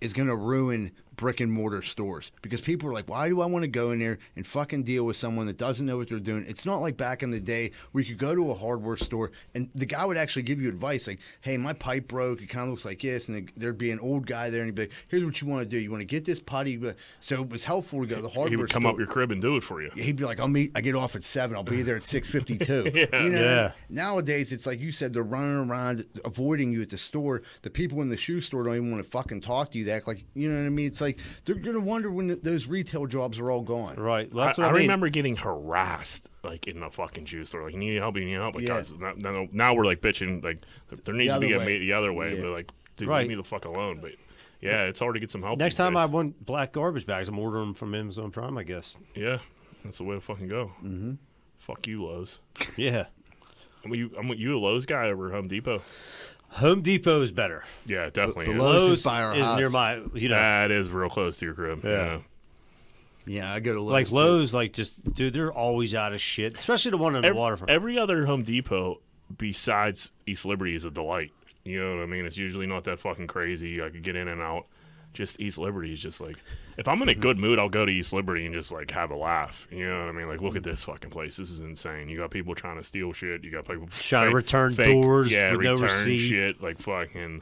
Speaker 1: is going to ruin brick and mortar stores because people are like, "Why do I want to go in there and fucking deal with someone that doesn't know what they're doing?" It's not like back in the day where you could go to a hardware store and the guy would actually give you advice, like, "Hey, my pipe broke. It kind of looks like this," and the- there'd be an old guy there and he'd be like, "Here's what you want to do. You want to get this putty." So it was helpful to go to the hardware.
Speaker 2: he would come
Speaker 1: store
Speaker 2: up your crib and do it for you.
Speaker 1: he'd be like, "I'll meet. I get off at seven. I'll be there at six fifty-two. you know,
Speaker 3: Yeah.
Speaker 1: Nowadays, it's like you said, they're running around avoiding you at the store. The people in the shoe store don't even want to fucking talk to you. They act like you know what I mean. It's like they're gonna wonder when th those retail jobs are all gone.
Speaker 3: Right.
Speaker 2: I,
Speaker 3: Well, that's what
Speaker 2: I
Speaker 3: I, mean.
Speaker 2: remember getting harassed like in the fucking shoe store. Like, you need help, you need help. Like,
Speaker 1: Yeah.
Speaker 2: guys, now, now, now we're like bitching. Like, there needs to
Speaker 1: other
Speaker 2: be a
Speaker 1: way.
Speaker 2: mate the other way.
Speaker 1: Yeah.
Speaker 2: But like, dude,
Speaker 3: Right.
Speaker 2: leave me the fuck alone. But yeah, it's hard to get some help.
Speaker 3: Next
Speaker 2: these
Speaker 3: time I
Speaker 2: days.
Speaker 3: want black garbage bags, I'm ordering them from Amazon Prime, I guess.
Speaker 2: yeah, that's the way to fucking go. Mm-hmm. Fuck you, Lowe's.
Speaker 3: Yeah.
Speaker 2: I'm with you, I'm with you, a Lowe's guy over Home Depot.
Speaker 3: Home Depot is better.
Speaker 2: Yeah, it definitely.
Speaker 1: but
Speaker 2: is.
Speaker 1: Lowe's- is by our
Speaker 3: is
Speaker 1: house.
Speaker 3: near my you know
Speaker 2: that is real close to your crib. Yeah.
Speaker 1: Yeah, I go to Lowe's
Speaker 3: like
Speaker 1: too.
Speaker 3: Lowe's, like just dude, they're always out of shit, especially the one on the
Speaker 2: Every,
Speaker 3: waterfront.
Speaker 2: every other Home Depot besides East Liberty is a delight. You know what I mean? It's usually not that fucking crazy. I could get in and out. Just East Liberty is just like, if I'm in a good mood, I'll go to East Liberty and just like have a laugh. You know what I mean? Like, look at this fucking place. This is insane. You got people trying to steal shit. You got people
Speaker 3: Trying to return doors
Speaker 2: yeah,
Speaker 3: with no
Speaker 2: return
Speaker 3: receipt.
Speaker 2: shit. Like fucking,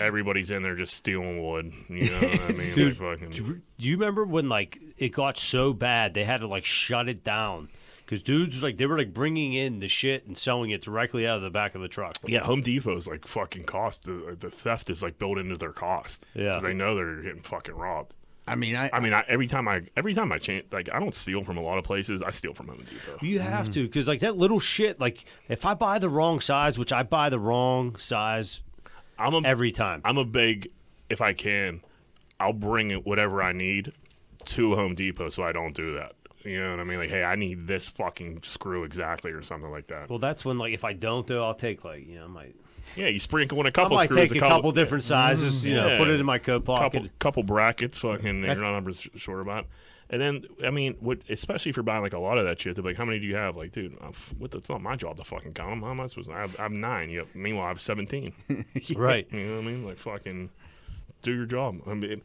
Speaker 2: everybody's in there just stealing wood. You know what I mean? like, fucking,
Speaker 3: Do you remember when like it got so bad they had to like shut it down because dudes like they were like bringing in the shit and selling it directly out of the back of the truck.
Speaker 2: Yeah, Home Depot's like uh, fucking cost. The, the theft is like built into their cost.
Speaker 3: Yeah.
Speaker 2: they know they're getting fucking robbed.
Speaker 1: I mean, I,
Speaker 2: I mean, I, every time I every time I change, like I don't steal from a lot of places. I steal from Home Depot.
Speaker 3: You have
Speaker 2: Mm.
Speaker 3: to, because like that little shit. Like if I buy the wrong size, which I buy the wrong size
Speaker 2: I'm a
Speaker 3: every time.
Speaker 2: I'm a big, if I can, I'll bring it whatever I need to Home Depot so I don't do that. You know what I mean? Like, hey, I need this fucking screw exactly or something like that.
Speaker 3: Well, that's when like if I don't though, I'll take like you know I might
Speaker 2: yeah, you sprinkle in a
Speaker 3: I
Speaker 2: couple
Speaker 3: might
Speaker 2: screws,
Speaker 3: take a couple, different sizes. You know,
Speaker 2: Yeah.
Speaker 3: put it in my coat pocket.
Speaker 2: couple, couple brackets, fucking that
Speaker 3: That's-
Speaker 2: you're not 100% sure about. And then, I mean, what, especially if you're buying like a lot of that shit, they're like, "How many do you have?" Like, dude, I'm, f- what, the- it's not my job to fucking count them. How am I supposed to? I have, I have nine. Yep. Meanwhile, I have seventeen.
Speaker 3: Right.
Speaker 2: You know what I mean? Like fucking do your job. I mean,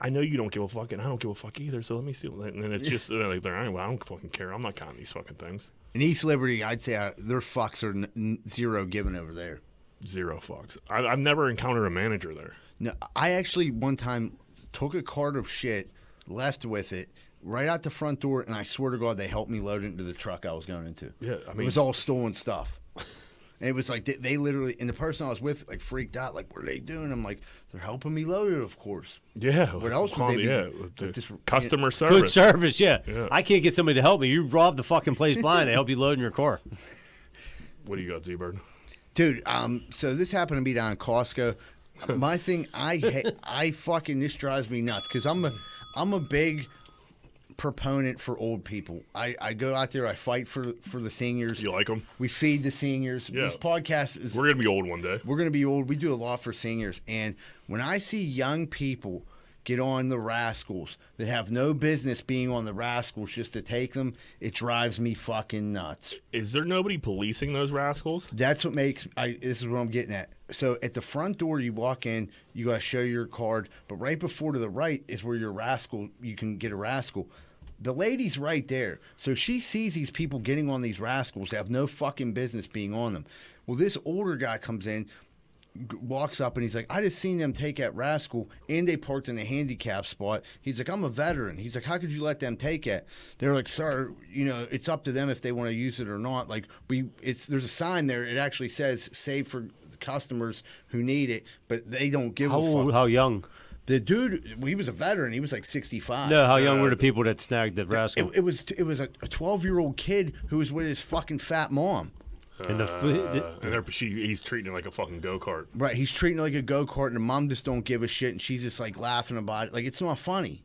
Speaker 2: I know you don't give a fuck, and I don't give a fuck either. So let me see. And then it's just uh, like, they're, "All right, well, I don't fucking care. I'm not counting these fucking things.
Speaker 1: in East Liberty, I'd say uh their fucks are n- n- zero given over there.
Speaker 2: Zero fucks. I, I've never encountered a manager there.
Speaker 1: No, I actually one time took a cart of shit, left with it right out the front door, and I swear to God, they helped me load it into the truck I was going into.
Speaker 2: Yeah, I
Speaker 1: it
Speaker 2: mean-
Speaker 1: was all stolen stuff. And it was like they, they literally, and the person I was with like freaked out, like, "What are they doing?" I'm like, "They're helping me load it, of course."
Speaker 2: Yeah.
Speaker 1: What else would
Speaker 2: Quality-
Speaker 1: they be-
Speaker 2: Yeah.
Speaker 1: like
Speaker 2: the
Speaker 1: this-
Speaker 2: customer
Speaker 3: Good
Speaker 2: service.
Speaker 3: service, yeah.
Speaker 2: Yeah.
Speaker 3: I can't get somebody to help me. You robbed the fucking place blind. They help you load in your car.
Speaker 2: What do you got, Z Bird?
Speaker 1: Dude, um, so this happened to me down in Costco. My thing, I ha- I fucking this drives me nuts because I'm a I'm a big proponent for old people. I, I go out there, I fight for for the seniors.
Speaker 2: You like them?
Speaker 1: We feed the seniors.
Speaker 2: Yeah.
Speaker 1: This podcast is
Speaker 2: We're gonna be old one day.
Speaker 1: we're gonna be old. We do a lot for seniors, and when I see young people get on the rascals that have no business being on the rascals just to take them, it drives me fucking nuts.
Speaker 2: Is there nobody policing those rascals?
Speaker 1: That's what makes I this is what I'm getting at. So at the front door you walk in, you gotta show your card, but right before to the right is where your rascal you can get a rascal. The lady's right there. So she sees these people getting on these rascals that have no fucking business being on them. Well, this older guy comes in, g- walks up and he's like, I just seen them take that rascal and they parked in a handicap spot. He's like, I'm a veteran. He's like, How could you let them take it? They're like, Sir, you know, it's up to them if they want to use it or not. Like, we, it's, there's a sign there. It actually says save for customers who need it, but they don't give
Speaker 3: How
Speaker 1: a
Speaker 3: old,
Speaker 1: fuck.
Speaker 3: how young?
Speaker 1: the dude, he was a veteran. He was like 65.
Speaker 3: No, how young were the people that snagged the
Speaker 1: It,
Speaker 3: rascal?
Speaker 1: it was it was a 12 year old kid who was with his fucking fat mom.
Speaker 3: and the,
Speaker 2: Uh, and they're, she, he's treating it like a fucking go kart.
Speaker 1: Right, he's treating it like a go kart, and the mom just don't give a shit, and she's just like laughing about it. Like it's not funny.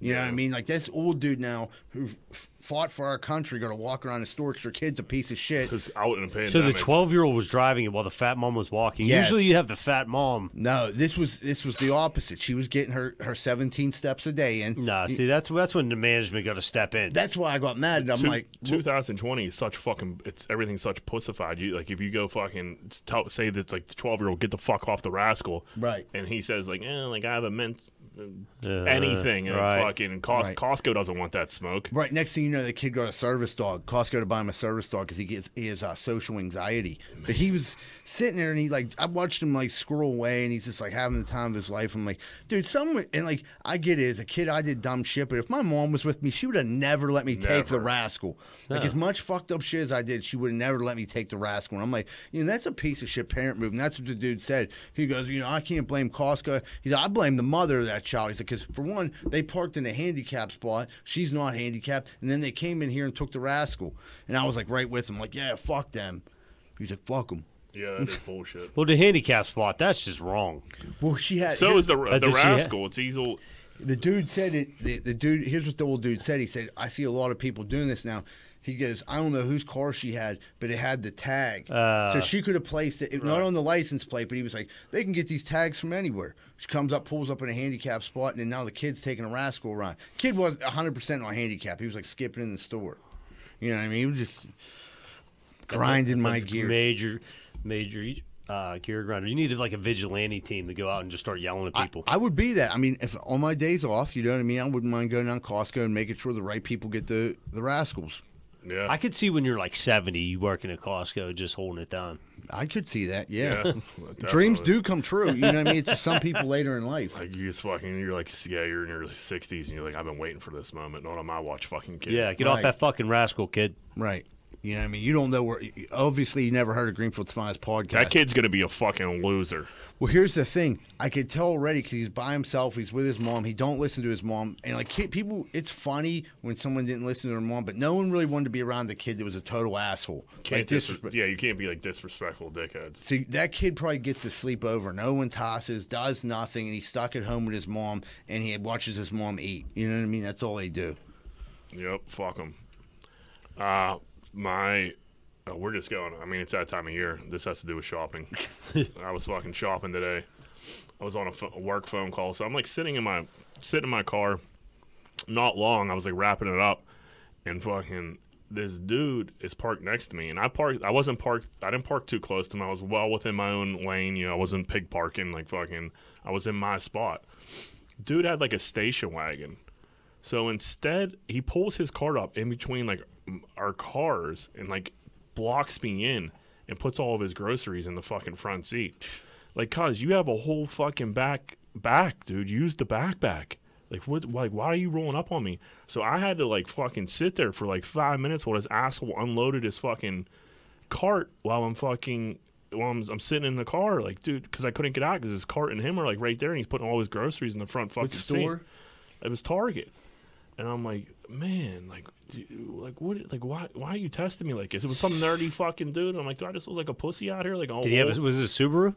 Speaker 1: You know what I mean? Like this old dude now who f- fought for our country, got to walk around and store your kid's a piece of shit.
Speaker 2: Because out in a pandemic.
Speaker 3: so the twelve-year-old was driving it while the fat mom was walking.
Speaker 1: Yes.
Speaker 3: Usually, you have the fat mom.
Speaker 1: No, this was this was the opposite. She was getting her her 17 steps a day in.
Speaker 3: Nah, see, that's that's when the management got to step in.
Speaker 1: That's why I got mad. And I'm
Speaker 2: Two-
Speaker 1: like,
Speaker 2: 2020 is such fucking. It's everything's such pussified. You like if you go fucking tell, say that like the 12 year old get the fuck off the rascal,
Speaker 1: Right.
Speaker 2: And he says like, eh, like I haven't meant uh,
Speaker 3: Uh,
Speaker 2: anything. And
Speaker 3: right.
Speaker 2: fucking Cos-
Speaker 1: Right.
Speaker 2: Costco doesn't want that smoke.
Speaker 1: Right. Next thing you know, the kid got a service dog. Costco to buy him a service dog because he gets he has uh, social anxiety. But he was sitting there and he like I watched him like squirrel away and he's just like having the time of his life. I'm like, dude, someone and like I get it as a kid, I did dumb shit. But if my mom was with me, she would have never let me take the
Speaker 2: Never.
Speaker 1: rascal. Like as much fucked up shit as I did, she would have never let me take the rascal. And I'm like, you know, that's a piece of shit parent move. And that's what the dude said. He goes, you know, I can't blame Costco. He's like, I blame the mother of that child. He's like, because for one, they parked in a handicap spot. She's not handicapped. And then they came in here and took the rascal. And I was like, right with him, like, yeah, fuck them. He's like, fuck them.
Speaker 2: Yeah, that is bullshit.
Speaker 3: well, the handicap spot. That's just wrong.
Speaker 1: Well, she had.
Speaker 2: So is the the
Speaker 3: did see that.
Speaker 2: rascal. It's easel.
Speaker 1: The dude said it. The, the dude, here's what the old dude said. He said, I see a lot of people doing this now. He goes, I don't know whose car she had, but it had the tag. so she could have placed it, it- not on the license plate, but he was like, they can get these tags from anywhere. She comes up, pulls up in a handicap spot, and then now the kid's taking a rascal run. Kid was 100% on handicap. He was like skipping in the store. You know what I mean? He was just grinding my gears.
Speaker 3: Major, major uh, gear grinder. You needed like a vigilante team to go out and just start yelling at people.
Speaker 1: I would be that. I mean, if on my days off, you know what I mean? I wouldn't mind going down Costco and making sure the right people get the, the rascals.
Speaker 2: Yeah.
Speaker 3: I could see when you're like 70, you working at Costco, just holding it down.
Speaker 1: I could see that. Yeah.
Speaker 2: yeah.
Speaker 1: Dreams
Speaker 2: definitely.
Speaker 1: do come true. You know what I mean? It's just some people later in life.
Speaker 2: Like you just fucking, you're like, yeah, you're in your 60s, and you're like, I've been waiting for this moment. Not on my watch, fucking kid.
Speaker 3: Yeah, get off
Speaker 1: Right.
Speaker 3: that fucking rascal, kid.
Speaker 1: Right. You know what I mean? You don't know where. Obviously, you never heard of Greenfield's Finest podcast.
Speaker 2: That kid's gonna be a fucking loser.
Speaker 1: Well, here's the thing. I could tell already because he's by himself. He's with his mom. He don't listen to his mom. And like kid, people, it's funny when someone didn't listen to their mom, but no one really wanted to be around the kid that was a total asshole.
Speaker 2: Can't
Speaker 1: like
Speaker 2: disres-
Speaker 1: disrespect.
Speaker 2: yeah, you can't be like disrespectful dickheads.
Speaker 1: See, that kid probably gets to sleep over. No one tosses, does nothing, and he's stuck at home with his mom, and he watches his mom eat. You know what I mean? That's all they do.
Speaker 2: Yep, fuck them. Uh, my, oh, we're just going. I mean, it's that time of year. This has to do with shopping. I was fucking shopping today. I was on a, pho- a work phone call, so I'm like sitting in my sitting in my car. Not long, I was like wrapping it up, and fucking this dude is parked next to me, and I parked. I wasn't parked. I didn't park too close to him. I was well within my own lane. You know, I wasn't pig parking. Like fucking, I was in my spot. Dude had like a station wagon. So instead, he pulls his card up in between like m- our cars and like blocks me in and puts all of his groceries in the fucking front seat. Like, cause you have a whole fucking back back, dude. Use the backpack. Like, what? Like, why are you rolling up on me? So I had to like fucking sit there for like five minutes while this asshole unloaded his fucking cart while I'm fucking while I'm, I'm sitting in the car. Like, dude, because I couldn't get out because his cart and him are like right there, and he's putting all his groceries in the front fucking
Speaker 1: store?
Speaker 2: Seat. It was Target and I'm like, man, like, do- like what, like why, why are you testing me like this? It was some nerdy fucking dude. And I'm like, do I just look like a pussy out here? Like, oh,
Speaker 3: Did he have? A, was it a Subaru?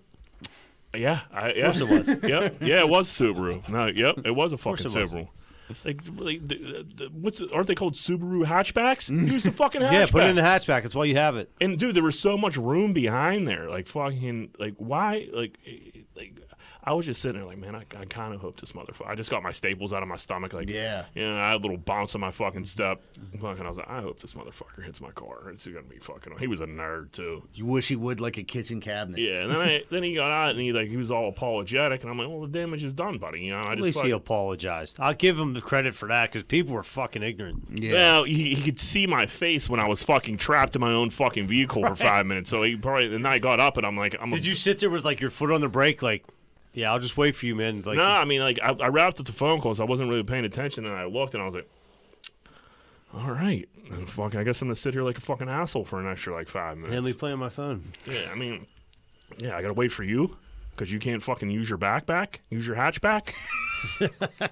Speaker 2: yeah, I, yeah, it was. yep, yeah, it was Subaru. No, yep, it was a fucking
Speaker 3: it was.
Speaker 2: Subaru. Like, like the, the, the, what's aren't they called Subaru hatchbacks? Use the fucking hatchback.
Speaker 3: Yeah, put it in the hatchback. That's why you have it.
Speaker 2: And dude, there was so much room behind there. Like fucking, like why? Like, eh, like I was just sitting there, like man, I, I kind of hope this motherfucker. I just got my staples out of my stomach, like
Speaker 1: Yeah.
Speaker 2: You know, I had a little bounce on my fucking step. Fucking, I was like, I hope this motherfucker hits my car. It's gonna be fucking. He was a nerd too.
Speaker 1: You wish he would like a kitchen cabinet.
Speaker 2: Yeah. And then I, then he got out and he like he was all apologetic, and I'm like, well, the damage is done, buddy. You know, I
Speaker 3: At
Speaker 2: just
Speaker 3: least he
Speaker 2: fucking-
Speaker 3: apologized. I'll give him the credit for that because people were fucking ignorant.
Speaker 1: Yeah.
Speaker 2: Well, he, he could see my face when I was fucking trapped in my own fucking vehicle for five minutes. So he probably and I got up and I'm like, I'm a
Speaker 3: Did you sit there with like your foot on the brake? Like, yeah, I'll just wait for you, man. Like,
Speaker 2: No, I mean, like I, I wrapped up the phone calls. I wasn't really paying attention, and I looked, and I was like, "All right, and fucking, I guess I'm gonna sit here like a fucking asshole for an extra like five
Speaker 3: let me
Speaker 2: minutes."
Speaker 3: play on my phone.
Speaker 2: yeah, I mean, yeah, I gotta wait for you because you can't fucking use your backpack, use your hatchback. like,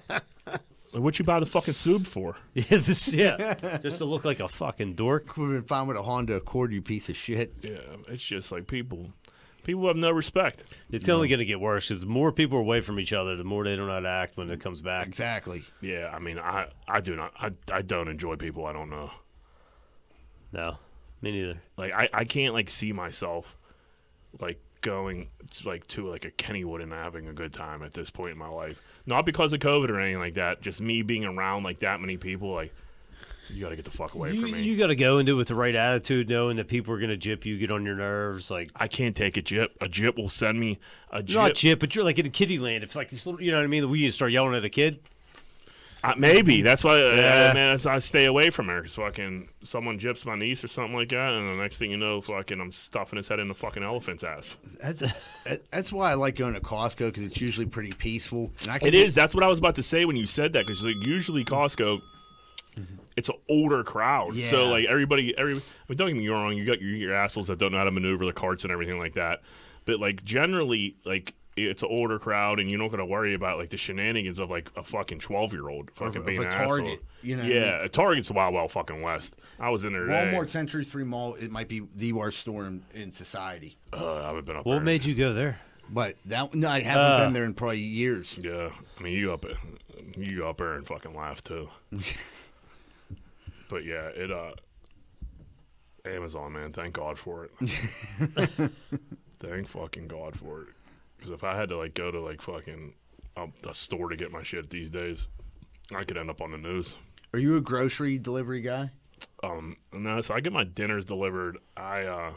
Speaker 2: what you buy the fucking sub for?
Speaker 3: Yeah, this, yeah, just to look like a fucking dork.
Speaker 1: Would have been fine with a Honda Accord, you piece of shit.
Speaker 2: Yeah, it's just like people, people have no respect.
Speaker 3: It's only going to get worse because the more people are away from each other, the more they don't know how to act when it comes back.
Speaker 1: Exactly.
Speaker 2: Yeah, I mean, I, I do not, I, I don't enjoy people I don't know.
Speaker 3: No, me neither.
Speaker 2: Like I, I can't like see myself like going to, like to like a Kennywood and having a good time at this point in my life. Not because of COVID or anything like that. Just me being around like that many people. Like you gotta get the fuck away
Speaker 3: You,
Speaker 2: from me.
Speaker 3: you got to go into it with the right attitude, knowing that people are going to jip you, get on your nerves. Like,
Speaker 2: I can't take a jip. A jip will send me a jip.
Speaker 3: not jip, but you're like in a kiddie land. It's like this little, you know what I mean? We used to start yelling at a kid.
Speaker 2: I, maybe that's why. uh,
Speaker 3: Yeah.
Speaker 2: man, that's, why I stay away from her. 'cause fucking someone jips my niece or something like that, and the next thing you know, fucking I'm stuffing his head in the fucking elephant's ass.
Speaker 1: That's, that- that's why I like going to Costco because it's usually pretty peaceful. And I can
Speaker 2: It is. That's what I was about to say when you said that because like usually Costco, it's an older crowd. So
Speaker 1: Yeah.
Speaker 2: like everybody, every I mean, don't get me wrong, you got your, your assholes that don't know how to maneuver the carts and everything like that. But like generally, like it's an older crowd, and you're not gonna worry about like the shenanigans of like a fucking twelve year old fucking
Speaker 1: of
Speaker 2: being
Speaker 1: a
Speaker 2: an asshole.
Speaker 1: Target, you know what I
Speaker 2: yeah, a Target's wild, wild fucking west. I was in there. Today.
Speaker 1: Walmart Century 3 Mall, it might be the worst store in, in society.
Speaker 2: Uh, I haven't been up
Speaker 3: What
Speaker 2: there.
Speaker 3: made you go there?
Speaker 1: But that no, I haven't
Speaker 2: Uh.
Speaker 1: been there in probably years.
Speaker 2: Yeah, I mean you up, you up there and fucking laugh too. but yeah, it uh, Amazon man, thank God for it. thank fucking God for it, because if I had to like go to like fucking um, a store to get my shit these days, I could end up on the news.
Speaker 1: Are you a grocery delivery guy?
Speaker 2: Um, no, so I get my dinners delivered. I uh,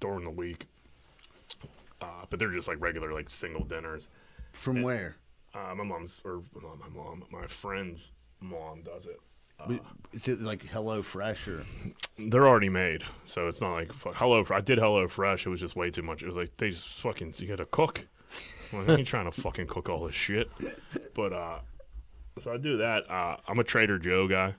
Speaker 2: during the week. Uh, but they're just like regular, like single dinners.
Speaker 1: From where?
Speaker 2: Uh, my mom's or not my mom, my friend's mom does it.
Speaker 1: Is it like Hello Fresh or
Speaker 2: They're already made, so it's not like fuck, Hello. Fr- I did Hello Fresh. It was just way too much. It was like they just fucking you got to cook. I'm like, I ain't trying to fucking cook all this shit. But uh, so I do that. Uh, I'm a Trader Joe guy,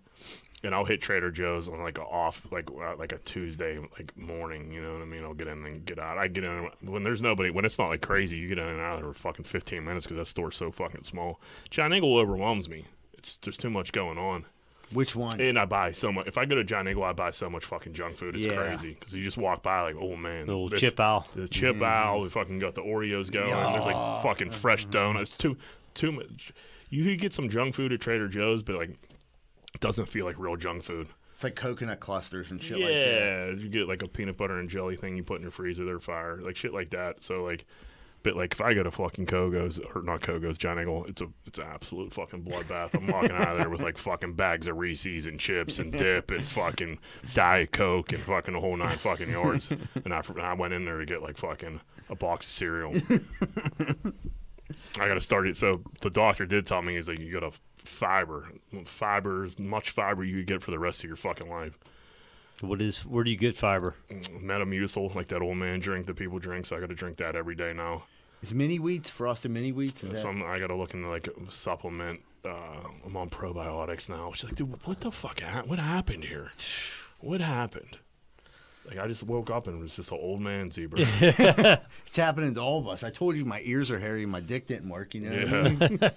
Speaker 2: and I'll hit Trader Joe's on like a off like uh, like a Tuesday like morning. You know what I mean? I'll get in and get out. I get in when there's nobody. When it's not like crazy, you get in and out of there for fucking 15 minutes because that store's so fucking small. John Eagle overwhelms me. It's there's too much going on,
Speaker 1: Which one?
Speaker 2: and I buy so much. If I go to John Eagle, I buy so much fucking junk food. It's
Speaker 1: Yeah.
Speaker 2: crazy because you just walk by like, oh man,
Speaker 3: The old
Speaker 2: this-
Speaker 3: chip out.
Speaker 2: the chip out. We fucking got the Oreos going. There's like fucking fresh donuts. Too too much. You could get some junk food at Trader Joe's, but like it doesn't feel like real junk food.
Speaker 1: It's like coconut clusters and shit like that.
Speaker 2: yeah, you get like a peanut butter and jelly thing you put in your freezer. They're fire, like shit like that. So like. But like, if I go to fucking Kogo's or not Kogo's, John Eagle, it's a it's an absolute fucking bloodbath. I'm walking out of there with like fucking bags of Reese's and chips and dip and fucking Diet Coke and fucking the whole nine fucking yards. And I, I went in there to get like fucking a box of cereal. I gotta start it. So the doctor did tell me he's like, you gotta fiber, fiber, as much fiber you could get for the rest of your fucking life.
Speaker 3: What is? Where do you get fiber?
Speaker 2: Metamucil, like that old man drink that people drink. So I got to drink that every day now.
Speaker 1: Is mini wheats frosted mini wheats? Is that-
Speaker 2: Some I got to look into like supplement. Uh, I'm on probiotics now. She's like, dude, what the fuck? Ha- what happened here? What happened? Like I just woke up and it was just an old man zebra.
Speaker 1: It's happening to all of us. I told you my ears are hairy. and My dick didn't work. You know. What I mean?
Speaker 2: yeah.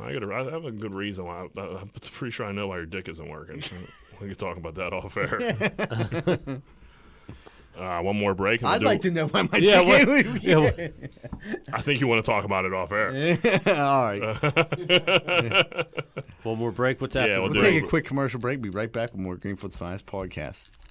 Speaker 2: I got. I have a good reason why. I, I'm pretty sure I know why your dick isn't working. we can talk about that off air. uh, one more break. and we'll
Speaker 1: I'd
Speaker 2: do-
Speaker 1: like to know why my
Speaker 3: Yeah,
Speaker 1: dick.
Speaker 3: what- yeah, what-
Speaker 2: I think you want to talk about it off air.
Speaker 1: all right.
Speaker 3: One more break. What's after?
Speaker 2: we'll
Speaker 3: the
Speaker 2: do
Speaker 1: We'll
Speaker 2: it.
Speaker 3: break?
Speaker 1: take a quick commercial break. Be right back with more Greenfield Finance podcast.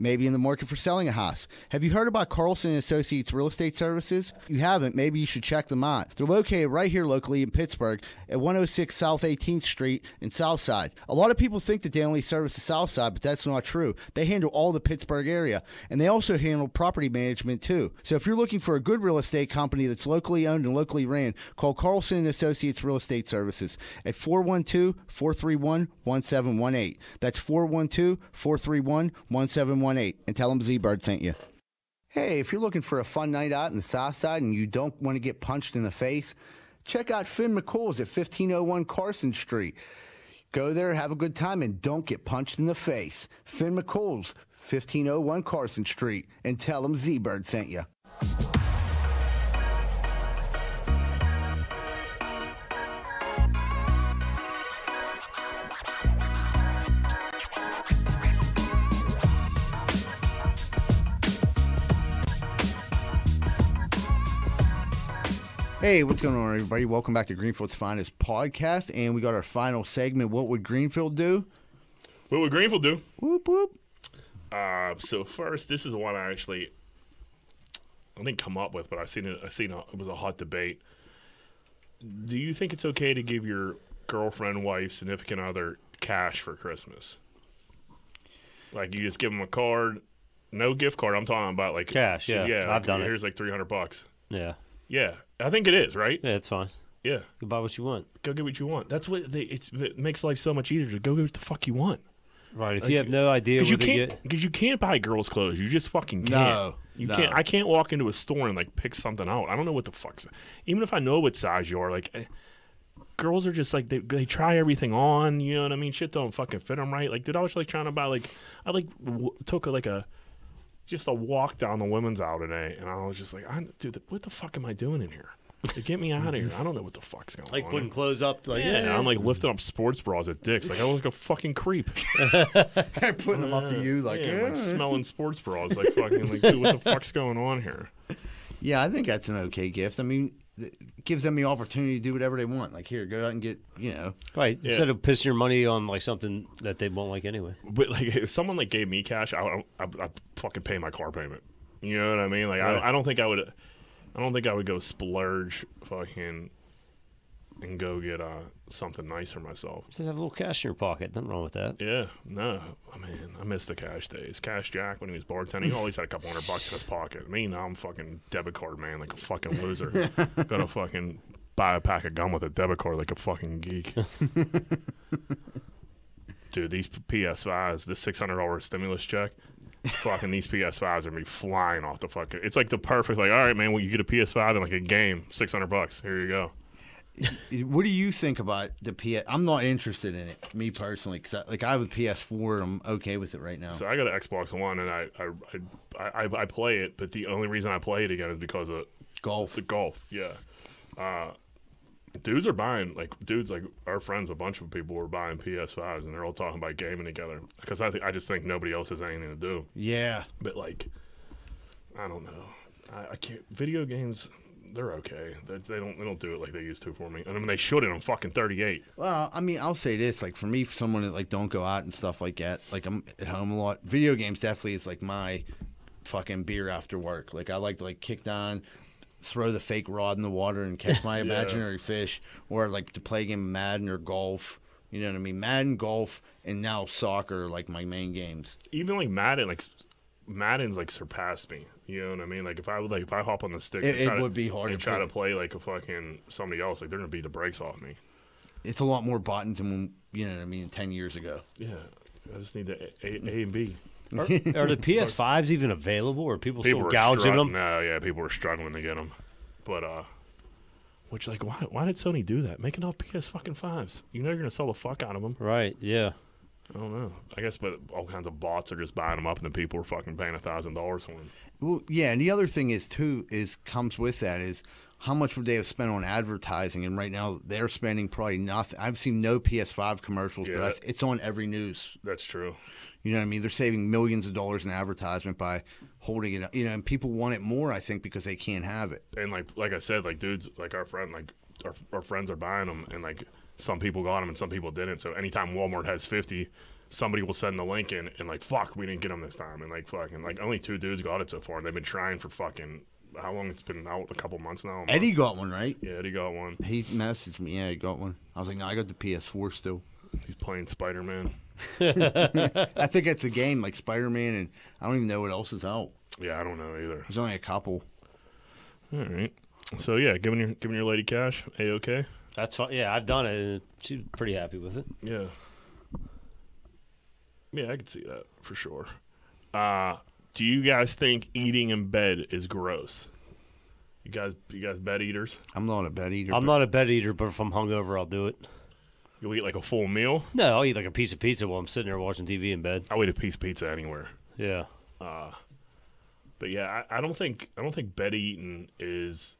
Speaker 1: Maybe in the market for selling a house. Have you heard about Carlson and Associates Real Estate Services? If you haven't, maybe you should check them out. They're located right here locally in Pittsburgh at 106 South 18th Street in Southside. A lot of people think that they only service the Southside, but that's not true. They handle all the Pittsburgh area and they also handle property management too. So if you're looking for a good real estate company that's locally owned and locally ran, call Carlson and Associates Real Estate Services at 412-431-1718. That's 412-431-1718 and tell them Z-Bird sent you. Hey, if you're looking for a fun night out in the South Side and you don't want to get punched in the face, check out Finn McCool's at 1501 Carson Street. Go there, have a good time, and don't get punched in the face. Finn McCool's, 1501 Carson Street, and tell them Z-Bird sent you. Hey, what's going on, everybody? Welcome back to Greenfield's Finest Podcast, and we got our final segment, What Would Greenfield Do?
Speaker 2: What would Greenfield do?
Speaker 1: Whoop, whoop.
Speaker 2: Uh, so first, this is one I actually I didn't come up with, but I seen it. I seen a, it was a hot debate. Do you think it's okay to give your girlfriend, wife, significant other cash for Christmas? Like you just give them a card, no gift card. I'm talking about like
Speaker 3: Cash, yeah.
Speaker 2: yeah.
Speaker 3: I've
Speaker 2: like,
Speaker 3: done it.
Speaker 2: Here's like 300 bucks.
Speaker 3: Yeah,
Speaker 2: Yeah, I think it is right.
Speaker 3: yeah, it's fine.
Speaker 2: Yeah,
Speaker 3: You buy what you want.
Speaker 2: go get what you want. That's what they, it's, it makes life so much easier. To go get what the fuck you want.
Speaker 3: Right. If you have no idea what
Speaker 2: Because you
Speaker 3: to
Speaker 2: can't,
Speaker 3: get,
Speaker 2: because you can't buy girls' clothes. You just fucking can't.
Speaker 1: No,
Speaker 2: you
Speaker 1: no.
Speaker 2: can't. I can't walk into a store and like pick something out. I don't know what the fuck's. Even if I know what size you are, like, eh, girls are just like they they try everything on. You know what I mean? Shit don't fucking fit them right. Like, dude, I was like trying to buy like I like w- took a, like a just a walk down the women's aisle today, and I was just like, I, dude, what the fuck am I doing in here? Like, get me out of here! I don't know what the fuck's going on.
Speaker 3: like putting clothes up, like
Speaker 2: yeah, and I'm like lifting up sports bras at dicks. Like I look like a fucking creep.
Speaker 1: Putting them up to you, like,
Speaker 2: Yeah,
Speaker 1: yeah.
Speaker 2: like smelling sports bras, like fucking, like, dude, what the fuck's going on here?
Speaker 1: Yeah, I think that's an okay gift. I mean, it gives them the opportunity to do whatever they want. Like, here, go out and get, you know.
Speaker 3: right.
Speaker 2: Yeah.
Speaker 3: Instead of pissing your money on like something that they won't like anyway.
Speaker 2: But like, if someone like gave me cash, I, I, I I'd fucking pay my car payment. You know what I mean? Like, I, I don't think I would, I don't think I would go splurge fucking and go get uh, something nice for myself.
Speaker 3: Just have a little cash in your pocket. Nothing wrong with that.
Speaker 2: Yeah, no, I mean, I miss the cash days. Cash Jack, when he was bartending, he always had a couple hundred bucks in his pocket. Me, now I'm fucking debit card man, like a fucking loser. Gotta fucking buy a pack of gum with a debit card, like a fucking geek. Dude, these PS5s, the six hundred dollar stimulus check, fucking these PS5s are gonna be flying off the fucking. It's like the perfect, like, all right, man, well, you get a PS5 and like a game, six hundred bucks. Here you go.
Speaker 1: What do you think about the PS? I'm not interested in it, me personally, because I, like I have a PS4. I'm okay with it right now.
Speaker 2: So I got an Xbox One and I I, I, I I play it, but the only reason I play it again is because of
Speaker 1: Golf.
Speaker 2: the golf. Yeah, uh, dudes are buying like dudes like our friends. A bunch of people were buying PS5s and they're all talking about gaming together because I think I just think nobody else has anything to do.
Speaker 1: Yeah.
Speaker 2: But like, I don't know. I, I can't. Video games. They're okay. They, they don't. They don't do it like they used to for me. And I mean, they shouldn't. I'm fucking 38.
Speaker 1: Well, I mean, I'll say this: like for me, for someone that like don't go out and stuff like that, like I'm at home a lot. Video games definitely is like my fucking beer after work. Like I like to like kick down, throw the fake rod in the water and catch my imaginary fish, or like to play a game of Madden or golf. You know what I mean? Madden, golf, and now soccer are like my main games.
Speaker 2: Even like Madden, like. Madden's like surpassed me. You know what I mean? Like if I would like if I hop on the stick,
Speaker 1: It-
Speaker 2: and try
Speaker 1: it
Speaker 2: to-
Speaker 1: would be hard
Speaker 2: and
Speaker 1: to
Speaker 2: try
Speaker 1: play.
Speaker 2: to play like a fucking somebody else. Like they're gonna beat the brakes off me.
Speaker 1: It's a lot more buttons than when, you know what I mean ten years ago.
Speaker 2: Yeah, I just need the A, a, a and B.
Speaker 3: Are, are the PS5s even available? Or are people,
Speaker 2: People
Speaker 3: still
Speaker 2: were
Speaker 3: gouging
Speaker 2: strugg-
Speaker 3: them?
Speaker 2: No, yeah, people were struggling to get them, but uh, which like why why did Sony do that? Making all PS fucking fives. You know you're gonna sell the fuck out of them.
Speaker 3: Right? Yeah.
Speaker 2: I don't know. I guess, but all kinds of bots are just buying them up, and then people are fucking paying a thousand dollars for them.
Speaker 1: Well, yeah, and the other thing is too is comes with that is how much would they have spent on advertising? And right now they're spending probably nothing. I've seen no PS5 commercials,
Speaker 2: Yeah.
Speaker 1: but that's, it's on every news.
Speaker 2: That's true.
Speaker 1: You know what I mean? They're saving millions of dollars in advertisement by holding it. up. You know, and people want it more, I think, because they can't have it.
Speaker 2: and like like I said, like dudes, like our friend, like our, our friends are buying them, and like some people got them and some people didn't. So anytime Walmart has fifty, somebody will send the link in and like fuck, we didn't get them this time, and like fucking like only two dudes got it so far. They've been trying for fucking how long? It's been out a couple months now. a month?
Speaker 1: Eddie got one, right?
Speaker 2: yeah, Eddie got one.
Speaker 1: He messaged me. Yeah, he got one. I was like, no, I got the PS4 still.
Speaker 2: He's playing Spider Man.
Speaker 1: I think that's a game like Spider Man, and I don't even know what else is out.
Speaker 2: Yeah, I don't know either.
Speaker 1: There's only a couple.
Speaker 2: All right. So yeah, giving your giving your lady cash, a okay.
Speaker 3: That's fine. Yeah, I've done it, and she's pretty happy with it.
Speaker 2: Yeah. Yeah, I could see that for sure. Uh, do you guys think eating in bed is gross? You guys, you guys, bed eaters.
Speaker 1: I'm not a bed eater.
Speaker 3: I'm
Speaker 1: but
Speaker 3: not a bed eater, but if I'm hungover, I'll do it.
Speaker 2: You'll eat like a full meal.
Speaker 3: No, I'll eat like a piece of pizza while I'm sitting there watching TV in bed.
Speaker 2: I'll eat a piece of pizza anywhere.
Speaker 3: Yeah.
Speaker 2: But yeah, I, I don't think I don't think bed eating is.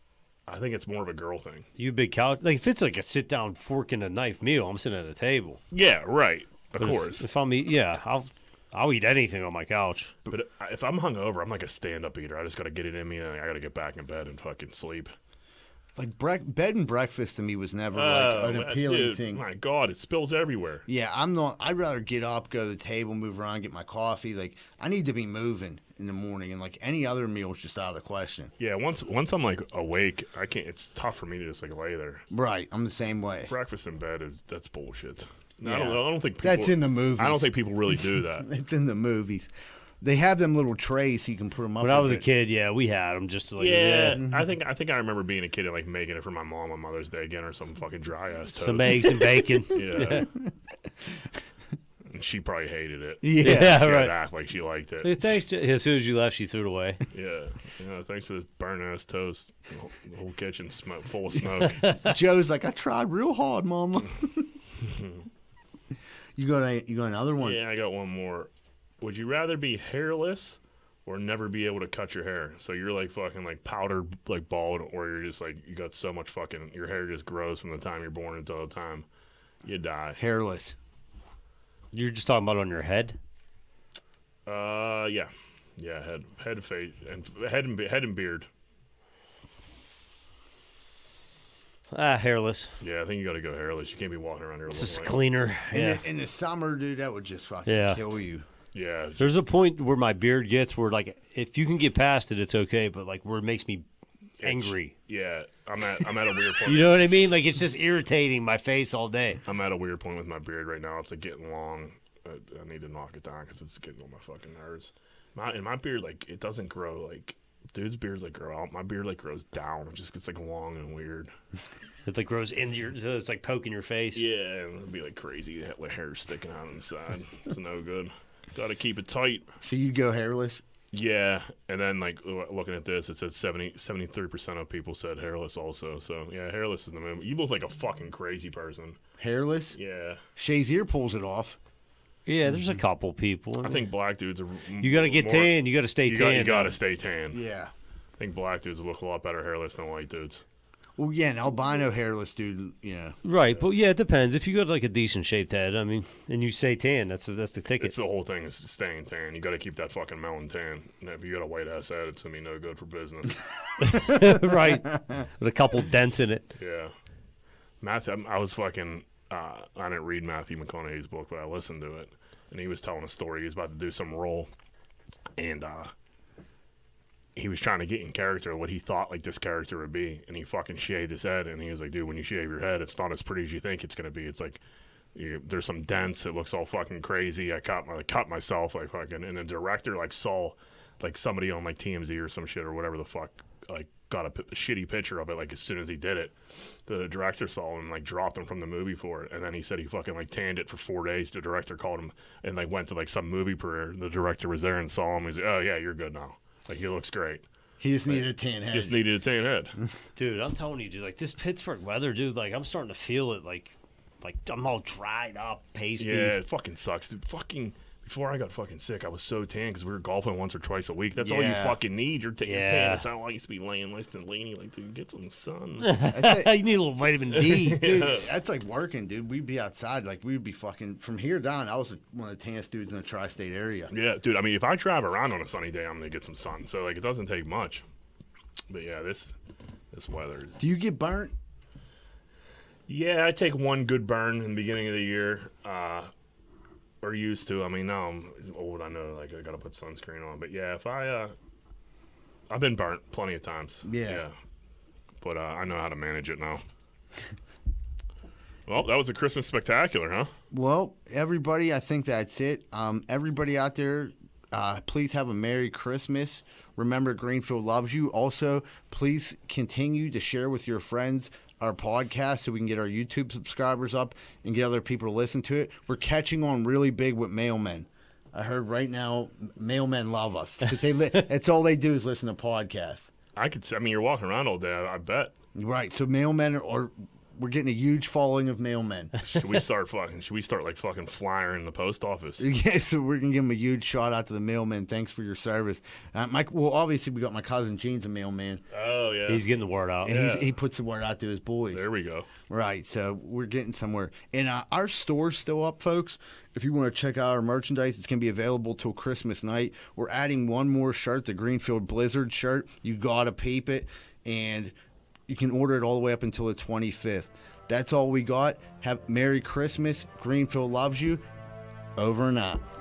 Speaker 2: I think it's more of a girl thing.
Speaker 3: You big couch. Like if it's like a sit down fork and a knife meal, I'm sitting at a table.
Speaker 2: Yeah, right. Of
Speaker 3: But if-
Speaker 2: course.
Speaker 3: If, I'm eat, yeah, I'll I'll eat anything on my couch.
Speaker 2: but I- if I'm hungover, I'm like a stand-up eater. I just gotta get it in me, and I gotta get back in bed and fucking sleep.
Speaker 1: like brec- bed and breakfast to me was never like
Speaker 2: Oh,
Speaker 1: an appealing
Speaker 2: dude,
Speaker 1: thing.
Speaker 2: My God, it spills everywhere.
Speaker 1: Yeah, I'm not. I'd rather get up, go to the table, move around, get my coffee. Like I need to be moving in the morning, and like any other meal is just out of the question.
Speaker 2: Yeah, once once I'm like awake, I can't. It's tough for me to just like lay there.
Speaker 1: Right, I'm the same way.
Speaker 2: Breakfast in bed is that's bullshit. No, I don't.
Speaker 1: Yeah.
Speaker 2: I don't think people,
Speaker 1: That's in the movies.
Speaker 2: I don't think people really do that.
Speaker 1: it's in the movies. They have them little trays so you can put them up.
Speaker 3: When I
Speaker 1: a
Speaker 3: was a
Speaker 1: bit.
Speaker 3: kid, yeah, we had them just like
Speaker 2: yeah, I think I think I remember being a kid and like making it for my mom on Mother's Day again or some fucking dry ass toast.
Speaker 3: some eggs and bacon.
Speaker 2: Yeah. and she probably hated it.
Speaker 1: yeah.
Speaker 3: Yeah.
Speaker 2: She had to
Speaker 3: right.
Speaker 2: Act like she liked it.
Speaker 3: Hey, Thanks. to- as soon as you left, she threw it away.
Speaker 2: Yeah. Yeah. Thanks for this burnt ass toast. The whole, the whole kitchen smoke full of smoke.
Speaker 1: Joe's like, I tried real hard, Mama. you got a, you got another one?
Speaker 2: Yeah, I got one more. Would you rather be hairless or never be able to cut your hair? So you're like fucking like powdered like bald, or you're just like you got so much fucking your hair just grows from the time you're born until the time you die.
Speaker 1: Hairless.
Speaker 3: You're just talking about on your head.
Speaker 2: Uh, yeah, yeah, head, head, face, and head and be- head and beard.
Speaker 3: Ah, hairless.
Speaker 2: Yeah, I think you got to go hairless. You can't be walking around here.
Speaker 3: It's just
Speaker 2: looking like-
Speaker 3: cleaner.
Speaker 1: In,
Speaker 3: Yeah.
Speaker 1: the, in the summer, dude, that would just fucking
Speaker 3: Yeah.
Speaker 1: kill you.
Speaker 2: Yeah,
Speaker 3: There's a point where my beard gets where like if you can get past it, it's okay. But like where it makes me angry.
Speaker 2: Yeah, I'm at I'm at a weird point.
Speaker 3: You know what I mean? Like it's just irritating my face all day.
Speaker 2: I'm at a weird point with my beard right now. It's like getting long. I, I need to knock it down because it's getting on my fucking nerves. My and my beard like it doesn't grow like dude's beards like grow out. My beard like grows down. It just gets like long and weird.
Speaker 3: It like grows into your, so it's like poking your face.
Speaker 2: Yeah, and it'd be like crazy ha- with hair sticking out inside. It's no good. Got to keep it tight.
Speaker 1: So you'd go hairless?
Speaker 2: Yeah, and then like lo- looking at this, it said 73 percent of people said hairless also. So yeah, hairless is the movement. You look like a fucking crazy person.
Speaker 1: Hairless?
Speaker 2: Yeah,
Speaker 1: Shazier pulls it off.
Speaker 3: Yeah, there's a couple people.
Speaker 2: I think black dudes are. m-
Speaker 3: Mm-hmm. you gotta get
Speaker 2: more-
Speaker 3: tan. You gotta stay
Speaker 2: You, got,
Speaker 3: tan.
Speaker 2: you gotta stay tan.
Speaker 1: Yeah.
Speaker 2: I think black dudes look a lot better hairless than white dudes.
Speaker 1: Well, yeah, an albino hairless dude. Yeah.
Speaker 3: Right, but yeah, it depends. If you got like a decent shaped head, I mean, and you stay tan, that's that's the ticket.
Speaker 2: It's the whole thing is staying tan. You got to keep that fucking melon tan. And if you got a white ass head, it's gonna be no good for business.
Speaker 3: right, with a couple dents in it.
Speaker 2: Yeah. Matthew, I'm- I was fucking, uh, I didn't read Matthew McConaughey's book, but I listened to it. And he was telling a story. He was about to do some role. And uh, he was trying to get in character what he thought like this character would be. And he fucking shaved his head. And he was like, dude, when you shave your head, it's not as pretty as you think it's going to be. It's like, you, there's some dents. It looks all fucking crazy. I cut my, I cut myself like fucking. And the director like saw like somebody on like TMZ or some shit or whatever the fuck like got a, p- shitty picture of it. Like as soon as he did it, the director saw him like dropped him from the movie for it. And then he said he fucking like tanned it for four days. The director called him and like went to like some movie premiere. The director was there and saw him. He's like, oh yeah, you're good now. Like you looks great.
Speaker 1: He just needed a tan head.
Speaker 2: Just needed a tan head.
Speaker 3: Dude, I'm telling you, dude, like this Pittsburgh weather, dude, like I'm starting to feel it. Like, like I'm all dried up, pasty.
Speaker 2: Yeah, it fucking sucks, dude. Fucking before I got fucking sick, I was so tan because we were golfing once or twice a week. That's all you
Speaker 1: Yeah.
Speaker 2: fucking need. You're, t- you're
Speaker 3: Yeah.
Speaker 2: tan. That's how I used to be laying less than leaning. Like, dude, get some sun.
Speaker 1: That's it.
Speaker 3: you need a little vitamin D.
Speaker 1: Dude, that's like working, dude. We'd be outside, like we'd be fucking from here down. I was one of the tannest dudes in the tri-state area.
Speaker 2: yeah, dude. I mean, if I drive around on a sunny day, I'm gonna get some sun. So like, it doesn't take much. But yeah, this this weather. Is...
Speaker 1: Do you get burnt?
Speaker 2: Yeah, I take one good burn in the beginning of the year. Uh, or used to. I mean, now I'm old. I know, like, I gotta put sunscreen on. But yeah, if I uh, I've been burnt plenty of times.
Speaker 1: Yeah.
Speaker 2: But uh, I know how to manage it now. well, that was a Christmas spectacular, huh?
Speaker 1: Well, everybody, I think that's it. Um, everybody out there, uh, please have a Merry Christmas. Remember, Greenfield loves you. Also, please continue to share with your friends our podcast so we can get our YouTube subscribers up and get other people to listen to it. We're catching on really big with mailmen. I heard right now, m- mailmen love us 'cause they li- that's all they do is listen to podcasts.
Speaker 2: I could. s- I mean, you're walking around all day. I, I bet.
Speaker 1: Right. So mailmen are, are we're getting a huge following of mailmen.
Speaker 2: Should we start fucking? Should we start like fucking flying in the post office?
Speaker 1: Yeah, so we're gonna give him a huge shout out to the mailman. Thanks for your service, uh, Mike. Well, obviously we got my cousin Gene's a mailman,
Speaker 2: Oh yeah.
Speaker 3: He's getting the word out.
Speaker 1: and
Speaker 2: Yeah.
Speaker 1: he's, he puts the word out to his boys.
Speaker 2: there we go.
Speaker 1: Right, so we're getting somewhere, and uh, our store's still up, folks. If you want to check out our merchandise, it's gonna be available till Christmas night. We're adding one more shirt, the Greenfield Blizzard shirt. You gotta peep it, and you can order it all the way up until the 25th. That's all we got. Have Merry Christmas. Greenfield loves you. Over and out.